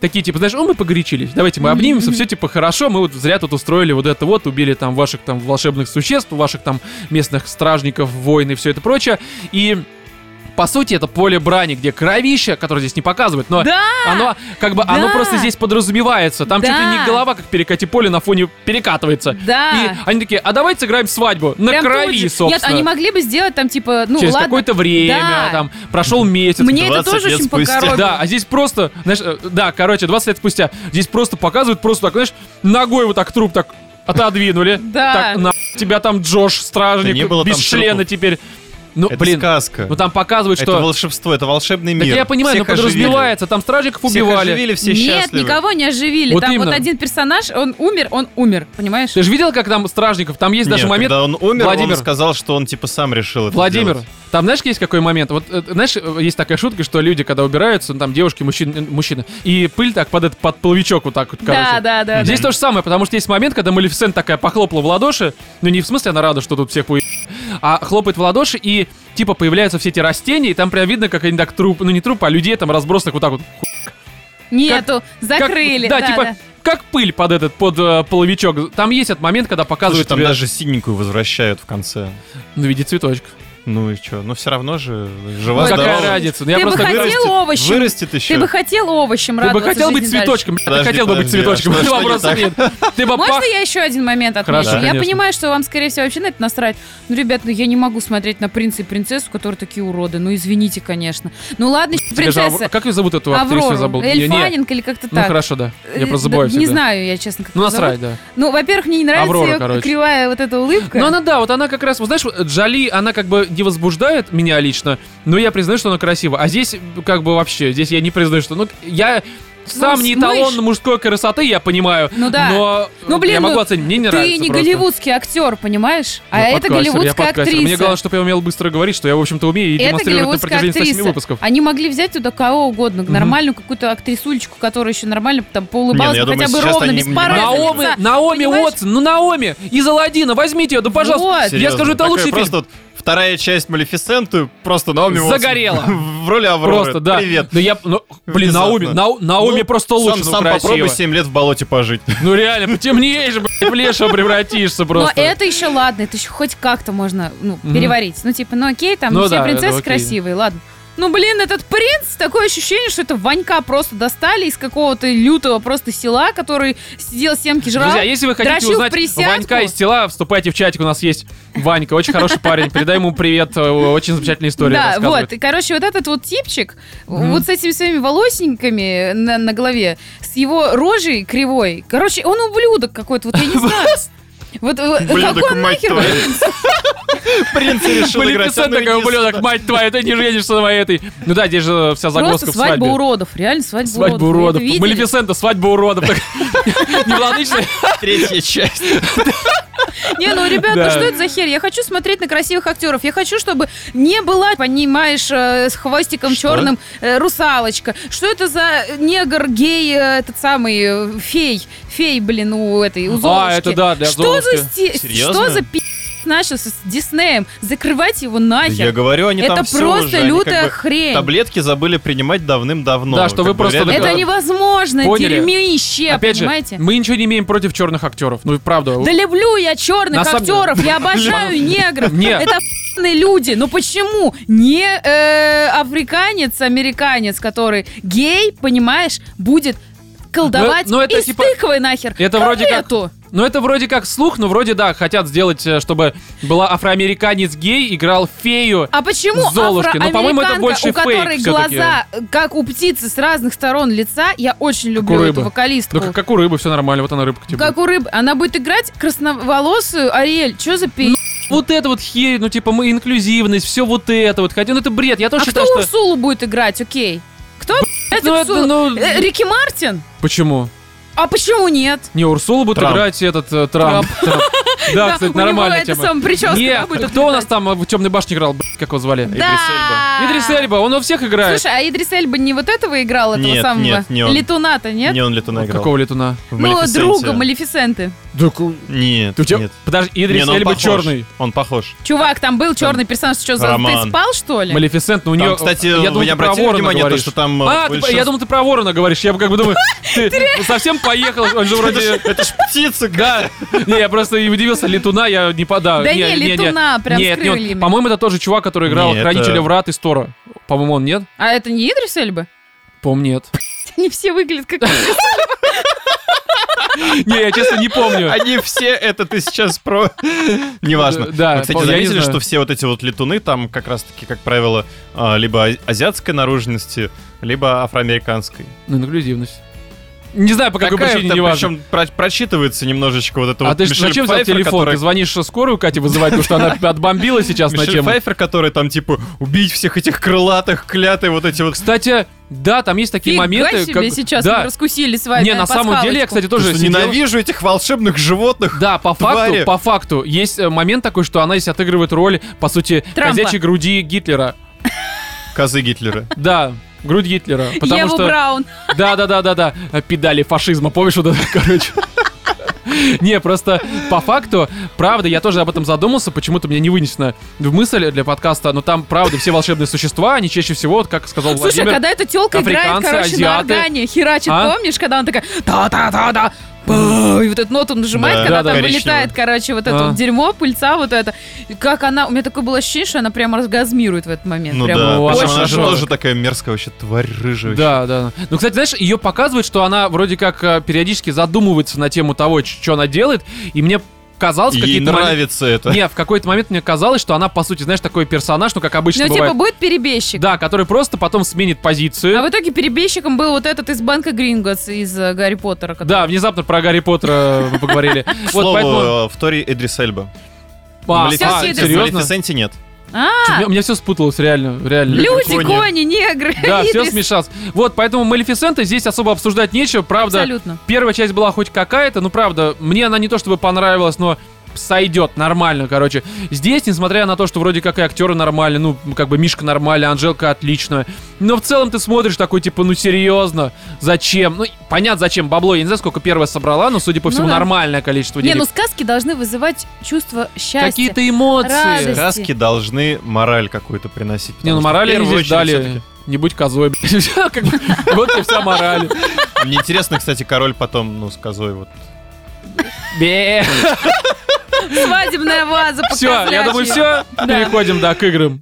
Speaker 1: такие, типа, знаешь, о, мы погорячились, давайте мы обнимемся, все, типа, хорошо, мы вот зря тут устроили вот это вот, убили там ваших там волшебных существ, ваших там местных стражников, войн и все это прочее, и... По сути, это поле брани, где кровища, которое здесь не показывают, но
Speaker 3: Да!
Speaker 1: оно как бы оно
Speaker 3: Да!
Speaker 1: просто здесь подразумевается. Там
Speaker 3: Да!
Speaker 1: чуть ли не голова, как перекати поле на фоне перекатывается.
Speaker 3: Да.
Speaker 1: И они такие, а давайте сыграем свадьбу на
Speaker 3: Прям тут
Speaker 1: крови,
Speaker 3: же.
Speaker 1: собственно.
Speaker 3: Нет, они могли бы сделать там, типа, ну,
Speaker 1: Через
Speaker 3: ладно.
Speaker 1: какое-то время,
Speaker 3: Да.
Speaker 1: там, прошел месяц.
Speaker 3: Мне это
Speaker 2: 20
Speaker 3: тоже
Speaker 2: лет
Speaker 3: очень
Speaker 2: спустя.
Speaker 3: покоробило.
Speaker 1: Да, а здесь просто, знаешь, э, да, короче, 20 лет спустя, здесь просто показывают, просто так, знаешь, ногой вот так труп так отодвинули.
Speaker 3: [LAUGHS] Да.
Speaker 1: Так, на тебя там Джош, стражник,
Speaker 2: Да не было там
Speaker 1: без члена
Speaker 2: трупов.
Speaker 1: теперь. Ну,
Speaker 2: Это
Speaker 1: блин,
Speaker 2: сказка.
Speaker 1: ну там показывают,
Speaker 2: Это
Speaker 1: что...
Speaker 2: волшебство, это волшебный
Speaker 1: Так
Speaker 2: мир.
Speaker 1: я понимаю, но
Speaker 2: Всех оживили.
Speaker 1: подразумевается, там стражников
Speaker 2: Всех
Speaker 1: убивали.
Speaker 2: оживили, все
Speaker 3: Нет,
Speaker 2: счастливы.
Speaker 3: никого не оживили.
Speaker 1: Вот
Speaker 3: там вот
Speaker 1: именно.
Speaker 3: один персонаж, он умер, он умер, понимаешь?
Speaker 1: Ты же видел, как там стражников? Там есть
Speaker 2: Нет,
Speaker 1: даже момент...
Speaker 2: когда он умер,
Speaker 1: Владимир.
Speaker 2: он сказал, что он типа сам решил это
Speaker 1: Владимир,
Speaker 2: делать.
Speaker 1: там знаешь, есть какой момент? Вот, э, знаешь, э, есть такая шутка, что люди, когда убираются, ну, там девушки, мужчины, э, мужчины, и пыль так падает под половичок вот так вот, короче.
Speaker 3: да, да, да.
Speaker 1: Здесь то же самое, потому что есть момент, когда Малефисент такая похлопала в ладоши, ну не в смысле она рада, что тут всех уе... а хлопает в ладоши, и типа появляются все эти растения, и там прям видно, как они так труп, ну не труп, а людей там разбросанных вот так вот. Ху-
Speaker 3: Нету,
Speaker 1: как-
Speaker 3: закрыли.
Speaker 1: да, типа, как пыль под этот, под э, половичок. Там есть этот момент, когда
Speaker 2: Слушай,
Speaker 1: показывают
Speaker 2: там
Speaker 1: тебе,
Speaker 2: даже синенькую возвращают в конце.
Speaker 1: ну, в виде цветочка.
Speaker 2: Ну и что? Ну все равно же
Speaker 1: Ну,
Speaker 2: жива,
Speaker 3: Ой,
Speaker 1: какая
Speaker 2: здорова.
Speaker 1: разница? Ну, я
Speaker 3: Ты бы
Speaker 1: просто
Speaker 3: хотел
Speaker 1: говорю,
Speaker 2: Вырастет-
Speaker 3: овощем.
Speaker 2: Вырастет еще.
Speaker 3: Ты бы хотел овощем
Speaker 1: ты бы
Speaker 3: радоваться
Speaker 1: хотел быть
Speaker 3: жизни дальше.
Speaker 1: цветочком, блядь, ты
Speaker 2: Подожди,
Speaker 1: хотел бы быть
Speaker 2: подожди, а
Speaker 1: цветочком, [LAUGHS]
Speaker 2: что- что не
Speaker 1: вопроса
Speaker 2: так?
Speaker 1: нет. Ты бы пах...
Speaker 3: Можно я еще один момент отмечу?
Speaker 1: Хорошо,
Speaker 3: я
Speaker 1: конечно.
Speaker 3: понимаю, что вам, скорее всего, вообще на это насрать. Ну, ребят, ну я не могу смотреть на принца и принцессу, которые такие уроды. Ну, извините, конечно. Ну, ладно,
Speaker 1: Тебя же
Speaker 3: принцесса.
Speaker 1: Авро- а Как ее зовут эту актрису? Я
Speaker 3: Аврора.
Speaker 1: забыл. Не- не.
Speaker 3: Эльфаненко или как-то
Speaker 1: Ну
Speaker 3: так.
Speaker 1: хорошо, да. Я
Speaker 3: Э,
Speaker 1: просто забываю
Speaker 3: да, Не
Speaker 1: всегда.
Speaker 3: знаю, я честно, как
Speaker 1: Ну
Speaker 3: её зовут.
Speaker 1: насрать, да.
Speaker 3: Ну, во-первых, мне не нравится
Speaker 1: Аврора,
Speaker 3: её
Speaker 1: короче.
Speaker 3: кривая вот эта улыбка.
Speaker 1: Ну, она, да, вот она как раз, вот знаешь, вот Джоли, она как бы не возбуждает меня лично, но я признаю, что она красива. А здесь, как бы вообще, здесь я не признаю, что... Ну, я сам
Speaker 3: Ну,
Speaker 1: не
Speaker 3: смышь.
Speaker 1: эталон мужской красоты, я понимаю.
Speaker 3: Ну да.
Speaker 1: Но
Speaker 3: Ну, блин,
Speaker 1: я могу
Speaker 3: ну,
Speaker 1: оценить, мне не нравится
Speaker 3: Ты не
Speaker 1: просто.
Speaker 3: голливудский актер, понимаешь? А
Speaker 1: Я
Speaker 3: это
Speaker 1: подкастер, я
Speaker 3: голливудская
Speaker 1: подкастер.
Speaker 3: актриса.
Speaker 1: Мне главное, чтобы я умел быстро говорить, что я, в общем-то, умею и
Speaker 3: это
Speaker 1: демонстрирую это на
Speaker 3: голливудская
Speaker 1: протяжении 8
Speaker 3: актриса.
Speaker 1: выпусков.
Speaker 3: Они могли взять туда кого угодно, нормальную какую-то актрисулечку, которая еще нормально там поулыбалась,
Speaker 2: Не, ну, я
Speaker 3: бы хотя
Speaker 2: думаю,
Speaker 3: бы
Speaker 2: сейчас
Speaker 3: ровно,
Speaker 2: они
Speaker 3: без
Speaker 2: не-
Speaker 3: пореза
Speaker 1: Наоми,
Speaker 3: лица.
Speaker 1: Наоми
Speaker 3: А Понимаешь?
Speaker 1: Уотсон, ну Наоми из Аладдина, возьмите ее, да пожалуйста.
Speaker 3: Вот.
Speaker 1: Я скажу, это
Speaker 2: Такая
Speaker 1: лучший фильм.
Speaker 2: Просто вот вторая часть Малефисенты просто Наоми Уотсон
Speaker 1: Загорела.
Speaker 2: [LAUGHS] В роли Авроры.
Speaker 1: Просто, да.
Speaker 2: Привет.
Speaker 1: Ну, я, ну, блин,
Speaker 2: Внезапно.
Speaker 1: Наоми, Нау- Наоми
Speaker 2: Ну,
Speaker 1: просто лучше,
Speaker 2: Сам,
Speaker 1: ну,
Speaker 2: сам попробуй
Speaker 1: красиво.
Speaker 2: 7 лет в болоте пожить.
Speaker 1: Ну реально, потемнеешь, блядь, в лешего превратишься
Speaker 3: Но
Speaker 1: просто.
Speaker 3: это еще ладно, это еще хоть как-то можно ну, переварить. Ну, типа, ну окей, там
Speaker 1: Ну
Speaker 3: все
Speaker 1: да, это
Speaker 3: принцессы
Speaker 1: окей.
Speaker 3: красивые, ладно. Ну, блин, этот принц, такое ощущение, что это Ванька просто достали из какого-то лютого просто села, который сидел семки жрал.
Speaker 1: Друзья, если вы хотите
Speaker 3: дрочил в
Speaker 1: узнать
Speaker 3: присядку.
Speaker 1: Ванька из тела, вступайте в чатик, у нас есть Ванька, очень хороший парень, передай ему привет, э, очень замечательная история
Speaker 3: Да,
Speaker 1: рассказывает.
Speaker 3: вот. И, короче, вот этот вот типчик,
Speaker 1: Мгм.
Speaker 3: вот с этими своими волосеньками на, на голове, с его рожей кривой. Короче, он ублюдок какой-то, вот
Speaker 1: [LAUGHS]
Speaker 3: я не знаю. Вот, вот, какой он нахер?
Speaker 2: Принц решил
Speaker 1: Блин,
Speaker 2: играть.
Speaker 1: писать
Speaker 2: «А ну
Speaker 1: такой
Speaker 2: иди
Speaker 1: ублюдок,
Speaker 2: сюда».
Speaker 1: мать твоя, ты не женишься на моей этой. Ну да, здесь же вся
Speaker 3: Просто
Speaker 1: загвоздка в
Speaker 3: свадьба
Speaker 1: свадьбе.
Speaker 3: уродов, реально свадьба,
Speaker 1: Свадьба уродов.
Speaker 3: уродов. Вы это видели?
Speaker 1: Малефисента, свадьба уродов. Так, [LAUGHS] Неплодичная.
Speaker 2: Третья часть.
Speaker 3: Не, ну, ребят,
Speaker 1: Да.
Speaker 3: ну что это за херь? Я хочу смотреть на красивых актеров. Я хочу, чтобы не была, понимаешь, э, с хвостиком
Speaker 2: Что?
Speaker 3: черным э, русалочка. Что это за негр, гей, э, этот самый э, фей? Фей, блин, у этой, у
Speaker 1: А,
Speaker 3: Золушки.
Speaker 1: это да, для
Speaker 3: Что за,
Speaker 1: Золушки.
Speaker 3: сти-
Speaker 2: Серьезно?
Speaker 3: что за пи*** начался с Диснеем? Закрывать его
Speaker 2: Я
Speaker 3: нахер.
Speaker 2: говорю, они там
Speaker 3: это
Speaker 2: всё уже,
Speaker 3: просто
Speaker 2: они
Speaker 3: лютая
Speaker 2: как бы
Speaker 3: хрень.
Speaker 2: Таблетки забыли принимать давным-давно.
Speaker 1: Да, что
Speaker 2: Как
Speaker 1: вы
Speaker 2: бы
Speaker 1: просто
Speaker 2: реально
Speaker 3: Это
Speaker 1: Да.
Speaker 3: невозможно,
Speaker 1: Поняли.
Speaker 3: дерьмище,
Speaker 1: Опять же,
Speaker 3: понимаете?
Speaker 1: мы ничего не имеем против черных актеров. Ну, и правда.
Speaker 3: Да люблю я черных
Speaker 1: На самом деле- [LAUGHS]
Speaker 3: актеров, я обожаю негров.
Speaker 1: Нет.
Speaker 3: Это ***ные люди. Ну почему не э, африканец, американец, который гей, понимаешь, будет колдовать
Speaker 1: Ну, ну, это
Speaker 3: из
Speaker 1: типа-
Speaker 3: тыквы нахер?
Speaker 1: Это вроде как-
Speaker 3: Котлету.
Speaker 1: Ну, это вроде как слух, но вроде, да, хотят сделать, э, чтобы была афроамериканец-гей, играл фею.
Speaker 3: А почему
Speaker 1: Золушки? Ну, по-моему, это
Speaker 3: афроамериканка,
Speaker 1: больше
Speaker 3: у которой
Speaker 1: фейк всё-таки.
Speaker 3: глаза, э, как у птицы, с разных сторон лица, я очень люблю
Speaker 1: рыбы.
Speaker 3: эту вокалистку.
Speaker 1: Ну, как, как у рыбы, все нормально, вот она рыбка, типа.
Speaker 3: Как у рыб. Она будет играть красноволосую Ариэль. Что за пи***?
Speaker 1: Вот это вот херь, ну, типа, мы инклюзивность, все вот это вот. Хотя, ну, это бред, я тоже
Speaker 3: а
Speaker 1: считаю, что...
Speaker 3: кто Урсулу будет играть, окей? Кто, блядь,
Speaker 1: Ну, это,
Speaker 3: Урсулу?
Speaker 1: ну,
Speaker 3: Э, Рики Мартин?
Speaker 1: Почему?
Speaker 3: А почему нет?
Speaker 1: Не, Урсула будет
Speaker 2: Трамп.
Speaker 1: играть этот э, Трамп. [LAUGHS] Трамп. Да, кстати,
Speaker 3: у него
Speaker 1: нормальная
Speaker 3: эта
Speaker 1: тема.
Speaker 3: самая прическа
Speaker 1: Нет,
Speaker 3: будет
Speaker 1: кто у нас
Speaker 3: летать.
Speaker 1: там э, в темной башне играл, блядь, как его звали?
Speaker 3: Да.
Speaker 1: Идрис Эльба, он во всех играет.
Speaker 3: Слушай, а Идрис Эльба не вот этого играл, этого
Speaker 2: Нет,
Speaker 3: самого?
Speaker 2: нет, не он.
Speaker 3: Летуна-то, нет?
Speaker 2: Не он летуна играл.
Speaker 1: Какого летуна?
Speaker 2: В
Speaker 3: Ну,
Speaker 2: «Малефисенте».
Speaker 3: друга Малефисенты.
Speaker 2: Нет,
Speaker 1: Ты у тебя-
Speaker 2: нет.
Speaker 1: Подожди,
Speaker 2: Не,
Speaker 1: Идрис
Speaker 2: ну он
Speaker 1: Эльба
Speaker 2: похож.
Speaker 1: черный.
Speaker 2: Он похож.
Speaker 3: Чувак, там был черный персонаж, что за...
Speaker 2: Роман.
Speaker 3: Ты спал, что ли?
Speaker 1: Малефисент, но у нее...
Speaker 2: Там, кстати,
Speaker 1: я думал,
Speaker 2: вы не
Speaker 1: ты про
Speaker 2: обратили
Speaker 1: Ворона
Speaker 2: внимание, то,
Speaker 1: говоришь.
Speaker 2: что там... э,
Speaker 1: А, ты-
Speaker 2: большинство-
Speaker 1: я думал, ты про Ворона говоришь. Я как бы думаю, [LAUGHS] ты совсем поехал, он же
Speaker 2: Это ж-
Speaker 1: вроде...
Speaker 2: [LAUGHS] Это ж птица,
Speaker 1: Да, не, я просто и удивился, Летуна, я не подал.
Speaker 3: Да не, Летуна, прям с
Speaker 1: Нет, не он.
Speaker 3: крыльями.
Speaker 1: По-моему, это тоже чувак, который играл
Speaker 2: Не,
Speaker 1: Хранителя
Speaker 2: это-
Speaker 1: врат из Тора. По-моему, он, нет?
Speaker 3: А это не Идрис Эльба? [LAUGHS]
Speaker 1: По-моему,
Speaker 2: [LAUGHS]
Speaker 1: нет.
Speaker 3: Они все
Speaker 1: [LAUGHS]
Speaker 3: выглядят как...
Speaker 1: Не, я честно не помню.
Speaker 2: Они все, это ты сейчас про... [LAUGHS] Неважно.
Speaker 1: Да,
Speaker 2: Вы, кстати,
Speaker 1: я не
Speaker 2: заметили,
Speaker 1: знаю.
Speaker 2: что все вот эти вот летуны, там как раз-таки, как правило, а, либо а- азиатской наружности, либо афроамериканской.
Speaker 1: Ну, инклюзивность. Не знаю, по какой
Speaker 2: Такая,
Speaker 1: причине,
Speaker 2: там
Speaker 1: не важно.
Speaker 2: Причем про- прочитывается немножечко вот это
Speaker 1: А
Speaker 2: вот
Speaker 1: ты ж
Speaker 2: Мишель
Speaker 1: зачем взял
Speaker 2: Пфайфер,
Speaker 1: телефон?
Speaker 2: которая-
Speaker 1: Ты звонишь скорую Кате вызывать, потому что она
Speaker 2: [LAUGHS]
Speaker 1: отбомбила сейчас на
Speaker 2: Мишель
Speaker 1: тему.
Speaker 2: Пфайфер, который там, типа, убить всех этих крылатых, клятые вот эти вот...
Speaker 1: Кстати, да, там есть такие
Speaker 3: Фига
Speaker 1: моменты.
Speaker 3: себе,
Speaker 1: как-
Speaker 3: сейчас мы
Speaker 1: да.
Speaker 3: раскусили с вами
Speaker 1: Не, на самом деле, я,
Speaker 3: пасхалочку.
Speaker 1: кстати, тоже
Speaker 2: Что
Speaker 1: сидел-
Speaker 2: Ненавижу этих волшебных животных.
Speaker 1: Да, по факту,
Speaker 2: твари.
Speaker 1: по факту, есть э, момент такой, что она здесь отыгрывает роль, по сути,
Speaker 3: Трампа.
Speaker 1: козячей груди Гитлера.
Speaker 2: Козы Гитлера.
Speaker 1: Да, грудь Гитлера. Потому
Speaker 3: Еву
Speaker 1: что.
Speaker 3: Браун.
Speaker 1: Да, да, да, да, да. Педали фашизма, помнишь, вот это, [LAUGHS] короче. Не, просто по факту, правда, я тоже об этом задумался, почему-то мне не вынесено в мысль для подкаста, но там, правда, все волшебные существа, они чаще всего, вот как сказал
Speaker 3: Слушай, а
Speaker 1: Владимир,
Speaker 3: когда эта телка играет,
Speaker 1: африканцы,
Speaker 3: короче, на
Speaker 1: азиаты.
Speaker 3: органе, херачит,
Speaker 1: А?
Speaker 3: помнишь, когда она такая та-та-та-да, ба, и вот эту ноту нажимает,
Speaker 2: Да.
Speaker 3: когда
Speaker 1: Да-да.
Speaker 3: там
Speaker 2: Коричневая.
Speaker 3: вылетает, короче, вот это
Speaker 1: А.
Speaker 3: вот дерьмо, пыльца, вот это. И Как она, у меня такое было ощущение, что она прямо оргазмирует в этот момент.
Speaker 2: Ну
Speaker 3: Прям
Speaker 2: да,
Speaker 1: очень
Speaker 2: причем она же
Speaker 1: жёстко.
Speaker 2: тоже такая мерзкая вообще тварь рыжая. вообще.
Speaker 1: Да, да. Ну, кстати, знаешь, ее показывает, что она вроде как э, периодически задумывается на тему того, что она делает, и мне казалось, в
Speaker 2: Ей
Speaker 1: какие-то моменты...
Speaker 2: нравится это.
Speaker 1: Не, в какой-то момент мне казалось, что она, по сути, знаешь, такой персонаж, ну, как обычно
Speaker 3: Ну,
Speaker 1: бывает.
Speaker 3: типа, будет перебежчик.
Speaker 1: Да, который просто потом сменит позицию.
Speaker 3: А в итоге перебежчиком был вот этот из Банка Гринготс из э, Гарри Поттера. который-
Speaker 1: Да, внезапно про Гарри Поттера мы
Speaker 3: [LAUGHS]
Speaker 1: поговорили.
Speaker 2: К
Speaker 1: Вот
Speaker 2: слову,
Speaker 1: поэтому...
Speaker 2: э, в Торе Эдрис Эльба.
Speaker 1: А,
Speaker 2: В
Speaker 1: а,
Speaker 3: Все
Speaker 2: Малефисенте- в
Speaker 1: серьезно?
Speaker 2: Малефисенте нет.
Speaker 1: Чё,
Speaker 3: А,
Speaker 1: У меня все спуталось, реально, реально.
Speaker 3: люди,
Speaker 2: кони.
Speaker 3: кони, негры. [LAUGHS]
Speaker 1: Да, все
Speaker 3: Идрис.
Speaker 1: смешалось. Вот, поэтому Малефисента здесь особо обсуждать нечего, правда.
Speaker 3: Абсолютно.
Speaker 1: Первая часть была хоть какая-то, ну правда, мне она не то чтобы понравилась, но сойдет нормально, короче. Здесь, несмотря на то, что вроде как и актеры нормальные, ну, как бы Мишка нормальная, Анжелка отличная, но в целом ты смотришь такой, типа, ну, серьезно, зачем? Ну, понятно, зачем бабло, я не знаю, сколько первая собрала, но, судя по
Speaker 3: Ну
Speaker 1: всему,
Speaker 3: да.
Speaker 1: нормальное количество
Speaker 3: Не,
Speaker 1: денег.
Speaker 3: ну сказки должны вызывать чувство счастья.
Speaker 1: Какие-то эмоции.
Speaker 3: радость.
Speaker 2: Сказки должны мораль какую-то приносить.
Speaker 1: Не,
Speaker 2: потому
Speaker 1: ну,
Speaker 2: что в
Speaker 1: морали они
Speaker 2: первую
Speaker 1: здесь
Speaker 2: очередь
Speaker 1: дали.
Speaker 2: всё-таки-
Speaker 1: Не будь козой, блядь. [LAUGHS] Как бы, Вот и вся мораль.
Speaker 2: Мне интересно, кстати, король потом, ну, с козой вот.
Speaker 1: Бе.
Speaker 3: Свадебная ваза
Speaker 1: Все, я думаю,
Speaker 3: по-козлячьи.
Speaker 1: все. Переходим, да, к играм.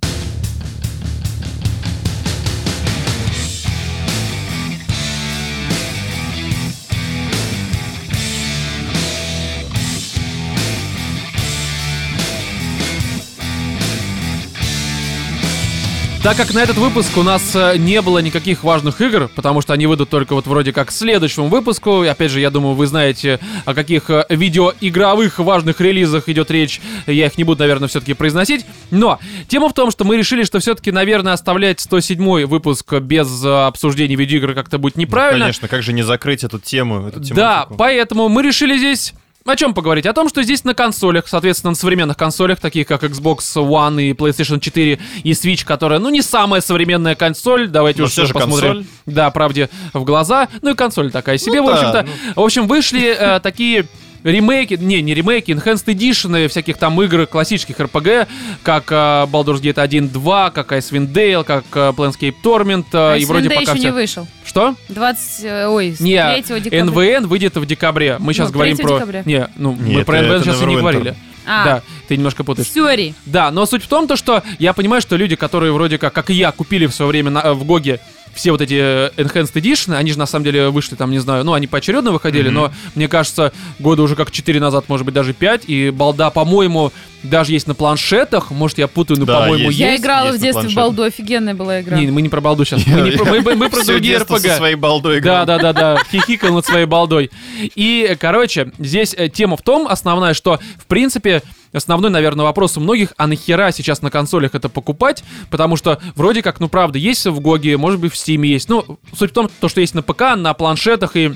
Speaker 1: Так как на этот выпуск у нас э, не было никаких важных игр, потому что они выйдут только вот вроде как к следующему выпуску. И опять же, я думаю, вы знаете, о каких э, видеоигровых важных релизах идет речь. Я их не буду, наверное, все-таки произносить. Но тема в том, что мы решили, что все-таки, наверное, оставлять 107 выпуск без э, обсуждения видеоигр как-то будет неправильно.
Speaker 2: Конечно, как же не закрыть эту тему? Эту
Speaker 1: Да,
Speaker 2: тематику?
Speaker 1: поэтому мы решили здесь... О чем поговорить? О том, что здесь на консолях, соответственно, на современных консолях, таких как Xbox One и PlayStation 4 и Switch, которая, ну, не самая современная консоль, давайте
Speaker 2: Но
Speaker 1: уж
Speaker 2: всё
Speaker 1: тоже
Speaker 2: же
Speaker 1: посмотрим.
Speaker 2: консоль.
Speaker 1: Да, правде в глаза. Ну и консоль такая себе,
Speaker 2: Ну
Speaker 1: в
Speaker 2: да,
Speaker 1: общем-то. В общем, вышли э, такие ремейки, не, не ремейки, enhanced edition э, всяких там игр классических RPG, как э, Baldur's Gate 1, 2, как Icewind Dale, как э, Planescape Torment, э, и
Speaker 3: Icewind
Speaker 1: вроде
Speaker 3: Dale
Speaker 1: пока
Speaker 3: еще
Speaker 1: все-
Speaker 3: не вышел.
Speaker 1: Что?
Speaker 3: 20, э, ой, с
Speaker 1: Не,
Speaker 3: 3 декабря.
Speaker 1: НВН выйдет в декабре. Мы сейчас
Speaker 3: Ну,
Speaker 1: говорим
Speaker 3: 3
Speaker 1: про...
Speaker 3: декабря.
Speaker 1: Не, ну,
Speaker 2: Не,
Speaker 1: мы
Speaker 2: это-
Speaker 1: про НВН
Speaker 2: это
Speaker 1: сейчас и не
Speaker 2: Neverwinter.
Speaker 1: говорили.
Speaker 3: А,
Speaker 1: Да, ты немножко путаешь.
Speaker 3: Сюри.
Speaker 1: Да, но суть в том, то, что я понимаю, что люди, которые вроде как, как и я, купили в свое время на- э, в Гоге все вот эти э, Enhanced Edition, они же на самом деле вышли там, не знаю, ну, они поочередно выходили,
Speaker 2: Мгм.
Speaker 1: но, мне кажется, года уже как 4 назад, может быть, даже 5, и балда, по-моему, даже есть на планшетах, может, я путаю, но,
Speaker 2: Да,
Speaker 1: по-моему,
Speaker 2: есть.
Speaker 1: есть.
Speaker 3: Я играла
Speaker 2: есть
Speaker 3: в
Speaker 2: на
Speaker 3: детстве в
Speaker 2: планшете.
Speaker 3: Балду, офигенная была игра.
Speaker 1: Не, мы не про балду сейчас, мы, не про, мы-
Speaker 2: [LAUGHS]
Speaker 1: мы- мы про
Speaker 2: Всё
Speaker 1: другие
Speaker 2: детство
Speaker 1: РПГ.
Speaker 2: со своей балдой
Speaker 1: Да,
Speaker 2: играл.
Speaker 1: да, да, да. Хихикал над своей балдой. И, э, короче, здесь э, тема в том, основная, что, в принципе, основной, наверное, вопрос у многих, а нахера сейчас на консолях это покупать? Потому что вроде как, ну правда, есть в Гоге, может быть, в Стиме есть. Ну, суть в том, то, что есть на ПК, на планшетах и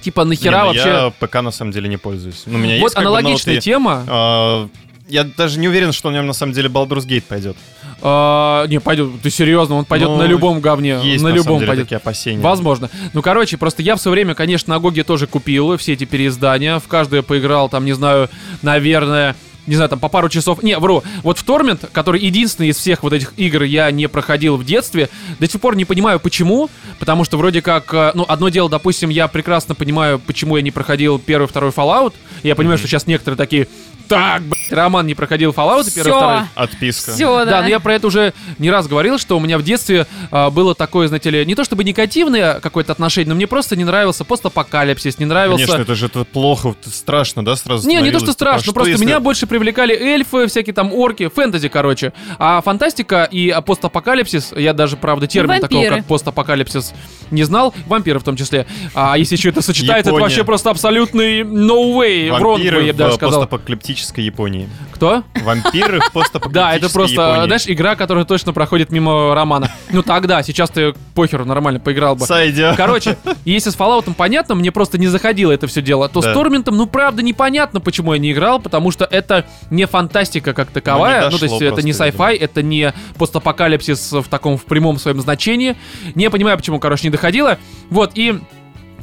Speaker 1: типа
Speaker 2: Не,
Speaker 1: нахера
Speaker 2: ну
Speaker 1: вообще...
Speaker 2: Я ПК на самом деле не пользуюсь. Ну, у меня
Speaker 1: вот
Speaker 2: есть как бы, но
Speaker 1: аналогичная
Speaker 2: вот и,
Speaker 1: тема.
Speaker 2: а, Я даже не уверен, что в нем на самом деле Baldur's Gate пойдет.
Speaker 1: А, не, пойдет, ты серьезно, он пойдет
Speaker 2: Ну,
Speaker 1: на любом говне.
Speaker 2: Есть
Speaker 1: Э, на
Speaker 2: на,
Speaker 1: любом
Speaker 2: самом деле
Speaker 1: пойдет.
Speaker 2: такие опасения.
Speaker 1: Возможно. Ну, короче, просто я в свое время, конечно, на Гоге тоже купил все эти переиздания. В каждое поиграл, там, не знаю, наверное, не знаю, там по пару часов. Не, вру. Вот в Тормент, который единственный из всех вот этих игр я не проходил в детстве, до сих пор не понимаю, почему. Потому что вроде как, э, ну, одно дело, допустим, я прекрасно понимаю, почему я не проходил первый, второй Fallout. Я понимаю, что сейчас некоторые такие, так, блядь, Роман не проходил Fallout первый,
Speaker 3: Всё.
Speaker 1: второй.
Speaker 2: Отписка.
Speaker 3: Все,
Speaker 1: Да,
Speaker 3: да.
Speaker 1: но я про это уже не раз говорил, что у меня в детстве а, было такое, знаете ли, не то чтобы негативное какое-то отношение, но мне просто не нравился постапокалипсис, не нравился...
Speaker 2: Конечно, это же это плохо, вот страшно, да, сразу
Speaker 1: не, не то,
Speaker 2: становилось,
Speaker 1: что
Speaker 2: типа,
Speaker 1: страшно, просто
Speaker 2: если-
Speaker 1: меня больше привлекали эльфы, всякие там орки, фэнтези, короче. А фантастика и а, постапокалипсис, я даже, правда, термин такого,
Speaker 3: вампиры.
Speaker 1: как постапокалипсис, не знал, вампиры в том числе. А если еще это сочетается, это
Speaker 2: Япония.
Speaker 1: вообще просто абсолютный no way, wrong
Speaker 2: Вампиры
Speaker 1: way, я бы даже
Speaker 2: в
Speaker 1: сказал.
Speaker 2: постапокалиптической Японии.
Speaker 1: Кто?
Speaker 2: Вампиры в постапокалиптической
Speaker 1: Да, это просто,
Speaker 2: Японии.
Speaker 1: знаешь, игра, которая точно проходит мимо романа. Ну тогда, сейчас ты похеру нормально поиграл бы.
Speaker 2: Сойдя.
Speaker 1: Короче, если с Fallout понятно, мне просто не заходило это все дело, то с
Speaker 2: Да.
Speaker 1: Торментом, ну правда, непонятно, почему я не играл, потому что это не фантастика как таковая, ну,
Speaker 2: Ну, не
Speaker 1: то есть
Speaker 2: дошло
Speaker 1: это не
Speaker 2: просто,
Speaker 1: sci-fi, это не постапокалипсис в таком, в прямом своем значении. Не понимаю, почему, короче, не доходило. Вот, и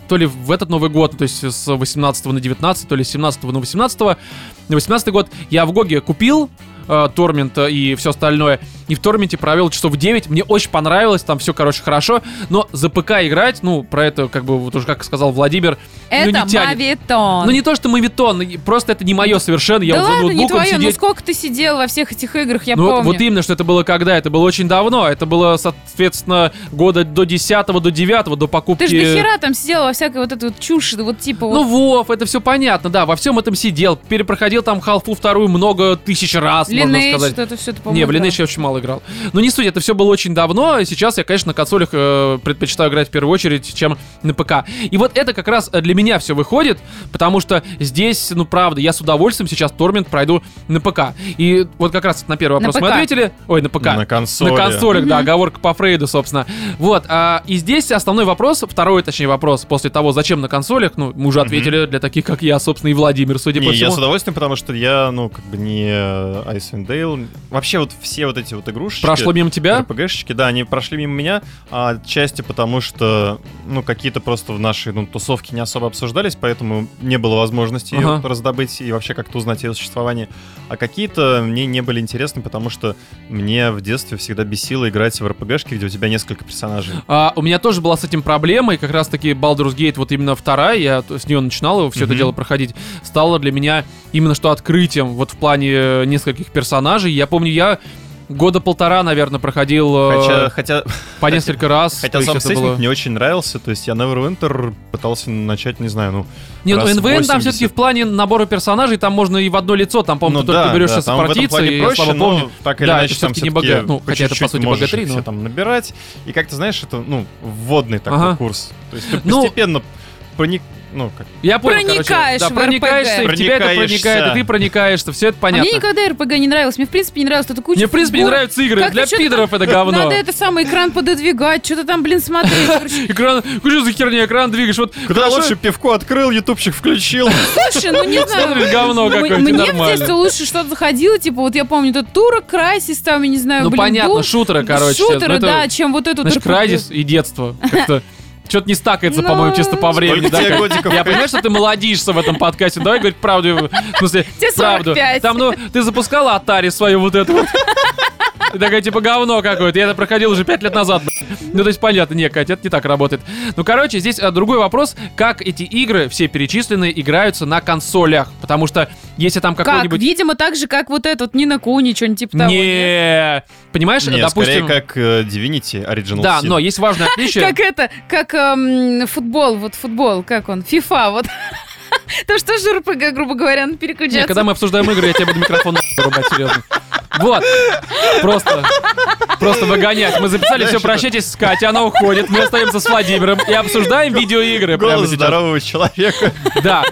Speaker 1: то ли в этот Новый год, то есть с 18 на 19, то ли с 17 на 18, на 18 год я в Гоге купил э, Тормент э, и все остальное. И в Торменте провел часов 9. Мне очень понравилось, там все, короче, хорошо. Но за ПК играть, ну, про это, как бы, вот уже как сказал Владимир, ну,
Speaker 3: Это
Speaker 1: не тянет.
Speaker 3: мавитон.
Speaker 1: Ну, не то, что мавитон, и просто это не мое совершенно. Я
Speaker 3: да
Speaker 1: вот за
Speaker 3: ладно, не
Speaker 1: ноутбуком
Speaker 3: твое, ну
Speaker 1: сидеть-
Speaker 3: сколько ты сидел во всех этих играх, я
Speaker 1: ну,
Speaker 3: помню.
Speaker 1: вот именно, что это было когда? Это было очень давно. Это было, соответственно, года до 10 до 9 до покупки...
Speaker 3: Ты же до хера там сидела во всякой вот этой вот чуши, вот типа
Speaker 1: Ну,
Speaker 3: вот
Speaker 1: Вов, это все понятно, да, во всем этом сидел, перепроходил там халфу вторую много тысяч раз, можно
Speaker 3: Lineage,
Speaker 1: сказать.
Speaker 3: что это все, ты
Speaker 1: Не,
Speaker 3: по-моему,
Speaker 1: в
Speaker 3: играла.
Speaker 1: Lineage я очень мало играл. Но не суть, это все было очень давно. и Сейчас я, конечно, на консолях э, предпочитаю играть в первую очередь, чем на ПК. И вот это как раз э, для меня все выходит, потому что здесь, ну правда, я с удовольствием сейчас Тормент пройду на ПК. И вот как раз на первый
Speaker 3: На
Speaker 1: вопрос мы
Speaker 3: ПК.
Speaker 1: ответили. Ой, на ПК.
Speaker 2: На консоли.
Speaker 1: На консолях, да, оговорка по Фрейду, собственно. Вот, а, и здесь основной вопрос, второй, точнее, вопрос после того, зачем на консолях, ну, мы уже ответили для таких, как я, собственно, и Владимир, судя по
Speaker 2: Не, я
Speaker 1: всему.
Speaker 2: с удовольствием, потому что я, ну, как бы не э, Icewind Dale. Вообще вот все вот эти вот игрушечки.
Speaker 1: Прошло мимо тебя?
Speaker 2: РПГшечки, да, они прошли мимо меня, а отчасти потому, что, ну, какие-то просто в нашей ну, тусовке не особо обсуждались, поэтому не было возможности ее
Speaker 1: Ага.
Speaker 2: раздобыть и вообще как-то узнать ее существование. А какие-то мне не были интересны, потому что мне в детстве всегда бесило играть в РПГшки, где у тебя несколько персонажей.
Speaker 1: А, у меня тоже была с этим проблема, и как раз-таки Baldur's Gate, вот именно вторая, я т- с нее начинал все это
Speaker 2: Мгм.
Speaker 1: дело проходить, стала для меня именно что открытием, вот в плане э, нескольких персонажей. Я помню, я года полтора, наверное, проходил э,
Speaker 2: Хотя, хотя,
Speaker 1: по несколько раз.
Speaker 2: хотя
Speaker 1: то
Speaker 2: сам
Speaker 1: есть это
Speaker 2: сеттинг
Speaker 1: было-
Speaker 2: мне очень нравился, то есть я Neverwinter пытался начать, не знаю, ну...
Speaker 1: Не, ну
Speaker 2: раз
Speaker 1: НВН там
Speaker 2: 80.
Speaker 1: все-таки в плане набора персонажей, там можно и в одно лицо, там, по-моему,
Speaker 2: ну,
Speaker 1: ты только берешь
Speaker 2: да,
Speaker 1: сейчас
Speaker 2: там в этом плане
Speaker 1: партийцы, и,
Speaker 2: проще,
Speaker 1: слава
Speaker 2: но
Speaker 1: богу,
Speaker 2: так
Speaker 1: да,
Speaker 2: или
Speaker 1: это
Speaker 2: иначе там
Speaker 1: всё-таки не
Speaker 2: всё-таки
Speaker 1: BG, ну,
Speaker 2: по
Speaker 1: хотя это, по
Speaker 2: чуть-чуть
Speaker 1: сути,
Speaker 2: можешь
Speaker 1: BG3,
Speaker 2: их все
Speaker 1: но-
Speaker 2: там набирать. И как ты знаешь, это, ну, вводный такой
Speaker 1: Ага.
Speaker 2: курс. То есть ты
Speaker 1: Ну-
Speaker 2: постепенно проник... Ну, как...
Speaker 1: Я понял, короче,
Speaker 3: Проникаешь
Speaker 1: да,
Speaker 3: в
Speaker 1: проникаешься, и в тебя это
Speaker 2: Проникаешься.
Speaker 1: проникает, и ты проникаешься, все это
Speaker 3: А
Speaker 1: понятно.
Speaker 3: мне никогда РПГ не нравилось. Мне, в принципе, не нравилось. Тут куча
Speaker 1: Мне, в принципе, не
Speaker 3: фигур.
Speaker 1: нравятся игры,
Speaker 3: Как
Speaker 1: для
Speaker 3: ты чё-
Speaker 1: пидоров это говно.
Speaker 3: Надо это самый экран пододвигать, что-то там, блин, смотреть.
Speaker 1: [LAUGHS]
Speaker 3: Короче,
Speaker 1: Экран, куда за херня экран двигаешь? Вот
Speaker 2: Куда
Speaker 1: хорошо-
Speaker 2: лучше пивко открыл, ютубчик
Speaker 1: [LAUGHS]
Speaker 2: включил.
Speaker 3: Слушай, ну не знаю.
Speaker 1: Смотришь, говно
Speaker 3: Ну, м-
Speaker 1: какое-нибудь,
Speaker 3: Мне в
Speaker 1: нормально.
Speaker 3: детстве лучше что-то заходило, типа, вот я помню, этот Тура, Крайсис там, я не знаю,
Speaker 1: Ну
Speaker 3: блин,
Speaker 1: понятно,
Speaker 3: Doom.
Speaker 1: шутера, короче. ну,
Speaker 3: Шутеры,
Speaker 1: это,
Speaker 3: да, чем вот эту...
Speaker 1: Знаешь,
Speaker 3: RPG.
Speaker 1: Крайдис и детство. Как-то Что-то не стакается,
Speaker 3: Ну,
Speaker 1: по-моему, чисто по времени.
Speaker 2: Сколько
Speaker 1: да,
Speaker 2: тебе
Speaker 1: как-
Speaker 2: годиков?
Speaker 1: Я понимаю, что ты молодишься в этом подкасте. Давай говорить правду. В смысле,
Speaker 3: [LAUGHS] Тебе
Speaker 1: правду.
Speaker 3: 45.
Speaker 1: Там, ну, ты запускала Atari свою вот эту вот. Ты Такая, типа, говно какое-то. Я это проходил уже 5 лет назад. блин. Ну, то есть, понятно, не, Катя, это не так работает. Ну, короче, здесь э, другой вопрос, как эти игры, все перечисленные, играются на консолях. Потому что, если там
Speaker 3: Как?
Speaker 1: какой-нибудь...
Speaker 3: Видимо, так же, как вот этот Нина Куни, что-нибудь типа того. нет?
Speaker 1: Не, понимаешь,
Speaker 2: Не, скорее
Speaker 1: допустим...
Speaker 2: как э, Divinity Original
Speaker 1: Да,
Speaker 2: Sin.
Speaker 1: но есть
Speaker 3: [LAUGHS]
Speaker 1: важное отличие.
Speaker 3: Как это, как эм, футбол, вот футбол, как он, FIFA, вот. [LAUGHS] То что же РПГ, грубо говоря, ну, на
Speaker 1: Не, когда мы обсуждаем игры, я тебе буду микрофон нахуй рубать, серьезно. Вот. Просто. Просто выгонять. Мы записали все, прощайтесь с Катей, она уходит. Мы остаемся с Владимиром и обсуждаем видеоигры прямо
Speaker 2: Голос
Speaker 1: сейчас. [LAUGHS]
Speaker 2: здорового человека.
Speaker 1: Да.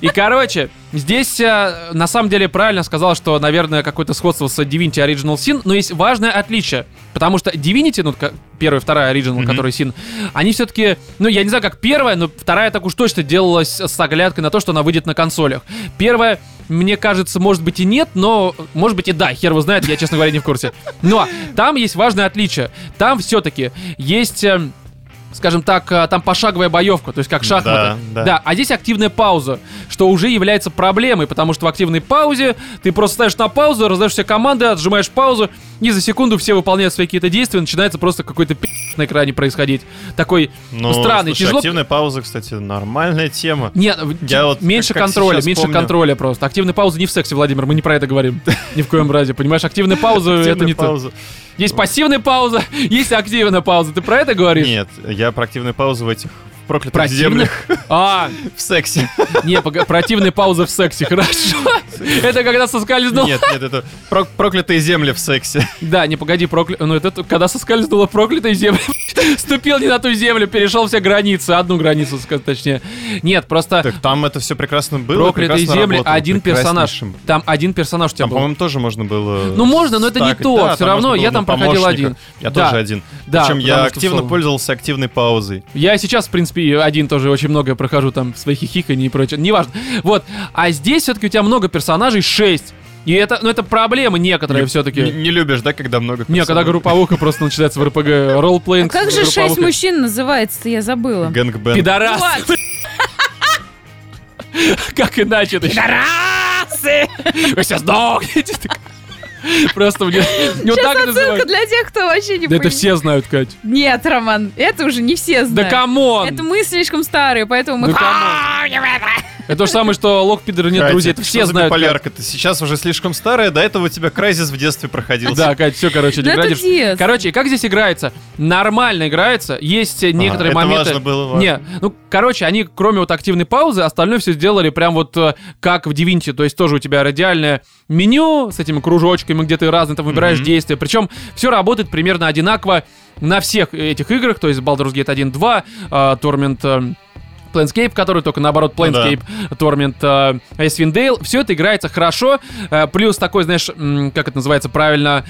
Speaker 1: И, короче, здесь э, на самом деле правильно сказал, что, наверное, какое-то сходство с Divinity Original Sin, но есть важное отличие. Потому что Divinity, ну, ка- первая, вторая Original,
Speaker 2: Мгм.
Speaker 1: который Sin, они все-таки, ну, я не знаю, как первая, но вторая так уж точно делалась с оглядкой на то, что она выйдет на консолях. Первая, мне кажется, может быть и нет, но может быть и да, хер его знает, я, честно говоря, не в курсе. Но там есть важное отличие. Там все-таки есть... э, Скажем так, э, там пошаговая боевка, то есть как шахматы.
Speaker 2: Да, да.
Speaker 1: а здесь активная пауза, что уже является проблемой, потому что в активной паузе ты просто ставишь на паузу, раздаешь все команды, отжимаешь паузу, и за секунду все выполняют свои какие-то действия, начинается просто какой-то пи*** на экране происходить. Такой
Speaker 2: Ну,
Speaker 1: странный,
Speaker 2: слушай,
Speaker 1: тяжело...
Speaker 2: активная пауза, кстати, нормальная тема.
Speaker 1: Нет,
Speaker 2: Я вот
Speaker 1: меньше
Speaker 2: как- как
Speaker 1: контроля,
Speaker 2: сейчас
Speaker 1: меньше
Speaker 2: помню.
Speaker 1: контроля просто. Активная пауза не в сексе, Владимир, мы не про это говорим. Ни в коем разе, понимаешь? Активная пауза — Ну, это
Speaker 2: Активная
Speaker 1: не то.
Speaker 2: пауза.
Speaker 1: Есть пассивная пауза, [LAUGHS] есть активная пауза. Ты про это говоришь?
Speaker 2: Нет, я про активную паузу в этих в проклятых землях
Speaker 1: Противных? А,
Speaker 2: в сексе.
Speaker 1: не, пога- противная пауза в сексе, хорошо. Это когда соскользнул.
Speaker 2: Нет, нет, это про- проклятые земли в сексе.
Speaker 1: Да, не, погоди, прокля... Ну, это т- когда соскользнула проклятая земля. [LAUGHS] Ступил не на ту землю, перешел все границы. Одну границу, ска- точнее. Нет, просто
Speaker 2: [LAUGHS] Так там это все прекрасно было.
Speaker 1: проклятые
Speaker 2: прекрасно
Speaker 1: земли,
Speaker 2: работало,
Speaker 1: один персонаж.
Speaker 2: прекраснейшим.
Speaker 1: Там один персонаж у тебя
Speaker 2: Там,
Speaker 1: был.
Speaker 2: по-моему, тоже можно было...
Speaker 1: Ну, можно, но это не
Speaker 2: стакать.
Speaker 1: то.
Speaker 2: Да,
Speaker 1: Всё
Speaker 2: там
Speaker 1: равно
Speaker 2: можно
Speaker 1: я
Speaker 2: было
Speaker 1: там
Speaker 2: на
Speaker 1: проходил
Speaker 2: помощника.
Speaker 1: один.
Speaker 2: Я
Speaker 1: Да.
Speaker 2: тоже один.
Speaker 1: Да,
Speaker 2: Причем
Speaker 1: потому
Speaker 2: я
Speaker 1: что в
Speaker 2: активно
Speaker 1: соло.
Speaker 2: пользовался активной паузой.
Speaker 1: Я и сейчас, в принципе, один тоже очень многое прохожу, там, свои хихиканье и прочее. Неважно. Вот. А здесь все-таки у тебя много персонажей, шесть. И это, ну, это проблема некоторая
Speaker 2: Не- Не,
Speaker 1: все-таки.
Speaker 2: не любишь, да, когда
Speaker 1: Не,
Speaker 2: много
Speaker 1: когда
Speaker 2: персонажей?
Speaker 1: групповуха просто начинается в РПГ,
Speaker 3: А
Speaker 1: роллплейнг.
Speaker 3: как же
Speaker 1: групповуха.
Speaker 3: шесть мужчин называется-то, я забыла.
Speaker 2: Гэнгбэнг.
Speaker 1: Пидорас!
Speaker 3: Вот.
Speaker 1: [LAUGHS] Как иначе это Пидорасы! Вы сейчас сдохнете! Просто мне... Ну
Speaker 3: Сейчас
Speaker 1: так и
Speaker 3: отсылка
Speaker 1: называют.
Speaker 3: для тех, кто вообще не
Speaker 1: Да это
Speaker 3: понимает.
Speaker 1: все знают, Кать.
Speaker 3: Нет, Роман, это уже не все
Speaker 1: Да
Speaker 3: знают. Это
Speaker 1: камон!
Speaker 3: мы слишком старые, поэтому мы...
Speaker 1: Ну, камон! Это то же самое, что лог пидора нет
Speaker 2: Катя,
Speaker 1: друзей. Это
Speaker 2: что
Speaker 1: все
Speaker 2: за
Speaker 1: знают. Кать.
Speaker 2: биполярка? Ты сейчас уже слишком старая, до этого у тебя крайзис в детстве проходил.
Speaker 1: Да, Кать, все, короче,
Speaker 3: Да Ну, это
Speaker 1: деградишь.
Speaker 3: детство.
Speaker 1: Короче, и как здесь играется? Нормально играется. Есть э, некоторые
Speaker 2: это
Speaker 1: моменты.
Speaker 2: важно было, важно.
Speaker 1: Не, ну, короче, они, кроме вот активной паузы, остальное все сделали прям вот э, как в DaVinci. То есть тоже у тебя радиальное меню с этими кружочками, где ты разные там выбираешь
Speaker 2: Мгм.
Speaker 1: действия. Причем все работает примерно одинаково на всех этих играх. То есть Baldur's Gate 1, 2, э, Torment... э, Planescape, который только наоборот
Speaker 2: Ну
Speaker 1: Planescape, Torment, э, Icewind Dale, все это играется хорошо, Э, плюс такой, знаешь, м, как это называется правильно,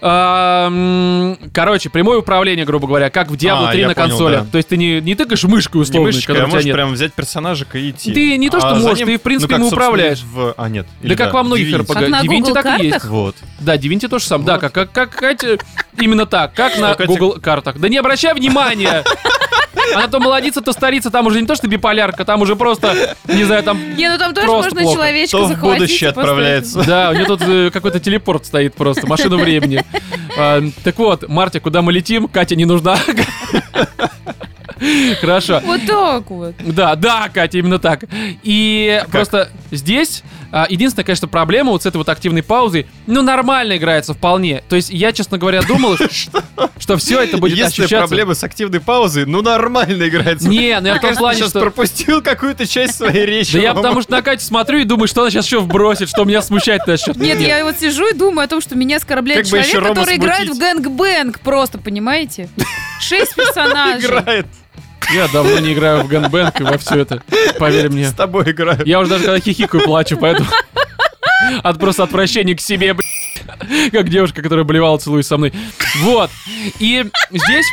Speaker 1: А, м, короче, прямое управление, грубо говоря, как в Diablo
Speaker 2: А,
Speaker 1: 3
Speaker 2: я
Speaker 1: на
Speaker 2: понял,
Speaker 1: консолях,
Speaker 2: да.
Speaker 1: то есть ты не, не тыкаешь мышкой
Speaker 2: Не
Speaker 1: условно,
Speaker 2: мышечкой,
Speaker 1: когда
Speaker 2: а
Speaker 1: у тебя
Speaker 2: можешь
Speaker 1: нет.
Speaker 2: прям взять персонажика и идти.
Speaker 1: Ты не то, что
Speaker 2: А за
Speaker 1: можешь,
Speaker 2: ним-
Speaker 1: ты, в принципе,
Speaker 2: ну, как,
Speaker 1: им
Speaker 2: собственно,
Speaker 1: управляешь.
Speaker 2: в- А, нет.
Speaker 1: Да как во многих
Speaker 2: Divinity.
Speaker 1: RPG.
Speaker 3: Как А на
Speaker 1: Divinity
Speaker 3: Google
Speaker 1: так и есть.
Speaker 3: картах?
Speaker 2: Вот.
Speaker 1: Да, Divinity тоже сам. Да, как, как, как Катя, именно так, как на
Speaker 2: Ну, Катя-
Speaker 1: Google картах. Да не обращай внимания! Она то молодится, то старится, там уже не то, что биполярка, там уже просто, не знаю, там...
Speaker 3: Не, ну там тоже
Speaker 1: э, Просто
Speaker 3: можно
Speaker 1: плохо.
Speaker 3: человечка
Speaker 2: Кто в
Speaker 3: захватить.
Speaker 2: будущее
Speaker 3: и просто-
Speaker 1: [LAUGHS]
Speaker 2: отправляется?
Speaker 1: Да, у нее тут э, какой-то телепорт стоит просто, машина А, времени. Э, Так вот, Марти, куда мы летим? Катя не нужна. [LAUGHS] Хорошо.
Speaker 3: Вот так вот.
Speaker 1: Да, да, Катя, именно так.
Speaker 2: А
Speaker 1: И просто здесь а, единственная, конечно, проблема вот с этой вот активной паузой, ну, нормально играется вполне. То есть я, честно говоря,
Speaker 2: [LAUGHS]
Speaker 1: думал, что все это будет
Speaker 2: Единственная
Speaker 1: ощущаться...
Speaker 2: проблема с активной паузой, ну нормально играется.
Speaker 1: Не, ну я в том
Speaker 2: Кажется,
Speaker 1: плане,
Speaker 2: сейчас
Speaker 1: что...
Speaker 2: пропустил какую-то часть
Speaker 1: [LAUGHS]
Speaker 2: своей речи.
Speaker 1: Да я
Speaker 2: по-моему.
Speaker 1: потому что на Катю смотрю и думаю, что она сейчас еще вбросит, что меня смущает насчет.
Speaker 3: Нет, я вот сижу и думаю о том, что меня оскорбляет
Speaker 2: Как бы
Speaker 3: человек,
Speaker 2: еще Рома
Speaker 3: который играет в
Speaker 2: смутить.
Speaker 3: гэнг-бэнг просто,
Speaker 1: [LAUGHS]
Speaker 3: понимаете? Шесть персонажей.
Speaker 2: [LAUGHS] играет.
Speaker 1: Я давно не играю в ганбэнк и во все это, поверь мне.
Speaker 2: С тобой играет.
Speaker 1: [LAUGHS] Я уже даже когда хихикаю, плачу, поэтому... [LAUGHS] От просто отвращения к себе, блядь. [LAUGHS] Как девушка, которая болевала, целуясь со мной. Вот. И здесь...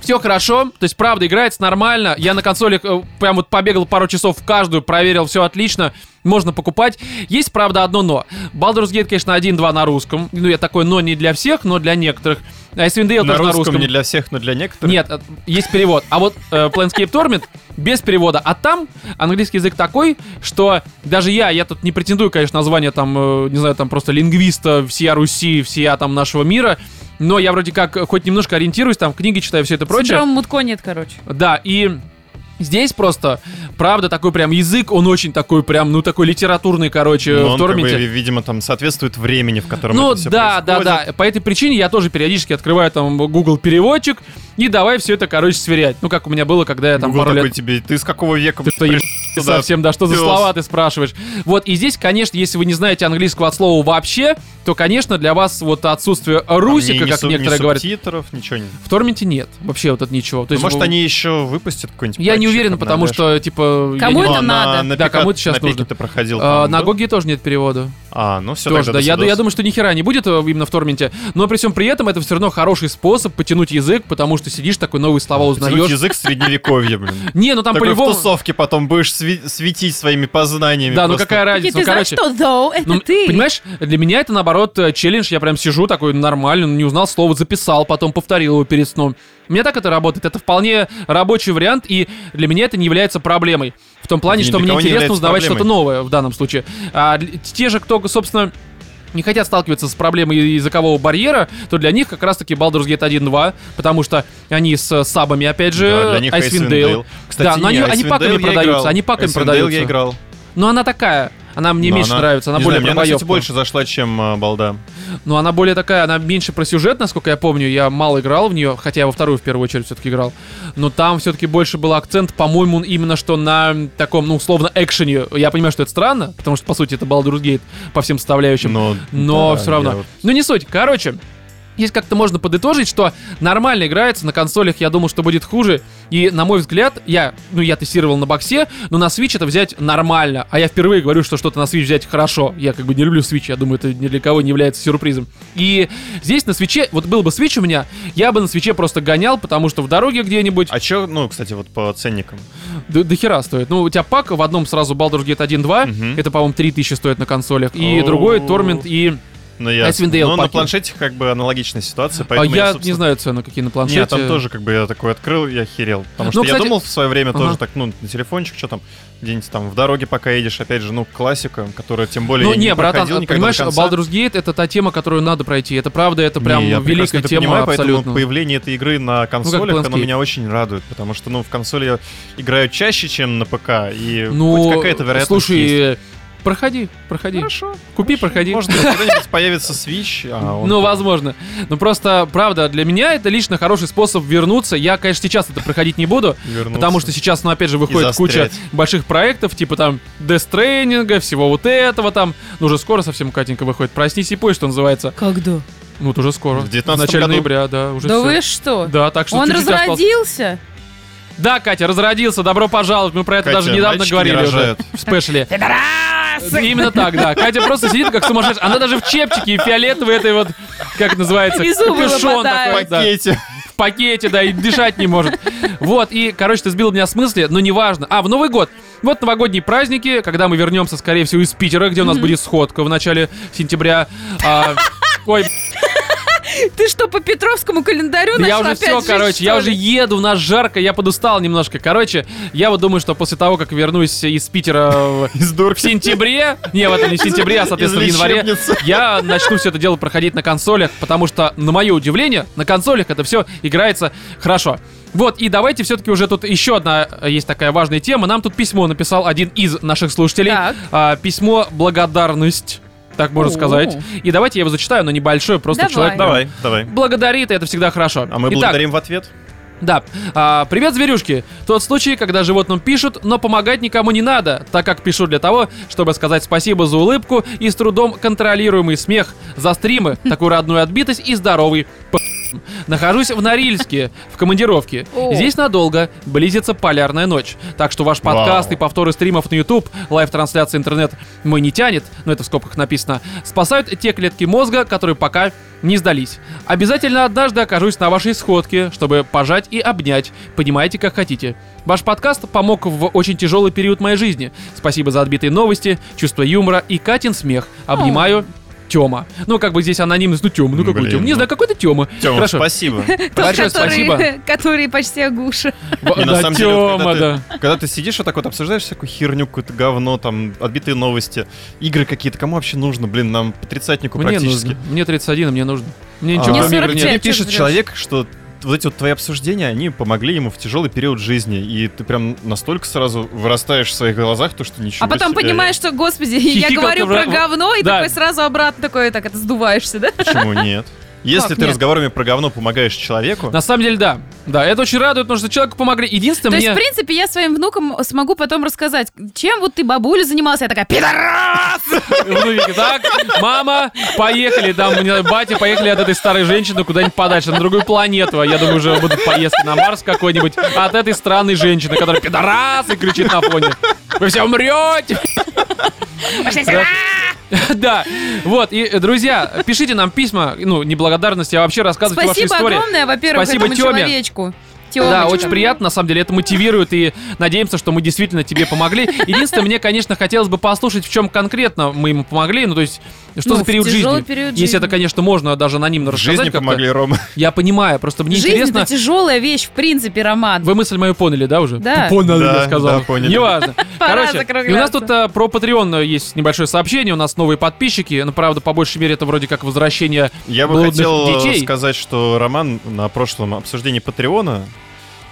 Speaker 1: Все хорошо, то есть правда играется нормально. Я на консоли э, прям вот побегал пару часов в каждую, проверил, все отлично, можно покупать. Есть, правда, одно но. Baldur's Gate, конечно, 1-2 на русском. Ну, я такой но не для всех, но для некоторых. А SNDL
Speaker 2: На
Speaker 1: тоже на
Speaker 2: русском
Speaker 1: русском.
Speaker 2: не для всех, но для некоторых.
Speaker 1: Нет, э, есть перевод. А вот э, Planescape Torment без перевода. А там английский язык такой, что даже я, я тут не претендую, конечно, на звание там, э, не знаю, там просто лингвиста всея Руси, всея там нашего мира, но я вроде как э, хоть немножко ориентируюсь, там книги читаю, все это прочее.
Speaker 3: Синдром Мутко нет, короче.
Speaker 1: Да, и здесь просто, правда, такой прям язык, он очень такой прям, ну такой литературный, короче,
Speaker 2: Но
Speaker 1: э, в
Speaker 2: Ну, он, как бы,
Speaker 1: Торменте.
Speaker 2: видимо, там соответствует времени, в котором
Speaker 1: Ну
Speaker 2: это всё
Speaker 1: да, да,
Speaker 2: происходит.
Speaker 1: да. По этой причине я тоже периодически открываю там Google переводчик и давай все это, короче, сверять. Ну как у меня было, когда я там
Speaker 2: Google
Speaker 1: пару
Speaker 2: такой
Speaker 1: лет.
Speaker 2: тебе, ты с какого века
Speaker 1: Ты что, еб-
Speaker 2: туда,
Speaker 1: совсем, да, что за
Speaker 2: пёс?
Speaker 1: слова ты спрашиваешь? Вот, и здесь, конечно, если вы не знаете английского от слова вообще, то, конечно, для вас вот отсутствие русика,
Speaker 2: Там ни- ни
Speaker 1: как
Speaker 2: суб- ни
Speaker 1: некоторые говорят,
Speaker 2: субтитров, ничего не...
Speaker 1: в Торменте нет вообще вот это ничего. То
Speaker 2: Ну,
Speaker 1: есть,
Speaker 2: Может,
Speaker 1: вы-
Speaker 2: они еще выпустят какой-нибудь
Speaker 1: Я не
Speaker 2: патчик,
Speaker 1: уверен, потому
Speaker 2: обновляшь?
Speaker 1: что, типа... я
Speaker 3: Кому
Speaker 1: не-
Speaker 3: это
Speaker 2: Ну, а
Speaker 3: надо?
Speaker 2: на
Speaker 1: Да,
Speaker 2: Пика-
Speaker 1: кому это сейчас
Speaker 2: на Пике
Speaker 1: нужно?
Speaker 2: ты проходил?
Speaker 1: А,
Speaker 2: по-моему,
Speaker 1: На
Speaker 2: был?
Speaker 1: Гоге тоже нет перевода.
Speaker 2: А, ну все,
Speaker 1: Тоже, да. Я, я думаю, что ни хера не будет э, именно в Торменте, но при всем при этом это все равно хороший способ потянуть язык, потому что сидишь такой новые слова узнаешь.
Speaker 2: язык средневековья, блин.
Speaker 1: Не, ну там
Speaker 2: Такой в
Speaker 1: по-любому.
Speaker 2: тусовке потом будешь сви- светить своими познаниями.
Speaker 1: Да, ну
Speaker 2: просто.
Speaker 1: какая
Speaker 3: И
Speaker 1: разница,
Speaker 3: ты
Speaker 1: ну
Speaker 3: знаешь,
Speaker 1: короче.
Speaker 3: что, though, это
Speaker 1: Ну,
Speaker 3: А ты.
Speaker 1: понимаешь, для меня это наоборот э, челлендж. Я прям сижу такой нормально, не узнал слово, записал, потом повторил его перед сном. У меня так это работает. Это вполне рабочий вариант, и для меня это не является проблемой. В том плане,
Speaker 2: Ни
Speaker 1: что
Speaker 2: для
Speaker 1: мне
Speaker 2: кого не
Speaker 1: интересно
Speaker 2: является
Speaker 1: узнавать
Speaker 2: проблемой.
Speaker 1: что-то новое в данном случае. А для- те же, кто, собственно, не хотят сталкиваться с проблемой языкового барьера, то для них как раз-таки Baldur's Gate 1.2, потому что они с э, сабами, опять же,
Speaker 2: Да, для них
Speaker 1: Icewind Dale.
Speaker 2: Icewind Dale. Кстати,
Speaker 1: да, но
Speaker 2: не,
Speaker 1: они, они
Speaker 2: Icewind
Speaker 1: паками
Speaker 2: Dale я
Speaker 1: продаются,
Speaker 2: играл.
Speaker 1: они паками
Speaker 2: Icewind Dale
Speaker 1: продаются.
Speaker 2: я играл.
Speaker 1: Но она такая, она мне
Speaker 2: Но
Speaker 1: меньше нравится, она
Speaker 2: не
Speaker 1: более
Speaker 2: знаю, мне, кстати,
Speaker 1: пробоёвка.
Speaker 2: больше зашла, чем э, балда.
Speaker 1: Но она более такая, она меньше про сюжет, насколько я помню. Я мало играл в нее, хотя я во вторую в первую очередь все-таки играл. Но там все-таки больше был акцент, по-моему, именно что на таком, ну, условно, экшене. Я понимаю, что это странно, потому что, по сути, это Baldur's Gate по всем составляющим. Но,
Speaker 2: да,
Speaker 1: все равно.
Speaker 2: я вот-
Speaker 1: Ну, не суть. Короче, Здесь как-то можно подытожить, что нормально играется, на консолях я думал, что будет хуже. И, на мой взгляд, я, ну, я тестировал на боксе, но на Switch это взять нормально. А я впервые говорю, что что-то на Switch взять хорошо. Я как бы не люблю Switch, я думаю, это ни для кого не является сюрпризом. И здесь на свече, вот был бы Switch у меня, я бы на свече просто гонял, потому что в дороге где-нибудь
Speaker 2: А чё, ну, кстати, вот по ценникам.
Speaker 1: до, до хера стоит. Ну, у тебя пак в одном сразу Baldur's Gate 1.2,
Speaker 2: Мгм.
Speaker 1: это, по-моему, 3000 стоит на консолях, и
Speaker 2: Оу.
Speaker 1: другой Torment и...
Speaker 2: Ну, я...
Speaker 1: Icewind Dale
Speaker 2: Ну, на
Speaker 1: паки.
Speaker 2: планшете как бы аналогичная ситуация,
Speaker 1: А
Speaker 2: поэтому
Speaker 1: я не
Speaker 2: собственно,
Speaker 1: знаю цены, какие на планшете.
Speaker 2: Нет, там тоже как бы я такой открыл, я херел. Потому что я
Speaker 1: Ну, кстати-
Speaker 2: думал в свое время
Speaker 1: Ага.
Speaker 2: тоже так, ну, на телефончик, что там, где-нибудь там в дороге пока едешь, опять же, ну, классика, которая тем более
Speaker 1: Ну
Speaker 2: я
Speaker 1: не, братан,
Speaker 2: проходил
Speaker 1: а,
Speaker 2: никогда
Speaker 1: понимаешь,
Speaker 2: до конца.
Speaker 1: Baldur's Gate это та тема, которую надо пройти. Это правда, это
Speaker 2: Не,
Speaker 1: прям
Speaker 2: я прекрасно
Speaker 1: великая
Speaker 2: это
Speaker 1: тема
Speaker 2: понимаю,
Speaker 1: абсолютно. Ну,
Speaker 2: Поэтому появление этой игры на консолях, оно
Speaker 1: Planescape.
Speaker 2: меня очень радует, потому что, ну, в консоли я играю чаще, чем на ПК, и
Speaker 1: Ну,
Speaker 2: хоть какая-то вероятность
Speaker 1: слушай,
Speaker 2: есть.
Speaker 1: проходи, проходи.
Speaker 2: Хорошо.
Speaker 1: Купи, проходи.
Speaker 2: Может, когда-нибудь появится
Speaker 1: [LAUGHS]
Speaker 2: Switch, а он
Speaker 1: ну,
Speaker 2: там-
Speaker 1: возможно. Ну, просто, правда, для меня это лично хороший способ вернуться. Я, конечно, сейчас это проходить не
Speaker 2: [LAUGHS]
Speaker 1: буду,
Speaker 2: вернуться.
Speaker 1: потому что сейчас, ну, опять же, выходит куча
Speaker 2: застрять.
Speaker 1: больших проектов, типа там Death Stranding, всего вот этого там. Ну, уже скоро совсем, Катенька, выходит. Проснись и пой, что называется.
Speaker 3: Когда?
Speaker 1: Ну, вот уже скоро.
Speaker 2: В 19
Speaker 1: начале
Speaker 2: году.
Speaker 1: ноября, да, уже
Speaker 3: Да
Speaker 1: всё.
Speaker 3: вы что?
Speaker 1: Да, так что
Speaker 3: Он
Speaker 1: чуть-чуть осталось.
Speaker 3: разродился?
Speaker 1: Да, Катя, разродился, добро пожаловать. Мы про это
Speaker 2: Катя,
Speaker 1: даже недавно
Speaker 2: мальчики не
Speaker 1: говорили уже
Speaker 2: рожают.
Speaker 1: в спешле. Именно так, да. Катя просто сидит как сумасшедшая. Она даже в чепчике и фиолетовой этой вот, как это называется,
Speaker 3: Внизу было
Speaker 1: капюшон
Speaker 3: подавлено.
Speaker 1: такой, да,
Speaker 2: Пакете.
Speaker 1: в пакете, да, и дышать не может. Вот, и, короче, ты сбил меня с мысли, но неважно. А, в Новый год. Вот новогодние праздники, когда мы вернемся, скорее всего, из Питера, где у нас будет сходка в начале сентября. А, Ой,
Speaker 3: Ты что, по Петровскому календарю
Speaker 1: Да я
Speaker 3: начал
Speaker 1: уже
Speaker 3: Ну, опять
Speaker 1: все,
Speaker 3: жить,
Speaker 1: короче,
Speaker 3: что
Speaker 1: я
Speaker 3: ли?
Speaker 1: уже еду, у нас жарко, я подустал немножко. Короче, я вот думаю, что после того, как вернусь из Питера в-
Speaker 2: Из
Speaker 1: в
Speaker 2: дурки.
Speaker 1: сентябре, не, вот это не в сентябре, а, соответственно, в
Speaker 2: Из
Speaker 1: январе,
Speaker 2: лечебницы.
Speaker 1: я начну все это дело проходить на консолях, потому что, на мое удивление, на консолях это все играется хорошо. Вот, и давайте все-таки уже тут еще одна э, есть такая важная тема. Нам тут письмо написал один из наших слушателей.
Speaker 3: Так.
Speaker 1: А, письмо «Благодарность», так можно
Speaker 3: О.
Speaker 1: сказать. И давайте я его зачитаю, но небольшое, просто
Speaker 3: Давай.
Speaker 1: человек...
Speaker 2: Давай, давай.
Speaker 1: Благодарит, и это всегда хорошо.
Speaker 2: А мы
Speaker 1: Итак,
Speaker 2: благодарим в ответ.
Speaker 1: Да. А, привет, зверюшки. Тот случай, когда животным пишут, но помогать никому не надо, так как пишут для того, чтобы сказать спасибо за улыбку и с трудом контролируемый смех, за стримы, такую родную отбитость и здоровый п***. Нахожусь в Норильске, в командировке.
Speaker 3: О.
Speaker 1: Здесь надолго близится полярная ночь. Так что ваш подкаст
Speaker 2: Вау.
Speaker 1: и повторы стримов на YouTube, лайв-трансляции интернет мой не тянет, но это в скобках написано, спасают те клетки мозга, которые пока не сдались. Обязательно однажды окажусь на вашей сходке, чтобы пожать и обнять. Понимаете, как хотите. Ваш подкаст помог в очень тяжелый период моей жизни. Спасибо за отбитые новости, чувство юмора и Катин смех. Обнимаю. Тема. Ну, как бы здесь анонимность, ну, Тёма, ну, какой
Speaker 2: Блин,
Speaker 1: Тёма? Не
Speaker 2: ну.
Speaker 1: знаю, какой-то Тёма.
Speaker 2: Тёма,
Speaker 1: Хорошо.
Speaker 2: [LAUGHS] спасибо.
Speaker 3: Тот,
Speaker 1: Большое
Speaker 3: который, [LAUGHS] который почти оглуша.
Speaker 1: Во-
Speaker 2: Не, на
Speaker 1: да,
Speaker 2: самом деле, вот
Speaker 1: Тёма,
Speaker 2: когда
Speaker 1: да.
Speaker 2: ты- Когда ты сидишь вот так вот, обсуждаешь всякую херню, какое-то говно, там, отбитые новости, игры какие-то, кому вообще нужно? Блин, нам по тридцатнику
Speaker 1: Мне
Speaker 2: практически.
Speaker 1: нужно. Мне 31, а мне нужно. Мне
Speaker 2: А,
Speaker 1: ничего
Speaker 3: Мне
Speaker 1: кроме игр
Speaker 3: 45,
Speaker 1: нет.
Speaker 2: Мне
Speaker 3: чё ты
Speaker 2: пишет
Speaker 3: врёшь?
Speaker 2: человек, что вот эти вот твои обсуждения, они помогли ему в тяжелый период жизни, и ты прям настолько сразу вырастаешь в своих глазах, то что ничего
Speaker 3: А потом
Speaker 2: себе,
Speaker 3: понимаешь, [LAUGHS] что, господи, я
Speaker 1: Хихикал
Speaker 3: говорю
Speaker 1: ты
Speaker 3: про
Speaker 1: в-
Speaker 3: говно, и
Speaker 1: Да.
Speaker 3: такой сразу обратно такой, так, это сдуваешься, да?
Speaker 2: Почему нет? Если
Speaker 3: Как
Speaker 2: ты
Speaker 3: нет?
Speaker 2: разговорами про говно помогаешь человеку,
Speaker 1: На самом деле, да. Да, это очень радует, потому что человеку помогли. Единственное,
Speaker 3: То
Speaker 1: мне...
Speaker 3: есть, в принципе, я своим внукам смогу потом рассказать, чем вот ты бабуля занимался. Я такая, пидорас!
Speaker 1: Внуки, так, мама, поехали, там, не знаю, батя, поехали от этой старой женщины куда-нибудь подальше, на другую планету. а Я думаю, уже будут поездки на Марс какой-нибудь от этой странной женщины, которая пидорас и кричит на фоне. Вы все умрете! [LAUGHS]
Speaker 3: Пошли
Speaker 1: Да.
Speaker 3: сюда!
Speaker 1: Да, вот, и, э, друзья, пишите нам письма, ну, не благодарности, а вообще рассказывайте ваши
Speaker 3: Спасибо
Speaker 1: истории.
Speaker 3: огромное, во-первых,
Speaker 1: Спасибо
Speaker 3: этому
Speaker 1: Тёме.
Speaker 3: человечку.
Speaker 1: Да,
Speaker 3: Тёмочка.
Speaker 1: очень приятно, на самом деле, это мотивирует и надеемся, что мы действительно тебе помогли. Единственное, мне, конечно, хотелось бы послушать, в чем конкретно мы ему помогли, ну, то есть, что
Speaker 3: Ну,
Speaker 1: за
Speaker 3: в
Speaker 1: период
Speaker 3: тяжелый
Speaker 1: жизни.
Speaker 3: период
Speaker 1: Если
Speaker 3: жизни.
Speaker 1: это, конечно, можно даже анонимно
Speaker 2: в
Speaker 1: рассказать
Speaker 2: жизни
Speaker 1: как-то.
Speaker 2: помогли Рома.
Speaker 1: Я понимаю, просто мне
Speaker 3: Жизнь
Speaker 1: интересно...
Speaker 3: это тяжелая вещь, в принципе, Роман.
Speaker 1: Вы мысль мою поняли, да, уже?
Speaker 3: Да.
Speaker 1: [LAUGHS] Поняли,
Speaker 2: Да,
Speaker 1: я сказал.
Speaker 2: да, поняли.
Speaker 1: Неважно.
Speaker 3: [LAUGHS] Пора
Speaker 1: Короче, и у нас
Speaker 3: закругляться.
Speaker 1: тут э, про Patreon есть небольшое сообщение. У нас новые подписчики. Ну, правда, по большей мере, это вроде как возвращение
Speaker 2: Я бы
Speaker 1: блудных
Speaker 2: хотел э,
Speaker 1: детей.
Speaker 2: сказать, что Роман на прошлом обсуждении Патреона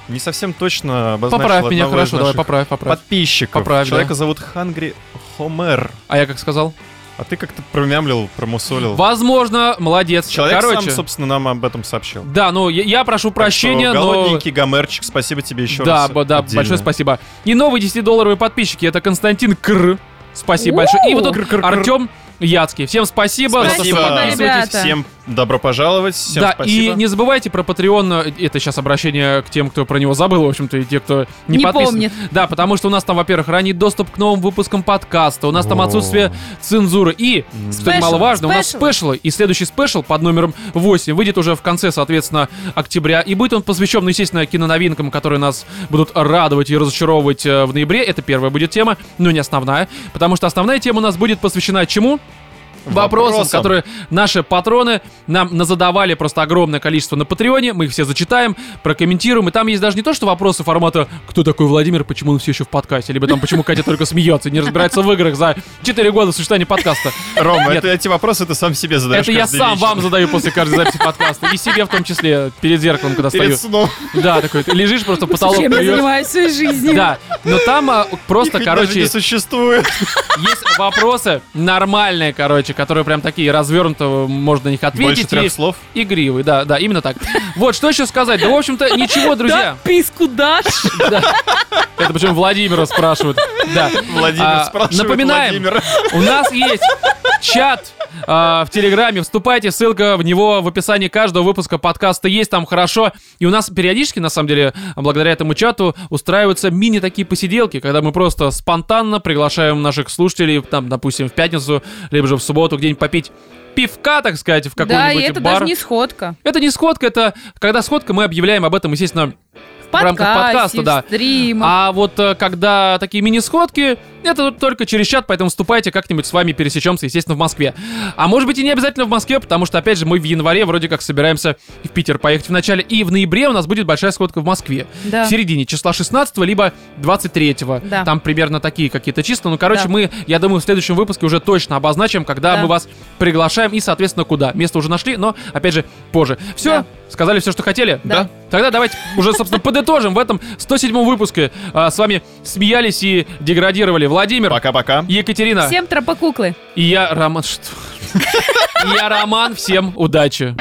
Speaker 2: не совсем точно обозначил
Speaker 1: Поправь меня,
Speaker 2: одного из
Speaker 1: хорошо, давай,
Speaker 2: наших
Speaker 1: поправь, поправь.
Speaker 2: подписчиков.
Speaker 1: Поправь,
Speaker 2: Человека
Speaker 1: да.
Speaker 2: зовут Хангри Хомер.
Speaker 1: А я как сказал?
Speaker 2: А ты как-то промямлил, промусолил.
Speaker 1: Возможно, молодец.
Speaker 2: Человек
Speaker 1: Короче.
Speaker 2: сам, собственно, нам об этом сообщил.
Speaker 1: Да, ну я, я прошу прощения,
Speaker 2: Так что,
Speaker 1: но...
Speaker 2: Голодненький гомерчик, спасибо тебе еще
Speaker 1: Да,
Speaker 2: раз.
Speaker 1: бо- да,
Speaker 2: отдельно.
Speaker 1: большое спасибо. И новые 10-долларовые подписчики. Это Константин Кр. Спасибо большое. И вот тут Артем Яцкий. Всем спасибо. за то, что
Speaker 2: Спасибо,
Speaker 1: подписываетесь.
Speaker 3: ребята.
Speaker 2: Всем добро пожаловать, всем
Speaker 1: да,
Speaker 2: спасибо.
Speaker 1: и не забывайте про Patreon. Это сейчас обращение к тем, кто про него забыл, в общем-то, и те, кто не,
Speaker 3: Не
Speaker 1: подписан.
Speaker 3: помнит.
Speaker 1: Да, потому что у нас там, во-первых, ранний доступ к новым выпускам подкаста, у нас там
Speaker 2: О.
Speaker 1: отсутствие цензуры. И, что
Speaker 3: Спешл,
Speaker 1: немаловажно, у нас
Speaker 3: спешл.
Speaker 1: спешлы. И следующий спешл под номером 8 выйдет уже в конце, соответственно, октября. И будет он посвящен, ну, естественно, киноновинкам, которые нас будут радовать и разочаровывать э, в ноябре. Это первая будет тема, но не основная. Потому что основная тема у нас будет посвящена чему? вопросам,
Speaker 2: Вопросам.
Speaker 1: которые наши патроны нам назадавали просто огромное количество на Патреоне. Мы их все зачитаем, прокомментируем. И там есть даже не то, что вопросы формата «Кто такой Владимир? Почему он все еще в подкасте?» Либо там «Почему Катя только смеется и не разбирается в играх за 4 года существования подкаста?»
Speaker 2: Рома,
Speaker 1: Нет.
Speaker 2: это, эти вопросы ты сам себе задаешь.
Speaker 1: Это я
Speaker 2: каждый
Speaker 1: сам
Speaker 2: вечер.
Speaker 1: вам задаю после каждой записи подкаста. И себе в том числе, перед зеркалом, когда стою.
Speaker 2: Перед сном.
Speaker 1: Да, такой, ты лежишь просто в потолок.
Speaker 3: Чем я
Speaker 1: плюёшь.
Speaker 3: занимаюсь всей жизнью.
Speaker 1: Да, но там а, просто,
Speaker 2: Их ведь даже
Speaker 1: короче,
Speaker 2: не существует.
Speaker 1: есть вопросы нормальные, короче, которые прям такие развернуто можно на них
Speaker 2: Больше
Speaker 1: ответить.
Speaker 2: трех
Speaker 1: и-
Speaker 2: слов.
Speaker 1: Игривый, да, да, именно так. Вот, что еще сказать? Да, в общем-то, ничего, друзья.
Speaker 3: Да, писку дашь?
Speaker 1: Да. Это почему Владимира спрашивают. Да.
Speaker 2: Владимир
Speaker 1: А,
Speaker 2: спрашивает
Speaker 1: напоминаем.
Speaker 2: Владимира.
Speaker 1: У нас есть чат а, в Телеграме, вступайте, ссылка в него в описании каждого выпуска подкаста есть, там хорошо. И у нас периодически, на самом деле, благодаря этому чату устраиваются мини такие посиделки, когда мы просто спонтанно приглашаем наших слушателей, там, допустим, в пятницу, либо же в субботу где-нибудь попить пивка, так сказать, в
Speaker 3: Да,
Speaker 1: [LAUGHS]
Speaker 3: и
Speaker 1: какой-нибудь
Speaker 3: это
Speaker 1: бар.
Speaker 3: даже не сходка.
Speaker 1: Это не сходка, это когда сходка, мы объявляем об этом, естественно, в в рамках подкаста,
Speaker 3: подкасте,
Speaker 1: да.
Speaker 3: в стримах.
Speaker 1: А вот э, когда такие мини-сходки, это тут только через чат, поэтому вступайте, как-нибудь с вами пересечемся, естественно, в Москве. А может быть и не обязательно в Москве, потому что, опять же, мы в январе вроде как собираемся в Питер поехать в начале, и в ноябре у нас будет большая сходка в Москве.
Speaker 3: Да.
Speaker 1: В середине числа 16 либо 23
Speaker 3: Да.
Speaker 1: Там примерно такие какие-то числа. Ну, короче,
Speaker 3: Да.
Speaker 1: мы, я думаю, в следующем выпуске уже точно обозначим, когда
Speaker 3: Да.
Speaker 1: мы вас приглашаем и, соответственно, куда. Место уже нашли, но, опять же, позже. Все,
Speaker 3: Да.
Speaker 1: сказали все, что хотели?
Speaker 3: Да.
Speaker 1: Тогда давайте уже, собственно, подытожим в этом 107 выпуске. А, С вами смеялись и деградировали Владимир,
Speaker 2: Пока-пока.
Speaker 1: Екатерина
Speaker 3: Всем тропокуклы.
Speaker 1: [LAUGHS] и я, Роман. Что? И Я, Роман. Всем удачи.